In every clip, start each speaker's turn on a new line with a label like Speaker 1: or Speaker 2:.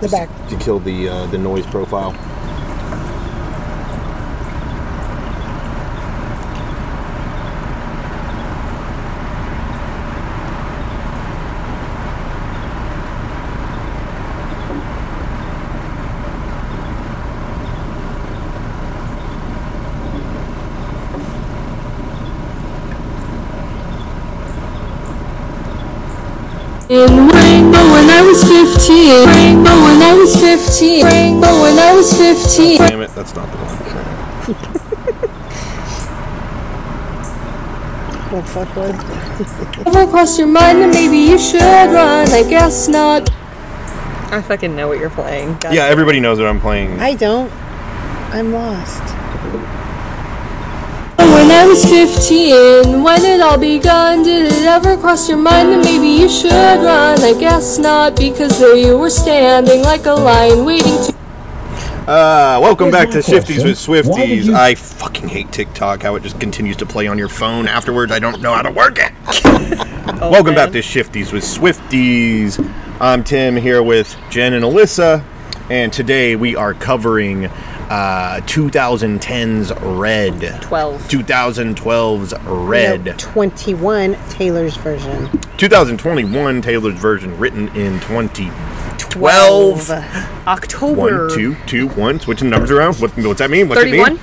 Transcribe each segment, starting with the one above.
Speaker 1: The back.
Speaker 2: to kill the uh, the noise profile.
Speaker 3: In Rainbow when I was 15. Rainbow when I was 15. Rainbow when I was 15.
Speaker 2: Damn it, that's not the one.
Speaker 1: Oh, fuck, boy.
Speaker 3: Ever crossed your mind that maybe you should run? I guess not.
Speaker 4: I fucking know what you're playing. God.
Speaker 2: Yeah, everybody knows what I'm playing.
Speaker 1: I don't. I'm lost.
Speaker 3: When I was 15, when it all begun, did it ever cross your mind that maybe you should run? I guess not, because there you were standing like a lion waiting to.
Speaker 2: Uh, welcome back to
Speaker 5: Here's my
Speaker 2: Shifties with
Speaker 5: question. Why did
Speaker 2: Swifties.
Speaker 5: you-
Speaker 2: I fucking hate TikTok. How it just continues to play on your phone afterwards. I don't know how to work it.
Speaker 4: Oh,
Speaker 2: welcome
Speaker 4: man.
Speaker 2: back to Shifties with Swifties. I'm Tim here with Jen and Alyssa, and today we are covering uh, 2010's Red,
Speaker 4: 12.
Speaker 2: 2012's Red,
Speaker 1: No, 21 Taylor's version.
Speaker 2: 2021 Taylor's version written in 2012.
Speaker 4: October
Speaker 2: One, two, two, one. Switching numbers around. What, what's that mean? What's it
Speaker 4: 31.
Speaker 2: mean?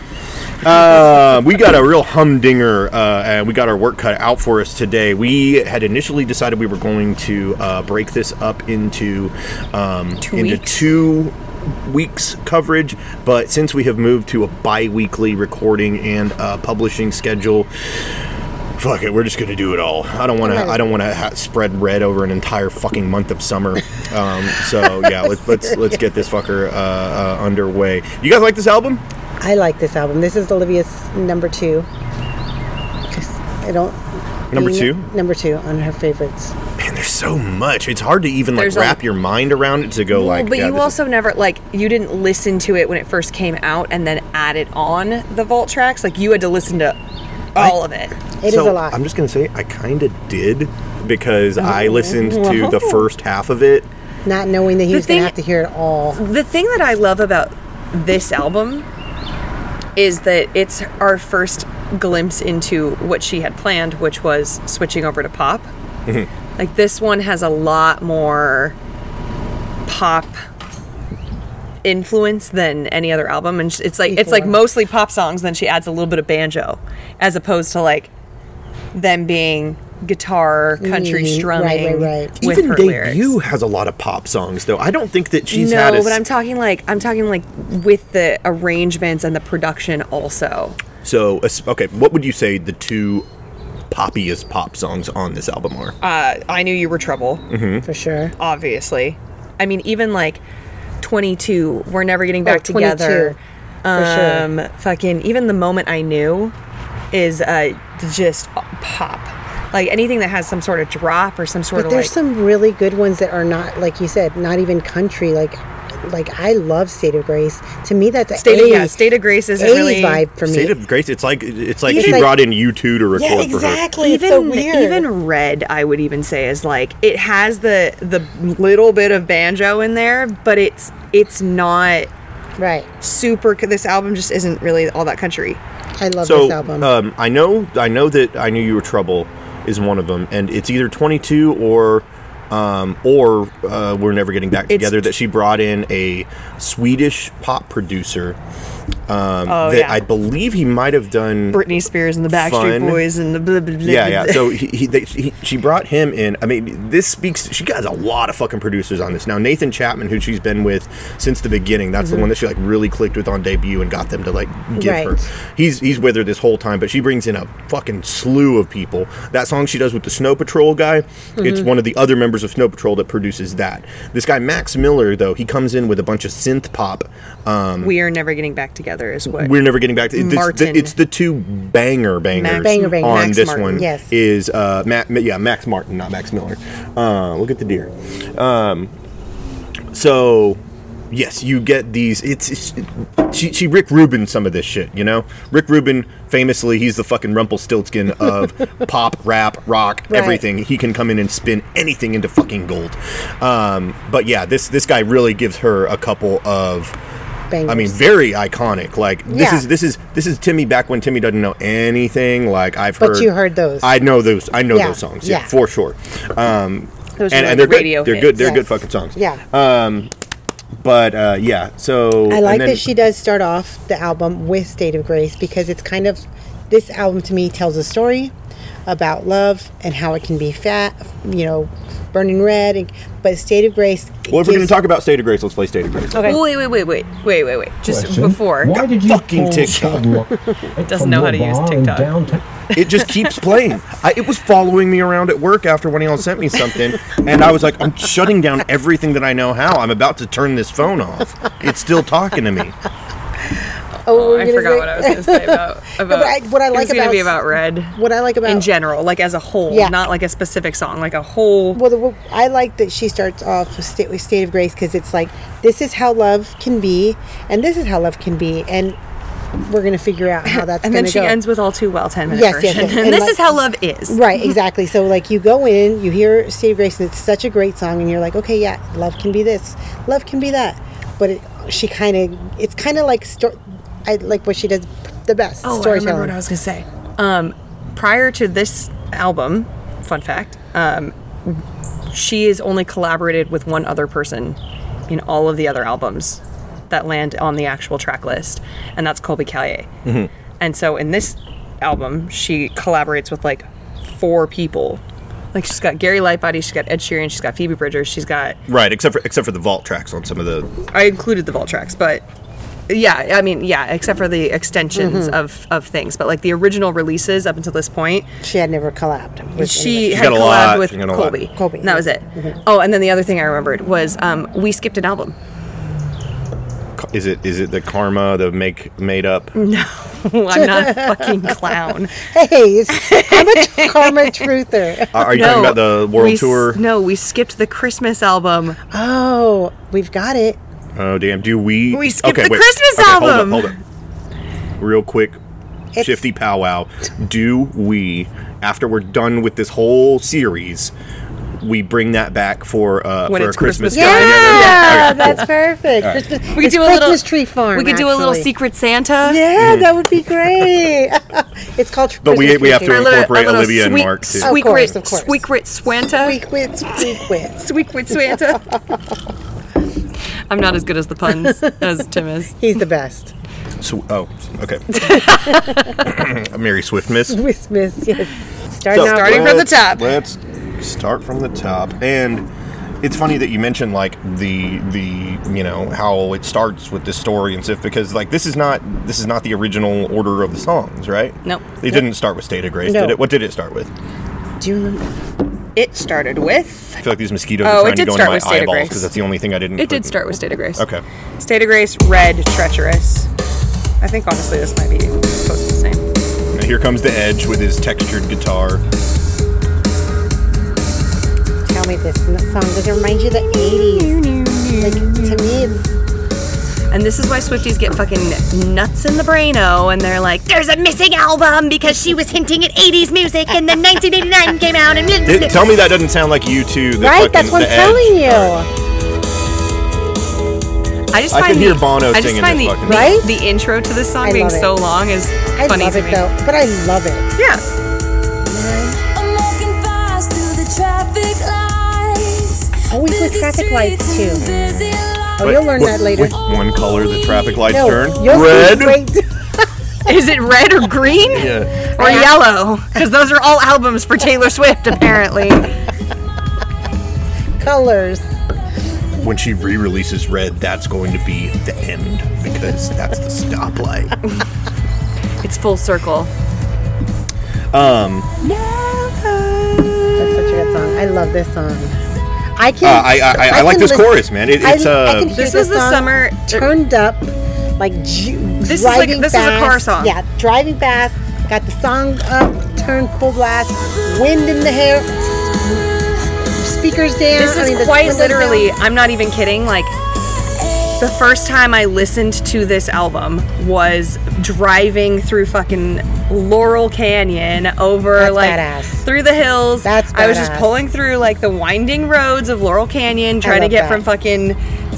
Speaker 2: Uh, we got a real humdinger, uh, and we got our work cut out for us today. We had initially decided we were going to uh, break this up into um,
Speaker 4: Two
Speaker 2: into
Speaker 4: weeks.
Speaker 2: two weeks coverage, but since we have moved to a bi-weekly recording and uh, publishing schedule. Fuck it, we're just gonna do it all. I don't want to. I don't want to ha- spread red over an entire fucking month of summer. Um, so yeah, let's let's let's get this fucker uh, uh, underway. You guys like this album?
Speaker 1: I like this album. This is Olivia's number two. 'Cause I don't.
Speaker 2: Number
Speaker 1: being
Speaker 2: two?
Speaker 1: Number two on her favorites.
Speaker 2: Man, there's so much. It's hard to even like
Speaker 4: There's a-
Speaker 2: wrap your mind around it to go like.
Speaker 4: but
Speaker 2: yeah,
Speaker 4: you
Speaker 2: this is-
Speaker 4: also never like you didn't listen to it when it first came out and then add it on the vault tracks. Like you had to listen to all of it.
Speaker 1: It is
Speaker 2: So,
Speaker 1: a lot.
Speaker 2: I'm just gonna say I kind of did because
Speaker 4: Mm-hmm.
Speaker 2: I listened to the first half of it.
Speaker 1: Not knowing that he
Speaker 4: The
Speaker 1: was going
Speaker 4: thing-
Speaker 1: to have to hear it all.
Speaker 4: The thing that I love about this album is that it's our first glimpse into what she had planned, which was switching over to pop.
Speaker 2: Mm-hmm.
Speaker 4: Like this one has a lot more pop influence than any other album and sh- it's like it's like
Speaker 1: Before.
Speaker 4: mostly pop songs then she adds a little bit of banjo as opposed to like them being guitar
Speaker 1: Mhm, right,
Speaker 4: country
Speaker 1: right,
Speaker 4: strumming
Speaker 1: right.
Speaker 4: with
Speaker 2: even
Speaker 4: her lyrics.
Speaker 2: debut has a lot of pop songs though. I don't think that she's had.
Speaker 4: no,
Speaker 2: A,
Speaker 4: but I'm talking like I'm talking like with the arrangements and the production also.
Speaker 2: so as- okay. What would you say the two poppiest pop songs on this album are?
Speaker 4: Uh, I knew you were trouble,
Speaker 2: Hmm?
Speaker 1: For sure.
Speaker 4: obviously. I mean, even like 22, we're never getting back
Speaker 1: 22,
Speaker 4: together.
Speaker 1: for sure.
Speaker 4: um, fucking even the moment I knew is uh just pop. Like anything that has some sort of drop or some sort
Speaker 1: But
Speaker 4: of like
Speaker 1: there's some really good ones that are not, like you said, not even country. Like, like I love State of Grace. To me, that's a
Speaker 4: state of,
Speaker 1: 80s,
Speaker 4: yeah, state of grace isn't
Speaker 1: 80s
Speaker 4: really
Speaker 1: vibe for me.
Speaker 2: State of Grace. It's like it's like
Speaker 1: Even
Speaker 2: she
Speaker 1: like-
Speaker 2: brought in U two to record
Speaker 1: yeah,
Speaker 2: for her.
Speaker 1: exactly.
Speaker 4: even
Speaker 1: it's so weird.
Speaker 4: even red i would even say is like it has the the little bit of banjo in there but it's it's not
Speaker 1: right.
Speaker 4: super this album just isn't really all that country
Speaker 1: I love
Speaker 2: so
Speaker 1: this album.
Speaker 2: Um, I know I know that I knew you were trouble is one of them, and it's either twenty two or um, or uh, we're never getting back together. that she brought in a Swedish pop producer um,
Speaker 4: Oh,
Speaker 2: that
Speaker 4: yeah.
Speaker 2: I believe he might have done.
Speaker 4: britney spears and the backstreet
Speaker 2: Fun.
Speaker 4: boys and the blah, blah, blah,
Speaker 2: yeah,
Speaker 4: blah,
Speaker 2: yeah.
Speaker 4: blah.
Speaker 2: So he, he, they, he, she brought him in. I mean, this speaks. She got a lot of fucking producers on this. Now Nathan Chapman, who she's been with since the beginning, that's the one that she like really clicked with on debut and got them to like give her.
Speaker 1: Right.
Speaker 2: He's he's with her this whole time, but she brings in a fucking slew of people. That song she does with the Snow Patrol guy, it's one of the other members of Snow Patrol that produces that. This guy Max Miller though, he comes in with a bunch of synth pop. Um,
Speaker 4: we are never getting back together is what
Speaker 2: we're never getting back to it's,
Speaker 4: Martin.
Speaker 2: The, it's the two banger bangers
Speaker 1: Banger banger.
Speaker 2: on
Speaker 1: Max
Speaker 2: this
Speaker 4: Martin.
Speaker 2: one.
Speaker 1: Yes.
Speaker 2: is uh, Matt, yeah Max Martin, not Max Miller. Uh, look at the deer. Um, so yes, you get these. It's, it's- she, she Rick Rubin some of this shit, you know. Rick Rubin, famously, he's the fucking Rumpelstiltskin of pop, rap, rock,
Speaker 1: Right.
Speaker 2: everything. He can come in and spin anything into fucking gold. Um, but yeah, this this guy really gives her a couple of. I mean,
Speaker 1: Bangers.
Speaker 2: very iconic. Like this
Speaker 1: Yeah.
Speaker 2: is this is this is Timmy back when Timmy doesn't know anything. Like I've
Speaker 1: But
Speaker 2: heard,
Speaker 1: you heard those.
Speaker 2: I know those. I know
Speaker 1: Yeah,
Speaker 2: those songs. Yeah,
Speaker 1: yeah.
Speaker 2: for sure. Um,
Speaker 4: Those
Speaker 2: and,
Speaker 4: are
Speaker 2: and
Speaker 4: like
Speaker 2: they're
Speaker 4: radio
Speaker 2: good. They're good.
Speaker 4: hits.
Speaker 2: They're good
Speaker 1: Yes.
Speaker 2: fucking songs
Speaker 1: Yeah.
Speaker 2: but uh, yeah, so
Speaker 1: I
Speaker 2: uh, and
Speaker 1: like
Speaker 2: then-
Speaker 1: that she does start off the album with State of Grace because it's kind of this album to me tells a story about love and how it can be fat, you know, burning red. And, but State of Grace.
Speaker 2: Well, if we're going
Speaker 1: gives-
Speaker 2: to talk about State of Grace, let's play State of Grace.
Speaker 4: Well, wait, wait, wait, wait, wait, wait, wait. Just
Speaker 5: Question.
Speaker 4: before.
Speaker 5: Why did you
Speaker 2: fucking
Speaker 5: pull
Speaker 2: TikTok.
Speaker 5: Sidewalk
Speaker 4: Doesn't know how to use TikTok.
Speaker 2: It just keeps playing. I, it was following me around at work after one of y'all sent me something, and I was like, I'm shutting down everything that I know how. I'm about to turn this phone off. It's still talking to me.
Speaker 1: Oh,
Speaker 4: I forgot what I was going to say about. about
Speaker 1: but I- what I like
Speaker 4: it's going to
Speaker 1: about
Speaker 4: be
Speaker 1: s-
Speaker 4: about Red
Speaker 1: What I like about
Speaker 4: in general, like as a whole,
Speaker 1: Yeah.
Speaker 4: not like a specific song, like a whole.
Speaker 1: Well, the, I like that she starts off with State, with state of Grace because it's like this is how love can be, and this is how love can be, and we're gonna figure out how that's.
Speaker 4: and then
Speaker 1: gonna
Speaker 4: she
Speaker 1: go.
Speaker 4: ends with all too well 10 minute
Speaker 1: Yes, yes,
Speaker 4: version.
Speaker 1: yes.
Speaker 4: And,
Speaker 1: And
Speaker 4: this
Speaker 1: like-
Speaker 4: is how love is.
Speaker 1: Right, exactly. So like you go in, you hear State of Grace, and it's such a great song, and you're like, okay, yeah, love can be this, love can be that, but it, she kind of, it's kind of like sto- I like what she does the best
Speaker 4: Oh, I remember
Speaker 1: storytelling.
Speaker 4: what I was going to say. Um, prior to this album, fun fact, um, she has only collaborated with one other person in all of the other albums that land on the actual track list, and that's Colby Callier. And so in this album, she collaborates with like four people. Like she's got Gary Lightbody, she's got Ed Sheeran, she's got Phoebe Bridgers, she's got
Speaker 2: Right, except for except for the vault tracks on some of the.
Speaker 4: I included the vault tracks, but yeah, I mean, yeah, except for the extensions
Speaker 2: Mm-hmm.
Speaker 4: of, of things. But like the original releases up until this point,
Speaker 1: she had never collabed. with anybody.
Speaker 4: she had
Speaker 2: got a
Speaker 4: collabed
Speaker 2: lot,
Speaker 4: with
Speaker 2: she got a lot.
Speaker 4: Colby.
Speaker 1: Colby,
Speaker 4: And that was it.
Speaker 2: Mm-hmm.
Speaker 4: Oh, and then the other thing I remembered was um, we skipped an album.
Speaker 2: Is it is it the karma, the make made up?
Speaker 4: Mm-hmm. I'm not a fucking clown.
Speaker 1: hey, it's, I'm a karma truther.
Speaker 2: Are are you talking about the world
Speaker 4: we s-
Speaker 2: tour?
Speaker 4: No, we skipped the Christmas album.
Speaker 1: Oh, we've got it.
Speaker 2: Oh damn! Do we?
Speaker 4: We skipped the Christmas album.
Speaker 2: Hold up, hold up. Real quick, shifty powwow. Do we? After we're done with this whole series, we bring that back for uh,
Speaker 4: When
Speaker 2: for
Speaker 4: it's
Speaker 2: a Christmas.
Speaker 4: Christmas
Speaker 1: Yeah,
Speaker 4: time.
Speaker 2: time. Okay,
Speaker 1: that's
Speaker 2: cool.
Speaker 1: perfect. Christmas,
Speaker 4: We could
Speaker 1: it's
Speaker 4: do a
Speaker 1: Christmas
Speaker 4: little
Speaker 1: tree
Speaker 2: Oh,
Speaker 1: farm.
Speaker 4: We could do a little
Speaker 1: actually.
Speaker 4: Secret Santa.
Speaker 1: Yeah, that would be great. it's called.
Speaker 2: But we,
Speaker 1: Christmas
Speaker 2: we have
Speaker 1: tree
Speaker 2: to
Speaker 4: Our
Speaker 1: cake.
Speaker 4: little- our
Speaker 2: incorporate
Speaker 4: little
Speaker 2: Olivia and
Speaker 4: sweet-
Speaker 2: Mark too.
Speaker 1: Of
Speaker 4: Sweet
Speaker 1: course,
Speaker 4: Rit-
Speaker 1: of course.
Speaker 4: Sweet Rit Swanta.
Speaker 1: We quit. We quit.
Speaker 4: Sweet with Santa. I'm not as good as the puns as Tim is.
Speaker 1: He's the best.
Speaker 2: So- oh, okay. Mary Swift miss.
Speaker 1: Miss Miss, yes. Starting
Speaker 2: So,
Speaker 1: out
Speaker 4: starting from the
Speaker 2: let's-
Speaker 4: top.
Speaker 2: Let's start from the top. And it's funny that you mentioned like the the you know how it starts with the story and stuff because like this is not this is not the original order of the songs, right?
Speaker 4: Nope.
Speaker 2: They didn't start with State of Grace,
Speaker 1: No.
Speaker 2: did it? What did it start with?
Speaker 1: Do you remember?
Speaker 4: It started with.
Speaker 2: I feel like these mosquitoes
Speaker 4: Oh,
Speaker 2: are trying
Speaker 4: it
Speaker 2: to
Speaker 4: did
Speaker 2: go into
Speaker 4: start
Speaker 2: my
Speaker 4: with State of
Speaker 2: eyeballs
Speaker 4: Grace.
Speaker 2: because that's the only thing I didn't.
Speaker 4: It did
Speaker 2: click-
Speaker 4: start with State of Grace.
Speaker 2: Okay.
Speaker 4: State of Grace, Red, Treacherous. I think honestly this might be close to the same.
Speaker 2: Now here comes the Edge with his textured guitar.
Speaker 1: Tell me this n- song doesn't remind you of the '80s. Like to me, it's,
Speaker 4: And this is why Swifties get fucking nuts in the braino and they're like,
Speaker 6: There's a missing album because she was hinting at 80s music and then 1989 came out and
Speaker 2: Th- tell me that doesn't sound like you two. The
Speaker 1: right. That's
Speaker 2: fucking-
Speaker 1: what
Speaker 2: the
Speaker 1: I'm
Speaker 2: Edge.
Speaker 1: telling you.
Speaker 4: I just
Speaker 2: I
Speaker 4: find
Speaker 2: could hear
Speaker 4: the,
Speaker 2: Bono
Speaker 4: I just
Speaker 2: singing
Speaker 4: find
Speaker 2: this
Speaker 4: the,
Speaker 2: fucking-
Speaker 4: the-
Speaker 1: Right?
Speaker 4: the intro to this song
Speaker 1: I
Speaker 4: being
Speaker 1: love it.
Speaker 4: so long is
Speaker 1: I
Speaker 4: funny
Speaker 1: love
Speaker 4: to
Speaker 1: it
Speaker 4: me.
Speaker 1: though, but I love it.
Speaker 4: Yeah.
Speaker 7: I'm walking fast through the traffic lights.
Speaker 1: Always with
Speaker 7: Busy
Speaker 1: traffic lights,
Speaker 7: streets and
Speaker 1: too.
Speaker 7: busy
Speaker 1: Oh,
Speaker 2: Wait,
Speaker 7: lights.
Speaker 1: you'll learn
Speaker 2: wait,
Speaker 1: that later.
Speaker 2: wait, one color the traffic lights
Speaker 1: No,
Speaker 2: turn.
Speaker 1: you'll
Speaker 2: Red.
Speaker 1: See, wait,
Speaker 4: Is it red or green?
Speaker 2: Yeah.
Speaker 4: Or yellow? Because those are all albums for Taylor Swift, apparently.
Speaker 1: colors.
Speaker 2: when she re-releases red that's going to be the end because that's the stoplight
Speaker 4: It's full circle.
Speaker 2: Um,
Speaker 1: That's such a good song. I love this song. I can.
Speaker 2: Uh, I- I- I like
Speaker 1: can
Speaker 2: this
Speaker 1: listen-
Speaker 2: chorus, man. It-
Speaker 1: I-
Speaker 2: it's,
Speaker 1: I
Speaker 2: uh,
Speaker 1: can hear
Speaker 4: This was the
Speaker 1: song
Speaker 4: summer-
Speaker 1: turned up, like ju-
Speaker 4: This is like-
Speaker 1: driving
Speaker 4: this is a
Speaker 1: fast.
Speaker 4: car song.
Speaker 1: Yeah, driving fast. Got the song up, turned full blast, wind in the hair, s- speakers down.
Speaker 4: This
Speaker 1: I mean,
Speaker 4: is
Speaker 1: the
Speaker 4: quite
Speaker 1: windows
Speaker 4: literally,
Speaker 1: down.
Speaker 4: I'm not even kidding, like the first time I listened to this album was driving through fucking Laurel Canyon over
Speaker 1: That's
Speaker 4: like
Speaker 1: badass.
Speaker 4: through the hills.
Speaker 1: That's
Speaker 4: I was just
Speaker 1: badass.
Speaker 4: pulling through like the winding roads of Laurel Canyon, trying to
Speaker 1: love
Speaker 4: get
Speaker 1: that.
Speaker 4: from fucking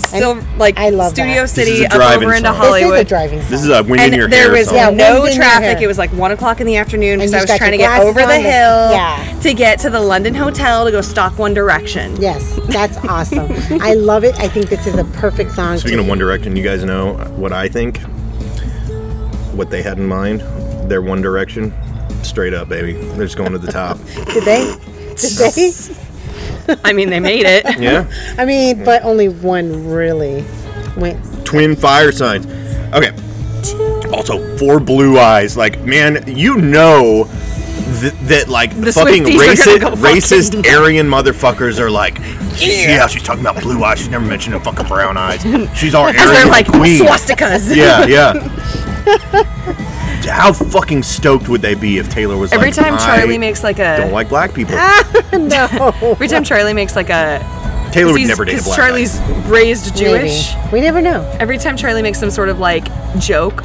Speaker 4: sil-
Speaker 1: And
Speaker 4: like
Speaker 1: I love
Speaker 4: Studio
Speaker 1: that.
Speaker 2: This is
Speaker 4: City
Speaker 2: a
Speaker 4: up
Speaker 2: driving
Speaker 4: over into
Speaker 2: song. This is a
Speaker 4: Hollywood.
Speaker 1: This is a driving song.
Speaker 2: This is uh, a wind
Speaker 4: and
Speaker 2: in your
Speaker 4: there
Speaker 2: hair
Speaker 4: was
Speaker 2: song.
Speaker 1: Yeah,
Speaker 4: no
Speaker 1: wind in your
Speaker 4: traffic.
Speaker 1: hair.
Speaker 4: It was like one o'clock in the afternoon because
Speaker 1: you
Speaker 4: I
Speaker 1: just
Speaker 4: was
Speaker 1: got
Speaker 4: trying to
Speaker 1: your
Speaker 4: get
Speaker 1: glasses
Speaker 4: over the
Speaker 1: on and-
Speaker 4: hill
Speaker 1: Yeah.
Speaker 4: to get to the London Hotel to go stalk One Direction.
Speaker 1: Yes, that's awesome. I love it. I think this is a perfect song.
Speaker 2: Speaking
Speaker 1: to-
Speaker 2: of One Direction, you guys know what I think? What they had in mind? Their One Direction? Straight up, baby. They're just going to the top.
Speaker 1: did they? Did they?
Speaker 4: I mean, they made it.
Speaker 2: Yeah?
Speaker 1: I mean, but only one really went.
Speaker 2: Twin fire signs. Okay. Also, four blue eyes. Like, man, you know th- that, like,
Speaker 4: The
Speaker 2: fucking
Speaker 4: Swifties are
Speaker 2: racist,
Speaker 4: gonna go fucking
Speaker 2: racist Aryan motherfuckers are like, see how she's talking about blue eyes? She's never mentioned a fucking brown eyes. She's our Aryan
Speaker 4: They're like
Speaker 2: queen.
Speaker 4: swastikas.
Speaker 2: Yeah, yeah. How fucking stoked would they be if Taylor was
Speaker 4: Every
Speaker 2: like,
Speaker 4: time Charlie
Speaker 2: I
Speaker 4: makes like
Speaker 2: don't
Speaker 4: a
Speaker 2: like black people.
Speaker 1: No,
Speaker 4: every time Charlie makes like a
Speaker 2: Taylor would
Speaker 4: he's-
Speaker 2: never date a
Speaker 4: 'cause
Speaker 2: black guy.
Speaker 4: Charlie's raised
Speaker 1: maybe.
Speaker 4: Jewish.
Speaker 1: We never know.
Speaker 4: Every time Charlie makes some sort of like joke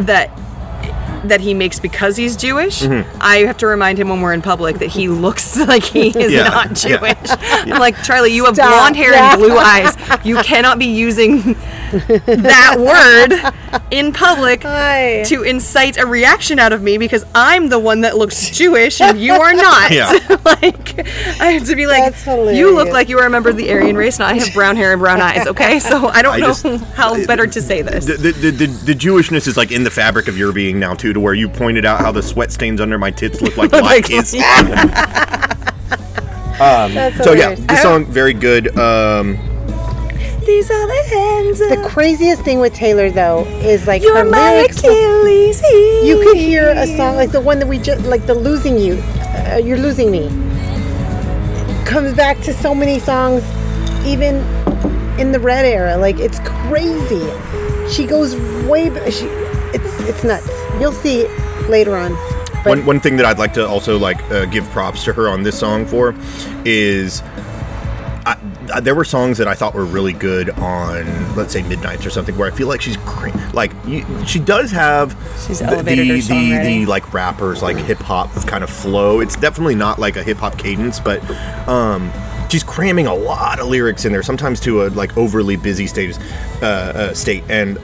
Speaker 4: that that he makes because he's Jewish,
Speaker 2: Mm-hmm.
Speaker 4: I have to remind him when we're in public that he looks like he is
Speaker 2: Yeah,
Speaker 4: not
Speaker 2: yeah.
Speaker 4: Jewish. I'm like, Charlie, you have
Speaker 1: Stop.
Speaker 4: blonde hair
Speaker 1: Yeah.
Speaker 4: and blue eyes. You cannot be using that word in public
Speaker 1: Hi.
Speaker 4: to incite a reaction out of me because I'm the one that looks Jewish and you are not.
Speaker 2: Yeah.
Speaker 4: like I have to be like,
Speaker 1: That's
Speaker 4: you look
Speaker 1: hilarious.
Speaker 4: like you are a member of the Aryan race, and I have brown hair and brown eyes. Okay, so I don't
Speaker 2: I
Speaker 4: know
Speaker 2: just-
Speaker 4: how better to say this.
Speaker 2: The, the, the, the, the Jewishness is like in the fabric of your being now too, to where you pointed out how the sweat stains under my tits look
Speaker 1: Oh
Speaker 2: like black kids.
Speaker 1: That's
Speaker 2: So yeah,
Speaker 1: hilarious.
Speaker 2: this song very good. Um,
Speaker 4: These are the hands of
Speaker 1: The craziest thing with Taylor though is like her
Speaker 4: you're my
Speaker 1: lyrics.
Speaker 4: Achilles heel.
Speaker 1: You could hear a song like the one that we just like the losing you, uh, you're losing me. Comes back to so many songs, even in the Red era. Like it's crazy. She goes way. b- She, it's it's nuts. You'll see later on. But
Speaker 2: one one thing that I'd like to also like uh, give props to her on this song for is. I, I- there were songs that I thought were really good on, let's say, Midnight's or something, where I feel like she's great. Like you, she does have
Speaker 4: She's
Speaker 2: the
Speaker 4: elevated her
Speaker 2: the, the,
Speaker 4: songwriting.
Speaker 2: the like rappers like hip hop kind of flow. It's definitely not like a hip hop cadence, but um, she's cramming a lot of lyrics in there, sometimes to a like overly busy stage uh, uh, state. And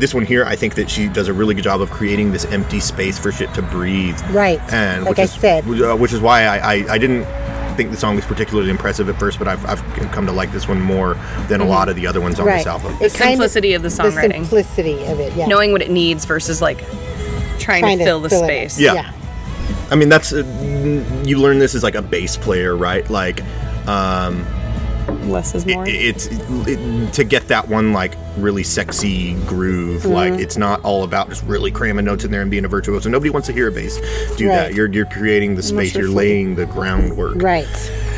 Speaker 2: this one here, I think that she does a really good job of creating this empty space for shit to breathe.
Speaker 1: Right.
Speaker 2: And
Speaker 1: Like
Speaker 2: which
Speaker 1: I
Speaker 2: is-
Speaker 1: said.
Speaker 2: which, uh, which is why I, I, I didn't think the song was particularly impressive at first, but I've, I've come to like this one more than a lot of the other ones on this album.
Speaker 1: It kind
Speaker 4: simplicity of the
Speaker 1: The
Speaker 4: songwriting.
Speaker 1: simplicity of it. Yeah.
Speaker 4: knowing what it needs versus like trying
Speaker 1: Trying
Speaker 4: to fill the
Speaker 1: it.
Speaker 4: space.
Speaker 2: Yeah. I mean, that's uh, you learn this as like a bass player, right? Like, um,
Speaker 4: Less is
Speaker 2: it,
Speaker 4: more.
Speaker 2: it's it, to get that one like really sexy groove. Like, it's not all about just really cramming notes in there and being a virtuoso. Nobody wants to hear a bass do that.
Speaker 1: Right.
Speaker 2: You're you're creating the space. You're laying the groundwork.
Speaker 1: Right.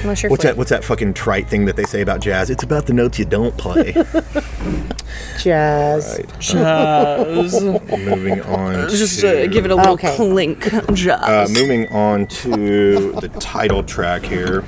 Speaker 4: Unless you're
Speaker 2: What's
Speaker 4: flip.
Speaker 2: that? What's that fucking trite thing that they say about jazz? It's about the notes you don't play.
Speaker 1: Jazz.
Speaker 2: moving on.
Speaker 4: Just
Speaker 2: to,
Speaker 4: uh, give it a little
Speaker 1: Okay.
Speaker 4: clink. Just.
Speaker 2: Uh, moving on to the title track here.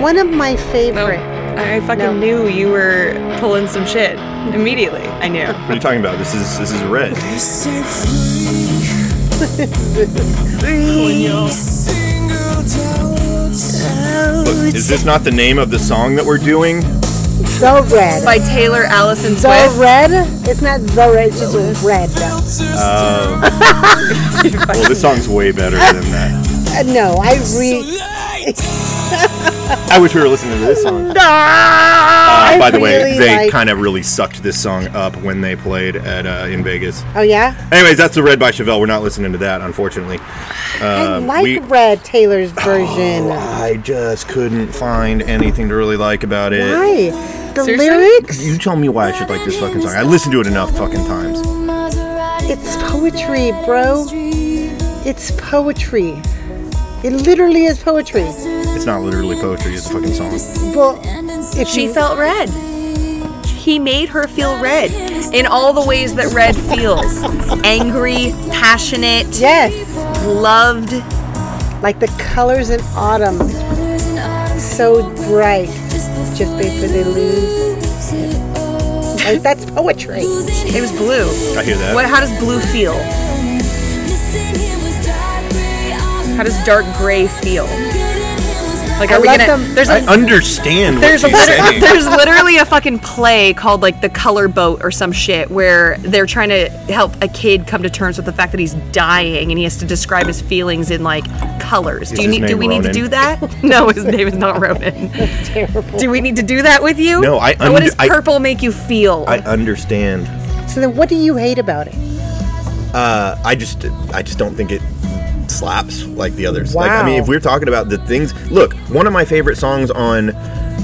Speaker 1: One of my favorite.
Speaker 4: Oh, I fucking knew you were pulling some shit immediately. I knew.
Speaker 2: What are you talking about? This is this is red.
Speaker 7: Set free when you're single downloads.
Speaker 2: Look, is this not the name of the song that we're doing?
Speaker 1: So red.
Speaker 4: By Taylor Allison
Speaker 1: so
Speaker 4: Swift.
Speaker 1: red. It's not the red. It's just red.
Speaker 2: Well, this song's way better than that.
Speaker 1: Uh, no, I re.
Speaker 2: I wish we were listening to this song.
Speaker 1: I
Speaker 2: Uh, by the way,
Speaker 1: really
Speaker 2: they
Speaker 1: like-
Speaker 2: kind of really sucked this song up when they played at uh, in Vegas.
Speaker 1: Oh yeah,
Speaker 2: Anyways, that's the Red by Chevelle. We're not listening to that, unfortunately.
Speaker 1: I
Speaker 2: Um,
Speaker 1: like
Speaker 2: we- Oh.
Speaker 1: Red Taylor's version.
Speaker 2: I just couldn't find anything to really like about it.
Speaker 1: Why? The
Speaker 4: Seriously?
Speaker 1: lyrics.
Speaker 2: You tell me why I should like this fucking song. I listened to it enough fucking times.
Speaker 1: It's poetry, bro. It's poetry. It literally is poetry.
Speaker 2: It's not literally poetry, it's a fucking song.
Speaker 1: Well, if
Speaker 4: She
Speaker 1: you-
Speaker 4: felt red. He made her feel red in all the ways that red feels angry, passionate,
Speaker 1: yes,
Speaker 4: loved.
Speaker 1: like the colors in autumn, so bright. Just based with lose. Like, that's poetry.
Speaker 4: It was blue.
Speaker 2: I hear that.
Speaker 4: What? How does blue feel? How does dark gray feel? Like, are
Speaker 1: I
Speaker 4: we
Speaker 1: love
Speaker 4: gonna?
Speaker 1: them-
Speaker 4: There's
Speaker 2: I
Speaker 4: a
Speaker 2: understand what
Speaker 4: there's a
Speaker 2: she's
Speaker 4: lit-
Speaker 2: saying.
Speaker 4: there's literally a fucking play called like the Color Boat or some shit where they're trying to help a kid come to terms with the fact that he's dying and he has to describe his feelings in like colors.
Speaker 2: Is
Speaker 4: do you
Speaker 2: his
Speaker 4: need? Do
Speaker 2: name
Speaker 4: we need to
Speaker 2: Ronan?
Speaker 4: do that? no, his name is not Ronan. Do we need to do that with you?
Speaker 2: No, I
Speaker 4: And what does
Speaker 2: und- I-
Speaker 4: purple make you feel?
Speaker 2: I understand.
Speaker 1: So then, what do you hate about it?
Speaker 2: Uh, I just I just don't think it slaps like the others. Like I mean,
Speaker 1: Wow.
Speaker 2: if we're talking about the things, look, one of my favorite songs on,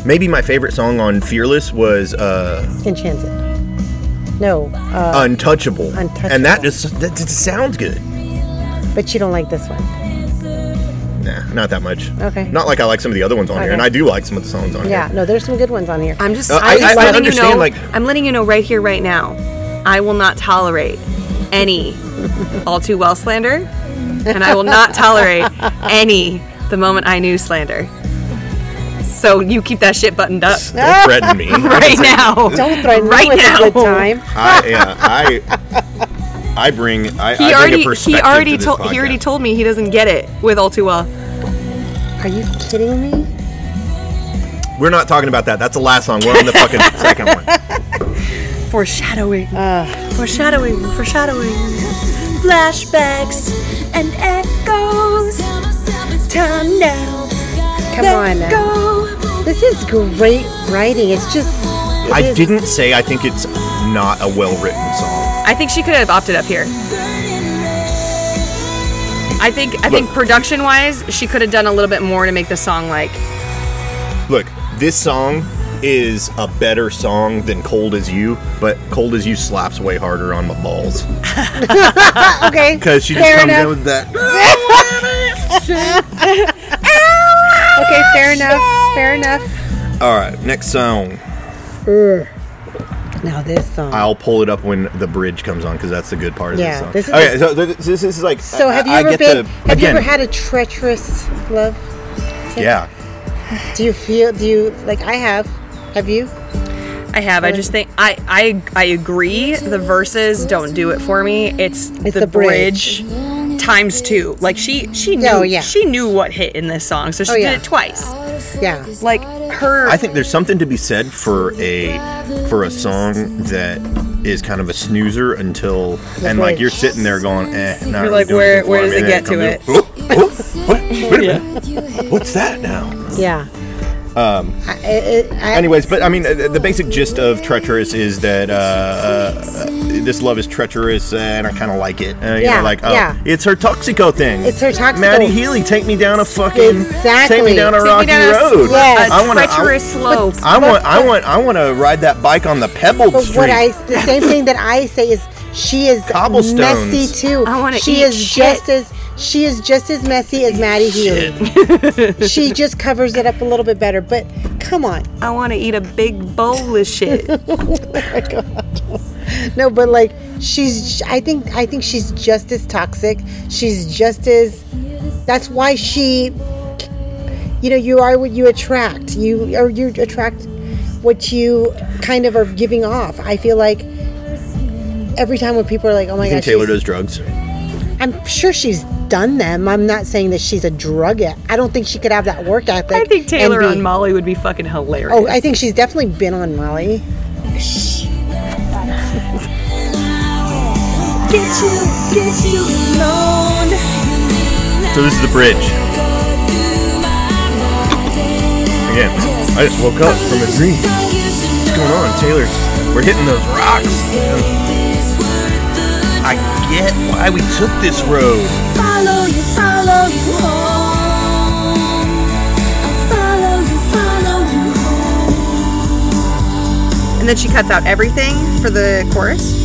Speaker 2: maybe my favorite song on Fearless was uh,
Speaker 1: Enchanted. No, uh,
Speaker 2: Untouchable. and that
Speaker 1: Untouchable.
Speaker 2: just that just sounds good.
Speaker 1: but you don't like this one.
Speaker 2: Nah, not that much.
Speaker 1: Okay.
Speaker 2: Not like I like some of the other ones on here,
Speaker 1: Okay.
Speaker 2: and I do like some of the songs on
Speaker 1: Yeah,
Speaker 2: here.
Speaker 1: no, there's some good ones on here.
Speaker 4: I'm just,
Speaker 2: Uh,
Speaker 4: I'm
Speaker 2: I-
Speaker 4: just
Speaker 2: I- I
Speaker 4: letting you
Speaker 2: understand,
Speaker 4: know.
Speaker 2: like-
Speaker 4: I'm letting you know right here, right now. I will not tolerate any all too well slander, and I will not tolerate any the moment I knew slander. So you keep that shit buttoned up
Speaker 2: Don't threaten me.
Speaker 4: right now.
Speaker 1: don't threaten
Speaker 4: right
Speaker 1: me with
Speaker 4: now.
Speaker 1: a good time.
Speaker 2: I yeah, I I bring I,
Speaker 4: He
Speaker 2: I
Speaker 4: already,
Speaker 2: bring a
Speaker 4: he
Speaker 2: perspective
Speaker 4: already
Speaker 2: to this
Speaker 4: told, he already
Speaker 2: podcast.
Speaker 4: told me he doesn't get it with all too well.
Speaker 1: Are you kidding me?
Speaker 2: We're not talking about that. That's the last song. We're on the fucking second one.
Speaker 4: Foreshadowing, foreshadowing, foreshadowing.
Speaker 6: Flashbacks and echoes. Time now.
Speaker 1: Come on now. This is great writing. It's just. it
Speaker 2: I
Speaker 1: is-
Speaker 2: didn't say I think it's not a well written song.
Speaker 4: I think she could have opted up here. I think I think
Speaker 2: Look.
Speaker 4: production wise, she could have done a little bit more to make the song like
Speaker 2: Look, this song is a better song than Cold as You, but Cold as You slaps way harder on my balls.
Speaker 1: Okay.
Speaker 2: Because she just
Speaker 1: Fair
Speaker 2: comes in
Speaker 1: enough.
Speaker 2: with that.
Speaker 1: Okay, fair enough. Fair enough.
Speaker 2: All right, next song.
Speaker 1: Now this song.
Speaker 2: I'll pull it up when the bridge comes on because that's the good part of
Speaker 1: Yeah,
Speaker 2: the song.
Speaker 1: this is-
Speaker 2: okay, so th- this, this is like.
Speaker 1: so
Speaker 2: I-
Speaker 1: have you
Speaker 2: I
Speaker 1: ever
Speaker 2: get
Speaker 1: been?
Speaker 2: the-
Speaker 1: have you ever had a treacherous love?
Speaker 2: Yeah.
Speaker 1: Do you feel? Do you like? I have. Have you?
Speaker 4: I have. I just think I I I agree. The verses don't do it for me. It's, the,
Speaker 1: the
Speaker 4: bridge.
Speaker 1: bridge.
Speaker 4: times two. Like she she knew
Speaker 1: No, yeah.
Speaker 4: she knew what hit in this song, so she
Speaker 1: Oh, yeah.
Speaker 4: did it twice.
Speaker 1: Yeah.
Speaker 4: Like her
Speaker 2: I think there's something to be said for a for a song that is kind of a snoozer until and like
Speaker 1: right.
Speaker 2: you're sitting there going, eh, not really
Speaker 4: like,
Speaker 2: doing
Speaker 4: where-
Speaker 2: anything
Speaker 4: where
Speaker 2: for
Speaker 4: does
Speaker 2: me. And then
Speaker 4: it get
Speaker 2: comes in, "Oh, oh, what? Wait a minute. What's that now?
Speaker 1: Yeah. Um. I, it, I,
Speaker 2: Anyways, but I mean, uh, the basic gist of treacherous is that uh, uh, this love is treacherous, uh, and I kind of like it. Uh, you
Speaker 1: Yeah,
Speaker 2: know, like, oh,
Speaker 1: yeah.
Speaker 2: it's her toxico thing.
Speaker 1: It's her toxico.
Speaker 2: Maddie Healy, take me down a fucking, take me
Speaker 1: Exactly.
Speaker 2: down a
Speaker 1: Take
Speaker 4: Take
Speaker 2: rocky
Speaker 4: me down a, s-
Speaker 2: road.
Speaker 4: a
Speaker 1: Yes.
Speaker 2: I wanna- I-
Speaker 4: treacherous slope.
Speaker 2: I want, I want, I want to ride that bike on the pebbled
Speaker 1: But
Speaker 2: street.
Speaker 1: what I the same thing that I say is she is
Speaker 2: Cobblestones.
Speaker 1: messy too.
Speaker 4: I wanna
Speaker 1: She
Speaker 4: eat
Speaker 1: is
Speaker 4: shit.
Speaker 1: just as she is just as messy as Maddie Healy. she just covers it up a little bit better. But come on,
Speaker 4: I want to eat a big bowl of shit.
Speaker 1: no, but like she's I think I think she's just as toxic. She's just as that's why she you know you are what you attract. You or you attract what you kind of are giving off. I feel like every time when people are like, "Oh my
Speaker 2: you think
Speaker 1: gosh,
Speaker 2: Taylor
Speaker 1: she's-
Speaker 2: does drugs?
Speaker 1: I'm sure she's done them. I'm not saying that she's a drug addict. I don't think she could have that work ethic.
Speaker 4: I think
Speaker 1: and
Speaker 4: Taylor
Speaker 1: be-
Speaker 4: on Molly would be fucking hilarious.
Speaker 1: Oh, I think she's definitely been on Molly.
Speaker 2: So this is the bridge. Again, I just woke up from a dream. What's going on, Taylor? We're hitting those rocks. I get why we took this road.
Speaker 7: Follow you, follow you home. I'll follow you, follow you home.
Speaker 1: Oh.
Speaker 4: And then she cuts out everything for the chorus.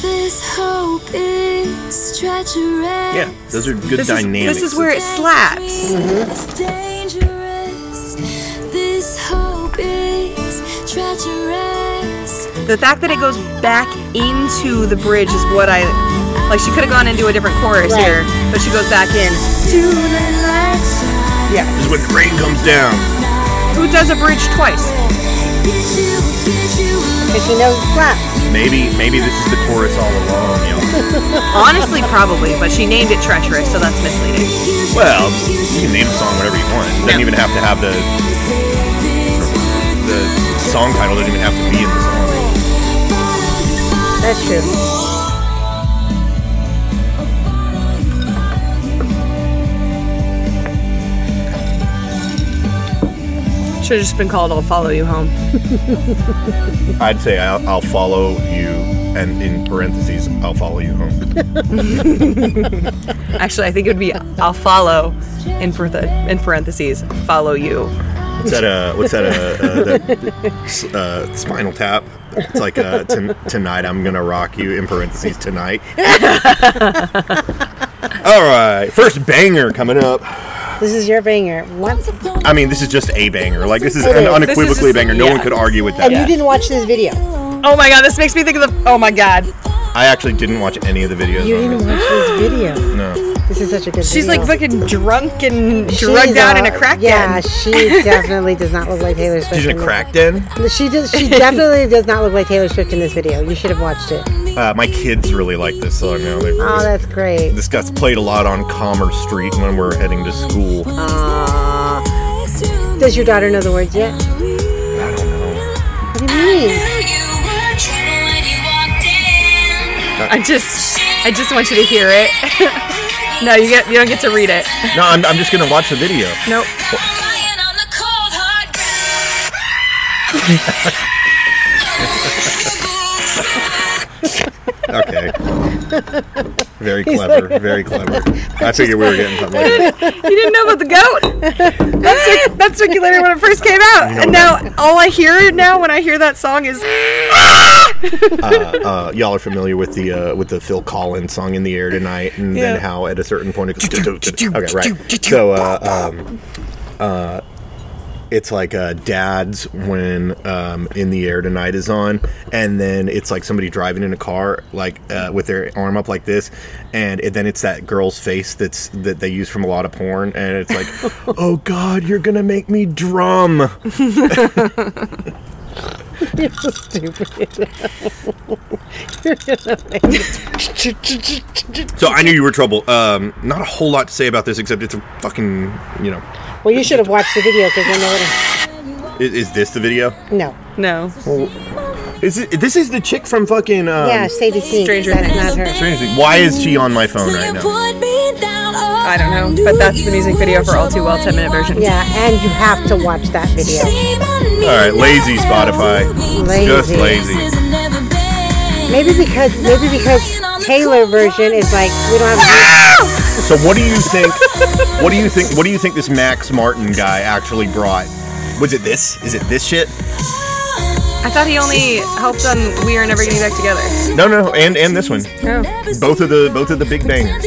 Speaker 7: This hope is treacherous.
Speaker 2: Yeah, those are good
Speaker 4: This
Speaker 2: dynamics.
Speaker 4: is this is where it slaps.
Speaker 7: It's dangerous. This hope is treacherous.
Speaker 4: The fact that it goes back into the bridge is what I like. She could have gone into a different chorus
Speaker 1: Right.
Speaker 4: here, but she goes back in.
Speaker 7: To the lights.
Speaker 2: This is when the rain comes down.
Speaker 4: Who does a bridge twice?
Speaker 1: Because she knows it's not.
Speaker 2: Maybe maybe this is the chorus all along, y'all.
Speaker 4: Honestly, probably, but she named it treacherous, so that's misleading.
Speaker 2: Well, you can name a song whatever you want. It doesn't even have to have the the song title doesn't even have to be in the song.
Speaker 1: That's true.
Speaker 4: Should have just been called "I'll Follow You Home."
Speaker 2: I'd say I'll, I'll follow you, and in parentheses, I'll follow you home.
Speaker 4: Actually, I think it would be "I'll follow," in, parth- in parentheses, "follow you."
Speaker 2: What's that? Uh, what's that? Uh, uh, that s- uh, Spinal Tap. It's like uh, "Ton- tonight I'm gonna rock you in parentheses tonight. All right, first banger coming up.
Speaker 1: This is your banger. What?
Speaker 4: Uh,
Speaker 2: I mean, this is just a banger. Like this is
Speaker 1: It
Speaker 2: an
Speaker 1: is.
Speaker 2: unequivocally
Speaker 4: This is just-
Speaker 2: banger. No one
Speaker 4: yeah.
Speaker 2: could argue with that.
Speaker 1: And you didn't watch this video.
Speaker 4: Oh my god, this makes me think of the. Oh my god,
Speaker 2: I actually didn't watch any of the videos.
Speaker 1: You
Speaker 2: on
Speaker 1: didn't
Speaker 2: this.
Speaker 1: watch this video.
Speaker 2: No.
Speaker 1: This is such a good.
Speaker 4: she's
Speaker 1: video.
Speaker 4: like fucking drunk and
Speaker 1: She's
Speaker 4: drugged out in a
Speaker 1: a-
Speaker 4: crack
Speaker 1: Yeah,
Speaker 4: den.
Speaker 1: she definitely does not look like Taylor Swift.
Speaker 2: She's in a
Speaker 1: this-
Speaker 2: crack den.
Speaker 1: She does. She definitely does not look like Taylor Swift in this video. You should have watched it.
Speaker 2: Uh, my kids really like this song now. They
Speaker 1: Oh, that's great.
Speaker 2: this gets played a lot on Commerce Street when we're heading to school.
Speaker 1: Does your daughter know the words yet?
Speaker 2: I don't know.
Speaker 1: What do you mean?
Speaker 4: I just, I just want you to hear it. no, you get, you don't get to read it.
Speaker 2: No, I'm, I'm just gonna watch the video.
Speaker 4: Nope.
Speaker 2: Okay. Very clever. Very clever. I figured we were getting something. Like that.
Speaker 4: You didn't know about the goat. That, cir- that circulated when it first came out, and now all I hear now when I hear that song is
Speaker 2: Uh, y'all are familiar with the uh, with the Phil Collins song "In the Air Tonight," and then how at a certain point it goes. okay, right. So, uh, um, uh, it's like uh, dads when um, "In the Air Tonight" is on, and then it's like somebody driving in a car, like uh, with their arm up like this, and it, then it's that girl's face that's that they use from a lot of porn, and it's like, "Oh God, you're gonna make me drum."
Speaker 1: You're so stupid.
Speaker 2: So I knew you were trouble. Um, not a whole lot to say about this except it's a fucking, you know,
Speaker 1: well, you should have watched the video because I know what.
Speaker 2: is, is this the video?
Speaker 1: it- No.
Speaker 4: no.
Speaker 2: Is it? This is the chick from fucking. Um,
Speaker 1: yeah, Sadie Sink.
Speaker 4: Stranger
Speaker 1: That's
Speaker 4: Things.
Speaker 1: not her.
Speaker 2: Stranger Things. Why is she on my phone right now?
Speaker 7: I
Speaker 4: I don't know, but that's the music video for All Too Well 10 minute version.
Speaker 1: Yeah, and you have to watch that video.
Speaker 7: All right, lazy Spotify.
Speaker 1: Lazy.
Speaker 2: Just lazy.
Speaker 1: Maybe because maybe because Taylor version is like we don't have.
Speaker 2: So what do you think? What do you think? What do you think this Max Martin guy actually brought? Was it this? Is it this shit?
Speaker 4: I thought he only helped on We Are Never Getting Back Together.
Speaker 2: No, no, and and this one. Both of the both of the big bangers.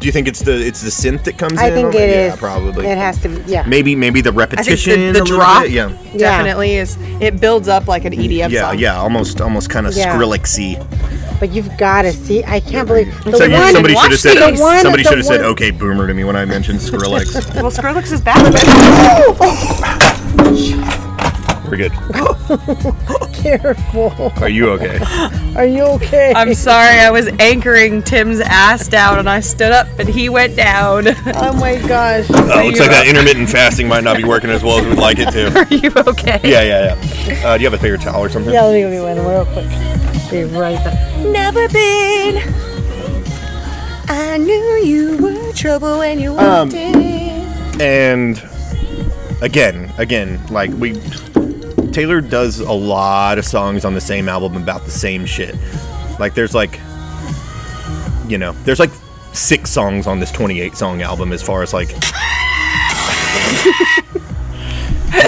Speaker 2: Do you think it's the it's the synth that comes
Speaker 1: I
Speaker 2: in?
Speaker 1: think
Speaker 2: on
Speaker 1: it
Speaker 2: yeah,
Speaker 1: is.
Speaker 2: probably.
Speaker 1: It has to. be, Yeah.
Speaker 2: Maybe maybe the repetition.
Speaker 4: the
Speaker 2: a little
Speaker 4: drop-
Speaker 2: bit, Yeah.
Speaker 1: Yeah.
Speaker 4: Definitely is. It builds up like an EDM
Speaker 2: Yeah,
Speaker 4: song.
Speaker 2: yeah, almost, almost kind of
Speaker 1: Yeah.
Speaker 2: Skrillex-y.
Speaker 1: But you've got to see. I can't believe the
Speaker 2: So you,
Speaker 1: one.
Speaker 2: somebody should have said,
Speaker 1: the one-
Speaker 2: somebody
Speaker 1: the
Speaker 2: should have said,
Speaker 1: one-
Speaker 2: "Okay, boomer" to me when I mentioned Skrillex.
Speaker 4: Well, Skrillex is back.
Speaker 2: We're good.
Speaker 1: Careful.
Speaker 2: Are you okay? Uh,
Speaker 1: Are you okay?
Speaker 4: I'm sorry, I was anchoring Tim's ass down and I stood up and he went down.
Speaker 1: oh my gosh.
Speaker 2: Oh, looks like that intermittent fasting might not be working as well as we'd like it to.
Speaker 4: Are you okay?
Speaker 2: Yeah, yeah, yeah. Uh, do you have a paper towel or something?
Speaker 1: Yeah, let me give me one real quick. Be right back.
Speaker 6: Never been. I knew you were trouble when you
Speaker 2: Um,
Speaker 6: walked in.
Speaker 2: And again, again, like we, Taylor does a lot of songs on the same album about the same shit. Like there's like, you know, there's like six songs on this 28 song album as far as like. a-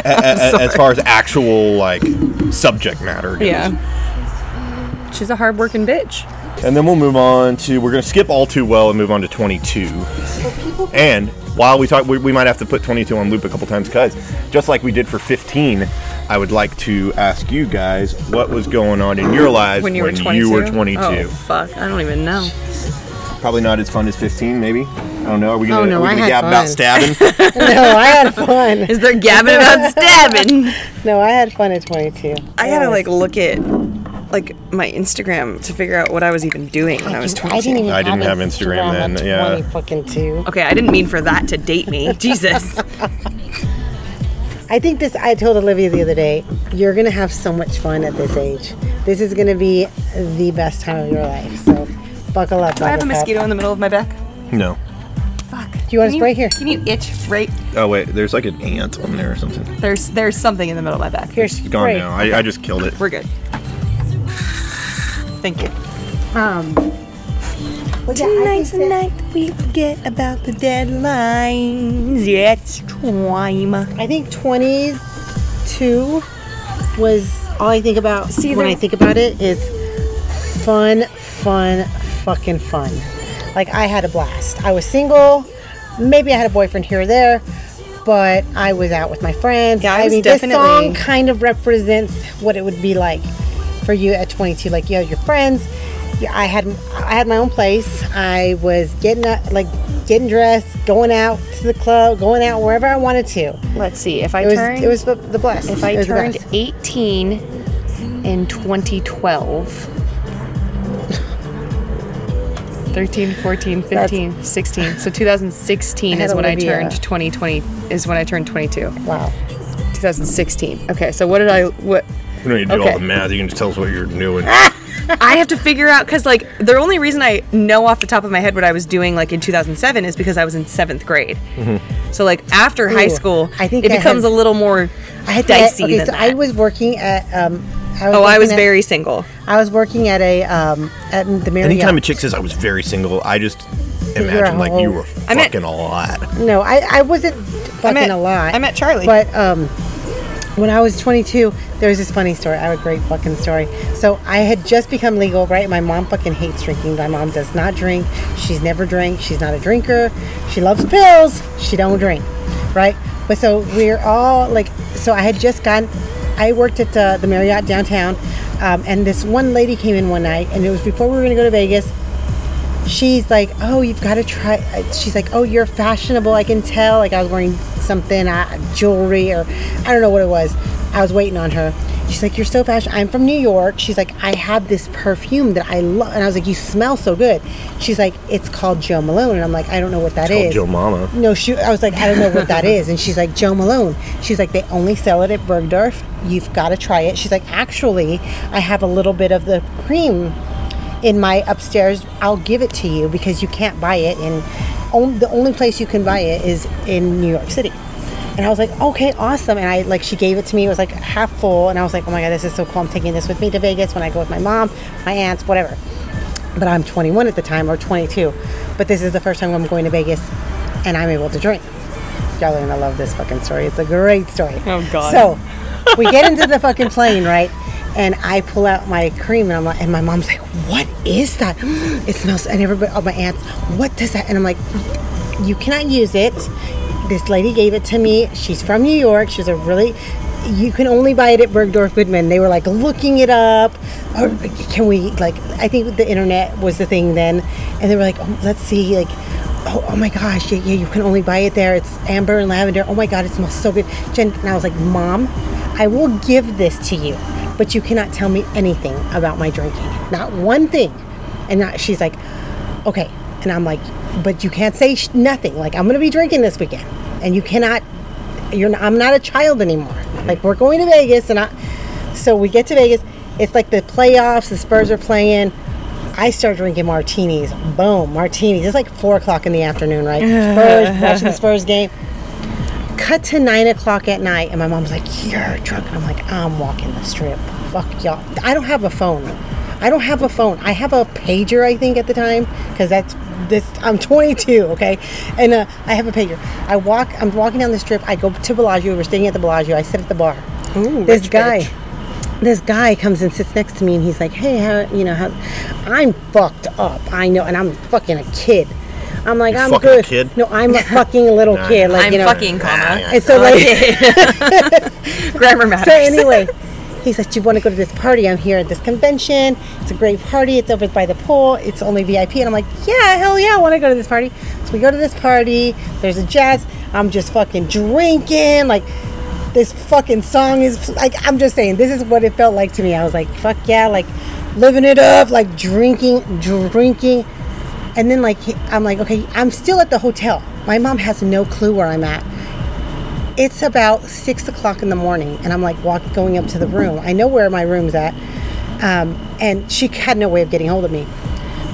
Speaker 2: a- a- as far as actual like subject matter goes.
Speaker 4: Yeah. She's a hard working bitch.
Speaker 2: And then we'll move on to we're going to skip all too well and move on to 22. And while we talk, we, we might have to put 22 on loop a couple times because just like we did for 15, I would like to ask you guys what was going on in your lives
Speaker 4: When you were 22.
Speaker 2: 22.
Speaker 4: Oh, fuck. I don't even know.
Speaker 2: Probably not as fun as 15, maybe. don't know. Are we gonna,
Speaker 1: Oh, no,
Speaker 2: are we
Speaker 1: I
Speaker 2: gonna
Speaker 1: had
Speaker 2: gab about
Speaker 1: fun.
Speaker 2: stabbing?
Speaker 1: no, I had fun.
Speaker 4: Is there gabbing about stabbing?
Speaker 1: No, I had fun at 22.
Speaker 4: I gotta like look at like my Instagram to figure out what I was even doing when I was 22.
Speaker 1: even
Speaker 2: I didn't have Instagram
Speaker 1: at
Speaker 2: then, yeah.
Speaker 1: 20 fucking two.
Speaker 4: Okay, I didn't mean for that to date me. Jesus.
Speaker 1: I think this. I told Olivia the other day, you're gonna have so much fun at this age. This is gonna be the best time of your life. So buckle up.
Speaker 4: I have
Speaker 1: Buttercup.
Speaker 4: a mosquito in the middle of my back.
Speaker 2: no.
Speaker 4: Fuck.
Speaker 1: Do you want a
Speaker 4: Can
Speaker 1: spray here?
Speaker 4: Can you itch right?
Speaker 2: Oh wait, there's like an ant on there or something.
Speaker 4: There's there's something in the middle of my back.
Speaker 1: Here,
Speaker 2: It's gone
Speaker 1: spray.
Speaker 2: now. I, I just killed it.
Speaker 4: We're good. Thank you.
Speaker 1: Well, yeah, I think
Speaker 6: Tonight's the
Speaker 1: that-
Speaker 6: night we forget about the deadlines. Yeah, it's time.
Speaker 1: I think 22 was all I think about
Speaker 4: See,
Speaker 1: when I
Speaker 4: there-
Speaker 1: think about it is fun, fun, fucking fun. Like I had a blast. I was single. Maybe I had a boyfriend here or there, but I was out with my friends.
Speaker 4: Yeah, I was
Speaker 1: mean, this song
Speaker 4: definitely-
Speaker 1: kind of represents what it would be like for you at 22. Like you had your friends. Yeah, I had I had my own place. I was getting up, like getting dressed, going out to the club, going out wherever I wanted to
Speaker 5: Let's see. If I
Speaker 1: it was
Speaker 5: turned
Speaker 1: it was the, the blast.
Speaker 5: if
Speaker 1: It
Speaker 5: I
Speaker 1: was the
Speaker 5: turned
Speaker 1: best.
Speaker 5: 18 in 2012 13 14 15 16 so 2016
Speaker 1: I had
Speaker 5: is when I
Speaker 1: Olivia.
Speaker 5: turned 2020 is when I turned 22
Speaker 1: wow,
Speaker 5: 2016 okay so what did I what
Speaker 2: You don't need to do
Speaker 5: Okay.
Speaker 2: all the math. You can just tell us what you're doing.
Speaker 4: I have to figure out because like the only reason I know off the top of my head what I was doing like in 2007 is because I was in seventh grade. So like after high
Speaker 1: Ooh,
Speaker 4: school,
Speaker 1: I think
Speaker 4: it
Speaker 1: I
Speaker 4: becomes
Speaker 1: had-
Speaker 4: a little more
Speaker 1: I had To,
Speaker 4: dicey.
Speaker 1: okay,
Speaker 4: than
Speaker 1: so
Speaker 4: that.
Speaker 1: I was working at um. I
Speaker 4: oh, I
Speaker 1: working
Speaker 4: was
Speaker 1: at-
Speaker 4: very single.
Speaker 1: I was working at a um at the Marriott.
Speaker 2: Anytime a chick says I was very single, I just imagine like you were
Speaker 4: I meant-
Speaker 2: fucking a lot.
Speaker 1: No, I, I wasn't fucking
Speaker 4: met-
Speaker 1: a lot.
Speaker 4: I met Charlie.
Speaker 1: But um, when I was 22, there was this funny story. I have a great fucking story. So I had just become legal, right? My mom fucking hates drinking. My mom does not drink. She's never drank. She's not a drinker. She loves pills. She don't drink, right? But so we're all like, so I had just gotten, I worked at uh, the Marriott downtown, um, and this one lady came in one night, and it was before we were gonna go to Vegas she's like, oh, you've got to try. She's like, oh, you're fashionable. I can tell. Like I was wearing something, uh, jewelry, or I don't know what it was. I was waiting on her. She's like, you're so fashionable. I'm from New York. She's like, I have this perfume that I love, and I was like, you smell so good. She's like, it's called Joe Malone, and I'm like, I don't know what that is.
Speaker 2: Called Joe Mama.
Speaker 1: No, she. I was like, I don't know what that is, and she's like, Joe Malone. She's like, they only sell it at Bergdorf. You've got to try it. She's like, actually, I have a little bit of the cream in my upstairs. I'll give it to you because you can't buy it, and on, the only place you can buy it is in New York City. And I was like, okay, awesome. And I like, she gave it to me. It was like half full, and I was like, oh my god, this is so cool. I'm taking this with me to Vegas when I go with my mom, my aunts, whatever but I'm 21 at the time or 22. But this is the first time I'm going to Vegas and I'm able to drink. Y'all are gonna love this fucking story. It's a great story. Oh
Speaker 4: God.
Speaker 1: So we get into the fucking plane, right? And I pull out my cream and I'm like, and my mom's like, "What is that? It smells." And everybody, all my aunts, "What does that?" And I'm like, "You cannot use it. This lady gave it to me. She's from New York. She's a really." You can only buy it at Bergdorf Goodman. They were like looking it up. Or can we like? I think the internet was the thing then, and they were like, oh, "Let's see, like." oh, oh my gosh, yeah, yeah, you can only buy it there. It's amber and lavender. Oh my God, it smells so good. Jen, and I was like, Mom, I will give this to you, but you cannot tell me anything about my drinking. Not one thing. And not, she's like, okay. And I'm like, but you can't say sh- nothing. Like, I'm going to be drinking this weekend. And you cannot, you're not, I'm not a child anymore. Like, we're going to Vegas. And I, so we get to Vegas. It's like the playoffs, the Spurs are playing. I start drinking martinis. Boom, martinis. It's like four o'clock in the afternoon, right? Spurs, watching the Spurs game. Cut to nine o'clock at night, and my mom's like, "You're drunk." And I'm like, "I'm walking the strip. Fuck y'all. I don't have a phone. I don't have a phone. I have a pager, I think, at the time, because that's this. I'm 22, okay, and uh, I have a pager. I walk. I'm walking down the strip. I go to Bellagio. We're staying at the Bellagio. I sit at the bar. this guy this guy comes and sits next to me and he's like, "Hey, how you know how I'm fucked up. I know, and I'm fucking a kid. I'm like,
Speaker 2: You're
Speaker 1: I'm
Speaker 2: fucking a
Speaker 1: good.
Speaker 2: kid?
Speaker 1: No, I'm a fucking little
Speaker 2: Nah,
Speaker 1: kid.
Speaker 2: nah.
Speaker 1: Like
Speaker 4: I'm
Speaker 1: you know,
Speaker 4: fucking comma.
Speaker 1: And so like,
Speaker 4: Grammar
Speaker 1: so
Speaker 4: matters.
Speaker 1: anyway, he said, "Do you want to go to this party? I'm here at this convention. It's a great party. It's over by the pool. It's only VIP." And I'm like, "Yeah, hell yeah, I want to go to this party." So we go to this party. There's a jazz. I'm just fucking drinking. Like this fucking song is like I'm just saying. This is what it felt like to me. I was like, "Fuck yeah!" Like living it up. Like drinking, drinking. And then like he- I'm like, "Okay, I'm still at the hotel. My mom has no clue where I'm at." it's about six o'clock in the morning, and I'm like walk, going up to the room. I know where my room's at, um, and she had no way of getting hold of me.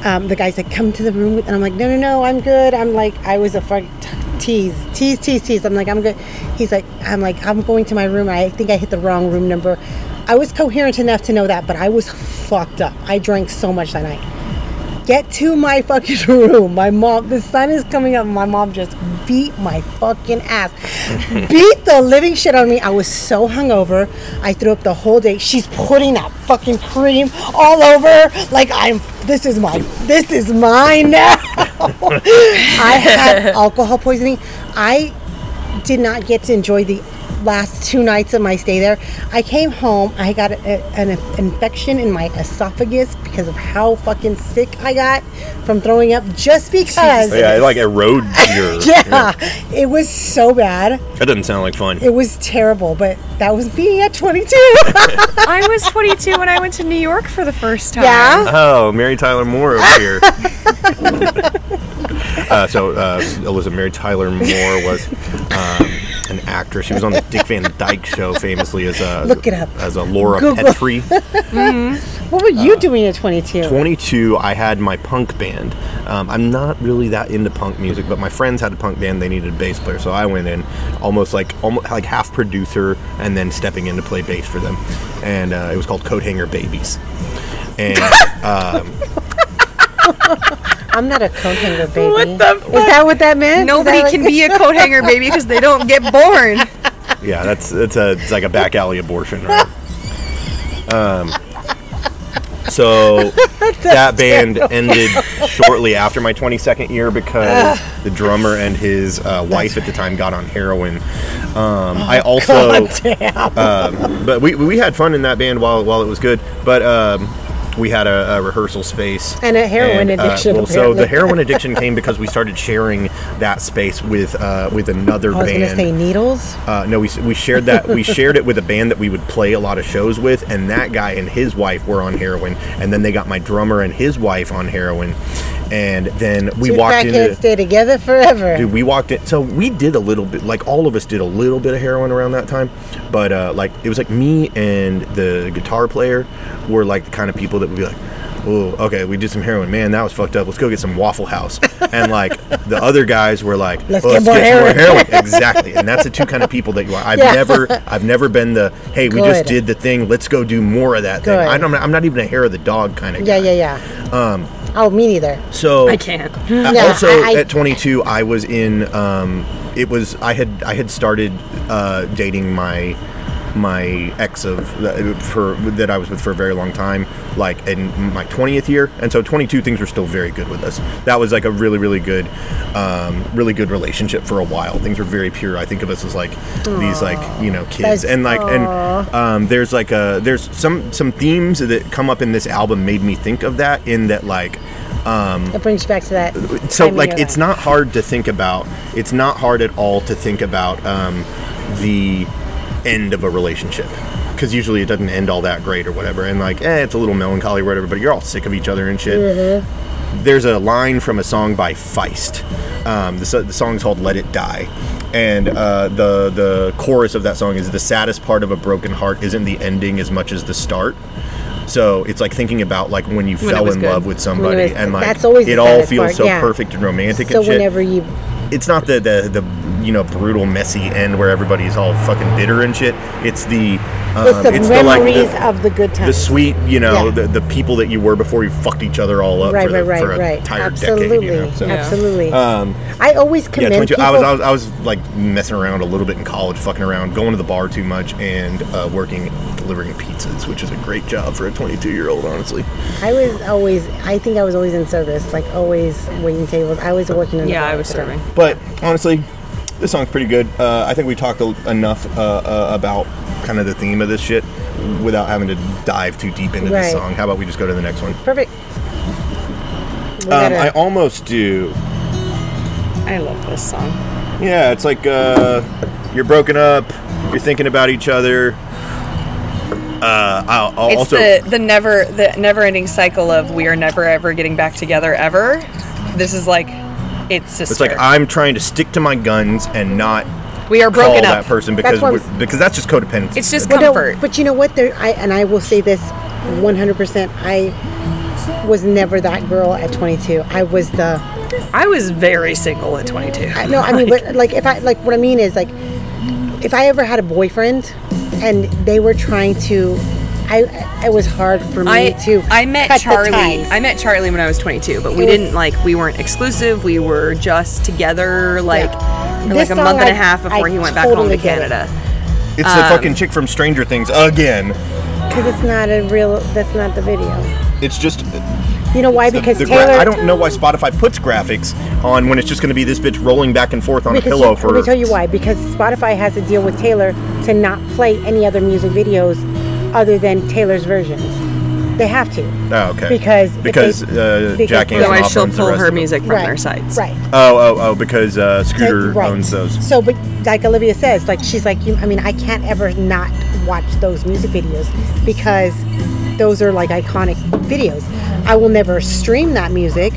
Speaker 1: Um, the guy's like, "Come to the room," and I'm like, "No, no, no, I'm good." I'm like, I was a fuck tease, tease, tease, tease. I'm like, I'm good. He's like, I'm like, I'm going to my room. I think I hit the wrong room number. I was coherent enough to know that, but I was fucked up. I drank so much that night get to my fucking room. My mom, the sun is coming up. My mom just beat my fucking ass. beat the living shit on me. I was so hungover. I threw up the whole day. She's putting that fucking cream all over. Like I'm, this is my, this is mine now. I had alcohol poisoning. I did not get to enjoy the last two nights of my stay there. I came home, I got a, an infection in my esophagus because of how fucking sick I got from throwing up just because.
Speaker 2: Oh, Yeah, it like erode your.
Speaker 1: Yeah, it was so bad.
Speaker 2: That doesn't sound like fun.
Speaker 1: It was terrible, but that was me at 22.
Speaker 5: I was 22 when I went to New York for the first time.
Speaker 1: yeah.
Speaker 2: Oh, Mary Tyler Moore over here. uh, so, uh, Elizabeth Mary Tyler Moore was um, an actress. She was on the Dick Van Dyke Show famously as a
Speaker 1: Look it up.
Speaker 2: as a Laura
Speaker 1: Google.
Speaker 2: Petrie.
Speaker 1: What were you doing at 22?
Speaker 2: 22, I had my punk band. Um, I'm not really that into punk music, but my friends had a punk band. They needed a bass player, so I went in almost like almost like half producer and then stepping in to play bass for them. And uh, it was called Coat Hanger Babies. And
Speaker 1: I'm not a coat hanger, baby.
Speaker 4: What the fuck?
Speaker 1: Is that what that meant?
Speaker 4: Nobody
Speaker 1: Is that
Speaker 4: can
Speaker 1: like-
Speaker 4: be a coat hanger baby because they don't get born.
Speaker 2: Yeah, that's that's a it's like a back alley abortion. Right? um, so that band ended shortly after my 22nd year because the drummer and his uh, wife at the time got on heroin. Um,
Speaker 1: Oh,
Speaker 2: I also, um, but we, we had fun in that band while while it was good, but. Um, we had a, a rehearsal space uh,
Speaker 1: And a heroin addiction,
Speaker 2: well, so the
Speaker 1: apparently.
Speaker 2: heroin addiction came because we started sharing that space with uh, with another
Speaker 1: I was
Speaker 2: band.
Speaker 1: going to say needles.
Speaker 2: Uh, no, we, we shared that we shared it with a band that we would play a lot of shows with, and that guy and his wife were on heroin, and then they got my drummer and his wife on heroin, and then we
Speaker 1: Two
Speaker 2: walked
Speaker 1: crackheads
Speaker 2: into.
Speaker 1: stay together forever.
Speaker 2: Dude, we walked in. So we did a little bit, like all of us did a little bit of heroin around that time. But uh, like it was like me and the guitar player were like the kind of people that would be like, "Oh, okay, we did some heroin. Man, that was fucked up. Let's go get some Waffle House." And like the other guys were like,
Speaker 1: Let's
Speaker 2: "Well,
Speaker 1: get more
Speaker 2: some
Speaker 1: heroin."
Speaker 2: more heroin." Exactly. And that's the two kind of people that you are. I've
Speaker 1: Yeah.
Speaker 2: never, I've never been the, "Hey, we just
Speaker 1: Good.
Speaker 2: did the thing. Let's go do more of that
Speaker 1: Good.
Speaker 2: thing." I'm not, I'm not even a hair of the dog kind of
Speaker 1: yeah,
Speaker 2: guy.
Speaker 1: yeah, yeah. Um, oh, me neither.
Speaker 2: So
Speaker 4: I can't.
Speaker 2: uh,
Speaker 1: Yeah,
Speaker 2: also,
Speaker 1: I- I-
Speaker 2: at 22, I was in. Um, it was I had I had started uh, dating my my ex of for that I was with for a very long time, like in my 20th year, and so 22 things were still very good with us. That was like a really really good, um, really good relationship for a while. Things were very pure. I think of us as like these like you know kids
Speaker 1: That's-
Speaker 2: and like and um, there's like a there's some some themes that come up in this album made me think of that in that like um,
Speaker 1: It brings you back to that.
Speaker 2: so
Speaker 1: time in
Speaker 2: like
Speaker 1: your
Speaker 2: it's
Speaker 1: life.
Speaker 2: not hard to think about it's not hard at all to think about um, the end of a relationship because usually it doesn't end all that great or whatever and like eh, it's a little melancholy or whatever but you're all sick of each other and shit
Speaker 4: Mm-hmm.
Speaker 2: there's a line from a song by feist um, the, so- the song's called let it die and uh, the the chorus of that song is the saddest part of a broken heart isn't the ending as much as the start so it's like thinking about like when you fell
Speaker 4: was
Speaker 2: in
Speaker 4: good.
Speaker 2: love with somebody
Speaker 1: was-
Speaker 2: and like
Speaker 1: that's always
Speaker 2: it
Speaker 1: the
Speaker 2: all
Speaker 1: saddest
Speaker 2: feels
Speaker 1: part,
Speaker 2: so
Speaker 1: yeah.
Speaker 2: perfect and romantic
Speaker 1: So
Speaker 2: and shit Um,
Speaker 1: whenever you,
Speaker 2: it's not the, the the you know brutal messy end where everybody's all fucking bitter and shit. It's the um,
Speaker 1: it's the
Speaker 2: it's the like
Speaker 1: memories
Speaker 2: the,
Speaker 1: of the good times.
Speaker 2: the sweet you know
Speaker 1: Yeah.
Speaker 2: the, the people that you were before you fucked each other all up
Speaker 1: right,
Speaker 2: for,
Speaker 1: right,
Speaker 2: the,
Speaker 1: right,
Speaker 2: for a
Speaker 1: right.
Speaker 2: entire
Speaker 1: Absolutely,
Speaker 2: decade. You know? So,
Speaker 1: absolutely. I always
Speaker 2: yeah,
Speaker 1: commend
Speaker 2: 22,
Speaker 1: people.
Speaker 2: I was, I was I was like messing around a little bit in college, fucking around, going to the bar too much, and uh, working delivering pizzas, which is a great job for a 22 year old, honestly.
Speaker 1: I was always. I think I was always in service, like always waiting tables. I was working in. the
Speaker 4: Yeah, I
Speaker 1: bar
Speaker 4: was
Speaker 1: for them.
Speaker 4: serving.
Speaker 2: But honestly, this song's pretty good. Uh, I think we talked a, enough uh, uh, about kind of the theme of this shit. without having to dive too deep into
Speaker 1: Right.
Speaker 2: this song. How about we just go to the next one?
Speaker 1: Perfect. We
Speaker 2: Um,
Speaker 1: gotta-
Speaker 2: I almost do.
Speaker 4: I love this song.
Speaker 2: Yeah, it's like uh, you're broken up. You're thinking about each other. Uh, I'll, I'll
Speaker 4: It's
Speaker 2: also
Speaker 4: the the never the never ending cycle of we are never ever getting back together ever. This is like it's sister.
Speaker 2: It's like I'm trying to stick to my guns and not
Speaker 4: we are
Speaker 2: call
Speaker 4: broken
Speaker 2: that
Speaker 4: up.
Speaker 2: person
Speaker 1: That's
Speaker 2: because
Speaker 1: what I'm
Speaker 2: we're- because that's just codependency.
Speaker 4: It's just
Speaker 1: Well, no,
Speaker 4: comfort.
Speaker 1: but you know what? There, I and I will say this, 100%. I was never that girl at 22. I was the
Speaker 4: I was very single at 22.
Speaker 1: I- no. I mean, but like if I like what I mean is like if I ever had a boyfriend and they were trying to, I it was hard for me
Speaker 4: I
Speaker 1: to.
Speaker 4: I met
Speaker 1: cut the
Speaker 4: Charlie.
Speaker 1: ties.
Speaker 4: I met Charlie when I was 22, but we
Speaker 1: It was-
Speaker 4: didn't like we weren't exclusive. We were just together like for
Speaker 1: This
Speaker 4: like a
Speaker 1: song
Speaker 4: month and
Speaker 1: I-
Speaker 4: a half before
Speaker 1: I
Speaker 4: he went back home
Speaker 1: totally
Speaker 4: to
Speaker 1: get it.
Speaker 4: Canada.
Speaker 2: It's the fucking chick from Stranger Things again.
Speaker 1: because it's not a real. That's not the video.
Speaker 2: It's just
Speaker 1: You know why?
Speaker 2: the-
Speaker 1: because
Speaker 2: the gra-
Speaker 1: Taylor.
Speaker 2: I don't know why Spotify puts graphics on when it's just going to be this bitch rolling back and forth on a
Speaker 1: Because
Speaker 2: pillow
Speaker 1: you,
Speaker 2: for.
Speaker 1: let me tell you why. Because Spotify has a deal with Taylor to not play any other music videos other than Taylor's versions. They have to.
Speaker 2: Oh, okay.
Speaker 1: Because if
Speaker 2: because
Speaker 1: they-
Speaker 2: uh,
Speaker 1: because
Speaker 2: Jack
Speaker 1: they-
Speaker 2: Antonoff
Speaker 4: Otherwise, she'll
Speaker 2: owns the
Speaker 4: pull
Speaker 2: rest
Speaker 4: her
Speaker 2: of it.
Speaker 4: music from their sites.
Speaker 1: Right.
Speaker 2: Oh, oh, oh! Because uh, Scooter
Speaker 1: Right.
Speaker 2: owns those.
Speaker 1: So, but like Olivia says, like she's like, you, I mean, I can't ever not watch those music videos because those are like iconic videos. I will never stream that music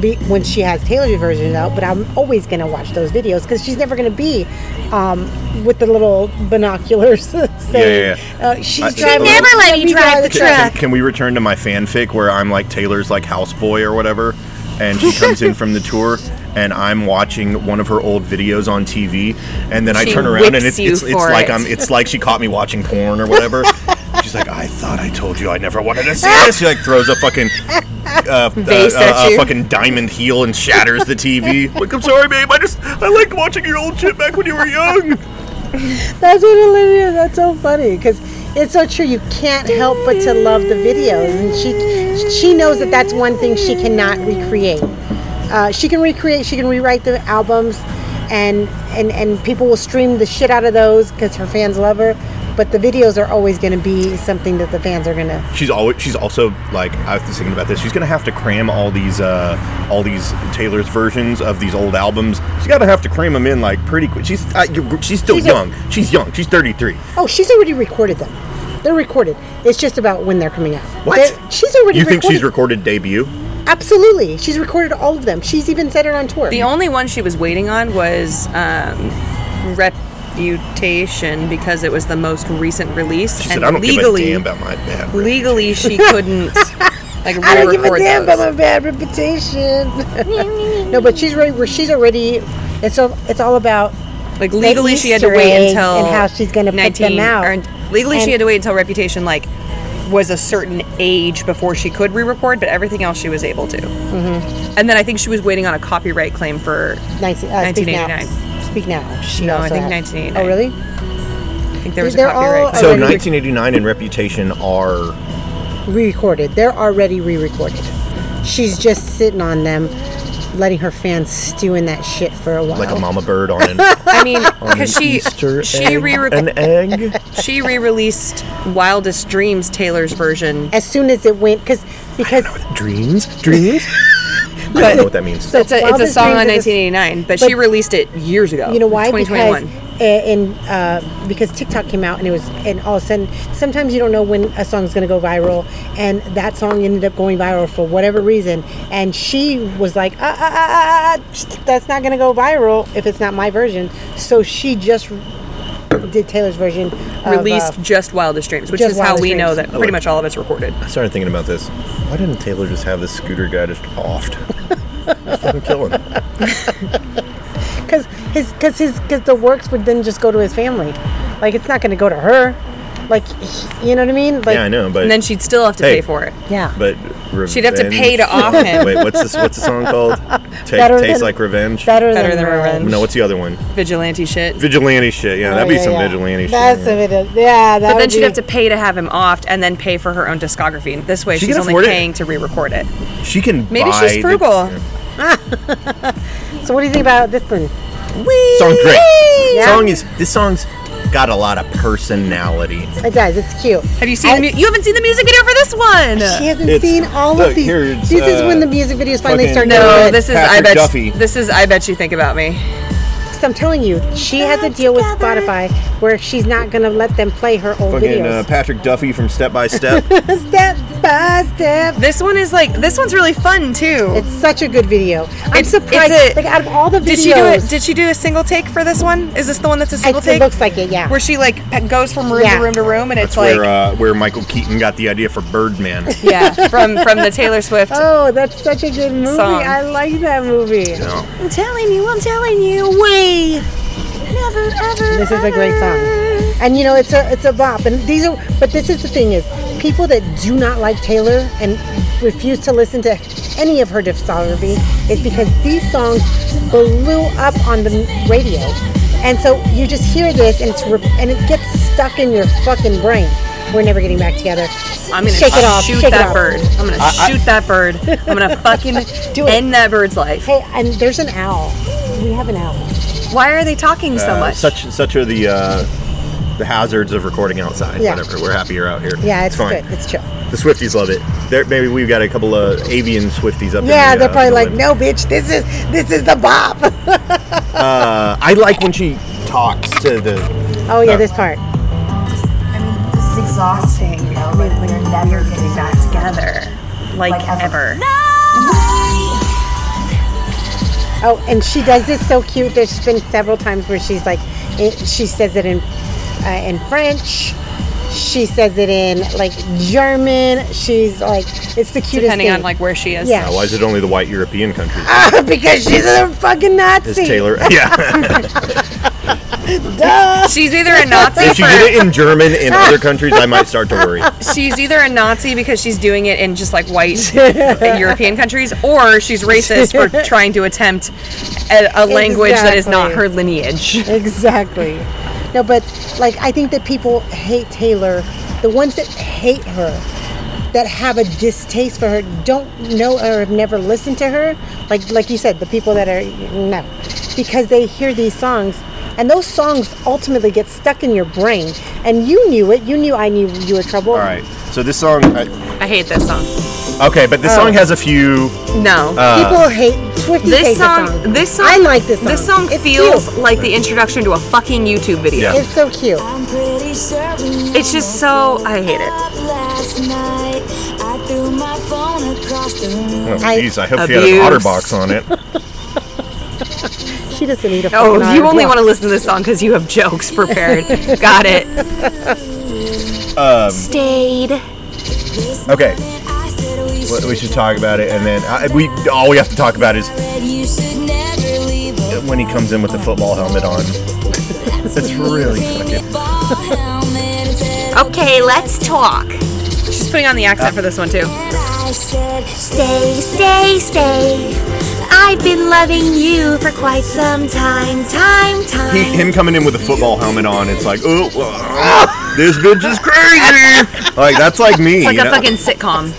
Speaker 1: be, when she has Taylor's version out, but I'm always gonna watch those videos because she's never gonna be um, with the little binoculars. saying,
Speaker 2: yeah, yeah.
Speaker 1: Uh, she's
Speaker 2: I-
Speaker 1: driving.
Speaker 2: Never
Speaker 6: let me drive the
Speaker 2: Can, can- can we return to my fanfic where I'm like Taylor's like houseboy or whatever, and she comes in from the tour, and I'm watching one of her old videos on TV, and then I
Speaker 4: She
Speaker 2: turn around and
Speaker 4: whips
Speaker 2: it's
Speaker 4: you
Speaker 2: it's, it's
Speaker 4: for
Speaker 2: like
Speaker 4: it.
Speaker 2: I'm it's like she caught me watching porn or whatever. She's like, I thought I told you I never wanted to see this. She like throws a fucking uh,
Speaker 4: Vase
Speaker 2: uh,
Speaker 4: at
Speaker 2: uh,
Speaker 4: you.
Speaker 2: fucking diamond heel and shatters the TV. like, I'm sorry, babe. I just I liked watching your old shit back when you were young.
Speaker 1: That's what Olivia. That's so funny because it's so true. You can't help but to love the videos, and she she knows that that's one thing she cannot recreate. Uh, she can recreate. She can rewrite the albums, and and and people will stream the shit out of those because her fans love her. But the videos are always going to be something that the fans are going to.
Speaker 2: she's always she's also like I was thinking about this. She's gonna have to cram all these uh, all these Taylor's versions of these old albums. She's gotta have to cram them in like pretty quick. She's uh, you- she's still
Speaker 1: She's a-
Speaker 2: young. she's young. She's 33.
Speaker 1: Oh, she's already recorded them. They're recorded. It's just about when they're coming out.
Speaker 2: What?
Speaker 1: They're- she's already.
Speaker 2: You think she's
Speaker 1: recorded-
Speaker 2: recorded debut?
Speaker 1: Absolutely. She's recorded all of them. She's even said it on tour.
Speaker 4: The only one she was waiting on was um, Reputation because it was the most recent release,
Speaker 2: She
Speaker 4: and
Speaker 2: said I don't
Speaker 4: legally, Oh,
Speaker 2: give a damn about my band.
Speaker 4: legally she couldn't like
Speaker 1: I don't give a
Speaker 4: re-record
Speaker 1: damn
Speaker 4: those.
Speaker 1: about my bad reputation. no, but she's right. She's already. It's all. It's all about.
Speaker 4: Like legally, she had to
Speaker 1: Easter
Speaker 4: wait
Speaker 1: eggs
Speaker 4: until
Speaker 1: and how she's gonna put them
Speaker 4: 19
Speaker 1: out.
Speaker 4: or- legally,
Speaker 1: And-
Speaker 4: she had to wait until Reputation like was a certain age before she could re-record, but everything else she was able to. Mm-hmm. And then I think she was waiting on a copyright claim for.
Speaker 1: 19, uh, speak now.
Speaker 4: 1989.
Speaker 1: Speak now. She
Speaker 4: No, I
Speaker 1: also
Speaker 4: think
Speaker 1: had-
Speaker 4: 1989.
Speaker 1: Oh, really?
Speaker 4: I think there was a
Speaker 1: They're all
Speaker 4: copyright.
Speaker 2: So
Speaker 1: already-
Speaker 2: 1989 and Reputation are
Speaker 1: Re-recorded. They're already re-recorded. She's just sitting on them, letting her fans stew in that shit for a while.
Speaker 2: like a mama bird on an
Speaker 4: I mean, because she
Speaker 2: Easter
Speaker 4: she
Speaker 2: egg.
Speaker 4: re
Speaker 2: an egg.
Speaker 4: she re-released Wildest Dreams Tayller's version.
Speaker 1: As soon as it went, because because
Speaker 2: dreams, dreams. I don't know what that means.
Speaker 4: It's a, it's a
Speaker 1: Wildest
Speaker 4: song
Speaker 1: Dreams
Speaker 4: on
Speaker 1: is a s-
Speaker 4: 1989, but, she
Speaker 1: but-
Speaker 4: released it years ago.
Speaker 1: You know why? Because
Speaker 4: 2021.
Speaker 1: uh, in uh, because TikTok came out and it was and all of a sudden sometimes you don't know when a song's gonna go viral and that song ended up going viral for whatever reason and she was like ah, ah, ah, ah, ah, psst, that's not gonna go viral if it's not my version so she just did Taylor's version of, uh,
Speaker 4: released just Wildest Dreams, which
Speaker 1: just
Speaker 4: is how
Speaker 1: Wildest
Speaker 4: we know
Speaker 1: Dreams.
Speaker 4: that pretty much all of it's recorded.
Speaker 2: I started thinking about this. Why didn't Taylor just have this scooter guy just offed? fucking killing him.
Speaker 1: because his because his because the works would then just go to his family like it's not gonna go to her like you know what I mean like
Speaker 2: Yeah, I know, but
Speaker 4: And then she'd still have to
Speaker 2: Hey.
Speaker 4: pay for it.
Speaker 1: yeah
Speaker 2: But
Speaker 4: She'd have to pay to
Speaker 2: revenge-
Speaker 4: off him.
Speaker 2: Wait, what's this? What's the song called? Ta-
Speaker 1: Better
Speaker 2: tastes
Speaker 1: than-
Speaker 2: like revenge.
Speaker 1: better,
Speaker 4: Better
Speaker 1: than
Speaker 4: than
Speaker 1: revenge.
Speaker 4: revenge.
Speaker 2: no, what's the other one?
Speaker 4: Vigilante shit.
Speaker 2: Vigilante shit. Yeah, that'd be some vigilante
Speaker 1: That's
Speaker 2: shit.
Speaker 1: some vigil- yeah. That
Speaker 4: but then
Speaker 1: would
Speaker 4: she'd
Speaker 1: be-
Speaker 4: have to pay to have him offed and then pay for her own discography. And this way
Speaker 2: She
Speaker 4: she's
Speaker 2: can
Speaker 4: only
Speaker 2: afford it.
Speaker 4: paying to re record it.
Speaker 2: She can.
Speaker 4: Maybe
Speaker 2: buy
Speaker 4: she's
Speaker 2: the-
Speaker 4: frugal.
Speaker 1: So what do you think about this one?
Speaker 2: Song's great.
Speaker 1: Yeah.
Speaker 2: Song is this song's got a lot of personality.
Speaker 1: It does. It's cute.
Speaker 4: Have you seen? the mu- you haven't seen the music video for this one.
Speaker 1: She hasn't
Speaker 2: It's-
Speaker 1: seen all
Speaker 2: look,
Speaker 1: of these.
Speaker 2: here, it's,
Speaker 1: this is
Speaker 2: uh,
Speaker 1: when the music videos finally
Speaker 2: fucking-
Speaker 1: start.
Speaker 4: No,
Speaker 1: getting good.
Speaker 4: this is I
Speaker 2: Patrick
Speaker 4: bet.
Speaker 2: Duffy.
Speaker 4: This is I bet you think about me.
Speaker 1: I'm telling you, she has a deal with Spotify where she's not gonna let them play her old
Speaker 2: Fucking uh,
Speaker 1: videos.
Speaker 2: Patrick Duffy from Step by Step.
Speaker 1: step by step.
Speaker 4: This one is like this one's really fun too.
Speaker 1: It's such a good video. I'm
Speaker 4: It's-
Speaker 1: surprised.
Speaker 4: it's a-
Speaker 1: like out of all the videos,
Speaker 4: Did she do it? Did she do a single take for this one? Is this the one that's a
Speaker 1: it,
Speaker 4: single
Speaker 1: it
Speaker 4: take?
Speaker 1: looks like it. Yeah.
Speaker 4: where she like pe- goes from room
Speaker 1: Yeah.
Speaker 4: to room to room, and it's
Speaker 2: That's
Speaker 4: like
Speaker 2: where uh, where Michael Keaton got the idea for Birdman.
Speaker 4: yeah, from from the Taylor Swift.
Speaker 1: Oh, that's such a good movie.
Speaker 4: Song.
Speaker 1: I like that movie.
Speaker 6: I'm telling you, I'm telling you, we never ever.
Speaker 1: This is a great song. And you know, it's a it's a bop. And these are but this is the thing is people that do not like Taylor and refuse to listen to any of her discography is because these songs blew up on the radio. And so you just hear this and it's re- and it gets stuck in your fucking brain. We're never getting back together.
Speaker 4: I'm gonna
Speaker 1: shake it off.
Speaker 4: shoot
Speaker 1: shake it
Speaker 4: that
Speaker 1: off.
Speaker 4: bird. I'm gonna shoot that bird. I'm gonna fucking
Speaker 1: Do it.
Speaker 4: end that bird's life.
Speaker 1: Hey, and there's an owl. We have an owl.
Speaker 4: Why are they talking so
Speaker 2: Uh,
Speaker 4: much?
Speaker 2: Such such are the uh, the hazards of recording outside.
Speaker 1: Yeah.
Speaker 2: Whatever. We're happy you're out here.
Speaker 1: Yeah, it's,
Speaker 2: fine.
Speaker 1: good. It's chill.
Speaker 2: The Swifties love it. There, maybe we've got a couple of avian Swifties up.
Speaker 1: Yeah,
Speaker 2: in the,
Speaker 1: they're
Speaker 2: uh,
Speaker 1: probably
Speaker 2: the
Speaker 1: like,
Speaker 2: living-
Speaker 1: no, bitch, this is this is the bop.
Speaker 2: Uh, I like when she talks to the.
Speaker 1: Oh yeah,
Speaker 2: No.
Speaker 1: this part.
Speaker 8: I mean, this is exhausting. You know, like we're never getting back together.
Speaker 4: like,
Speaker 8: like
Speaker 4: ever.
Speaker 8: ever.
Speaker 1: Oh, and she does this so cute. There's been several times where she's like, it, she says it in uh, in French. She says it in like German. She's like, it's the cutest
Speaker 4: Depending
Speaker 1: thing.
Speaker 4: on like where she is.
Speaker 1: Yeah.
Speaker 2: Now, uh, why is it only the white European countries?
Speaker 1: because she's a fucking
Speaker 2: Is
Speaker 1: Nazi.
Speaker 2: Taylor? Yeah.
Speaker 4: She's either a Nazi
Speaker 2: if she
Speaker 4: for
Speaker 2: did it in German in other countries, I might start to worry.
Speaker 4: she's either a Nazi because she's doing it in just like white European countries, or she's racist for trying to attempt a, a language that is not
Speaker 1: Exactly.
Speaker 4: her lineage.
Speaker 1: Exactly. No, but like I think that people hate Taylor. The ones that hate her, that have a distaste for her, don't know or have never listened to her. Like like you said, the people that are no, because they hear these songs. And those songs ultimately get stuck in your brain. And you knew it. You knew I knew you were trouble.
Speaker 2: All right. So this song. I,
Speaker 4: I hate this song.
Speaker 2: okay, but
Speaker 1: Oh.
Speaker 2: this song has a few. oh,
Speaker 4: No.
Speaker 2: Uh,
Speaker 1: People hate Swifties hate
Speaker 4: this song,
Speaker 1: This song.
Speaker 4: this song,
Speaker 1: I like this
Speaker 4: This
Speaker 1: song.
Speaker 4: song
Speaker 1: It's
Speaker 4: feels
Speaker 1: cute.
Speaker 4: like the introduction to a fucking YouTube video.
Speaker 2: Yeah.
Speaker 1: It's so cute.
Speaker 7: I'm pretty certain
Speaker 4: It's just so, I hate it.
Speaker 7: up last night. I threw my phone across the room.
Speaker 2: Oh,
Speaker 1: I-
Speaker 2: jeez, I hope she had an
Speaker 4: Abuse.
Speaker 2: otter box on it.
Speaker 1: She doesn't need a
Speaker 4: Oh,
Speaker 1: fucking
Speaker 4: you only
Speaker 1: autograph.
Speaker 4: want to listen to this song because you have jokes prepared. Got it.
Speaker 6: Stayed.
Speaker 2: Okay. Well, we should talk about it, and then I, we all we have to talk about is when he comes in with the football helmet on. It's really fucking.
Speaker 6: Okay, let's talk.
Speaker 4: She's putting on the accent for this one too.
Speaker 6: Stay, stay, stay. I've been loving you for quite some time, time, time.
Speaker 2: He, him coming in with a football helmet on, it's like, oh, uh, this bitch is crazy. Like that's like me.
Speaker 4: It's like
Speaker 2: you
Speaker 4: a
Speaker 2: know?
Speaker 4: fucking sitcom.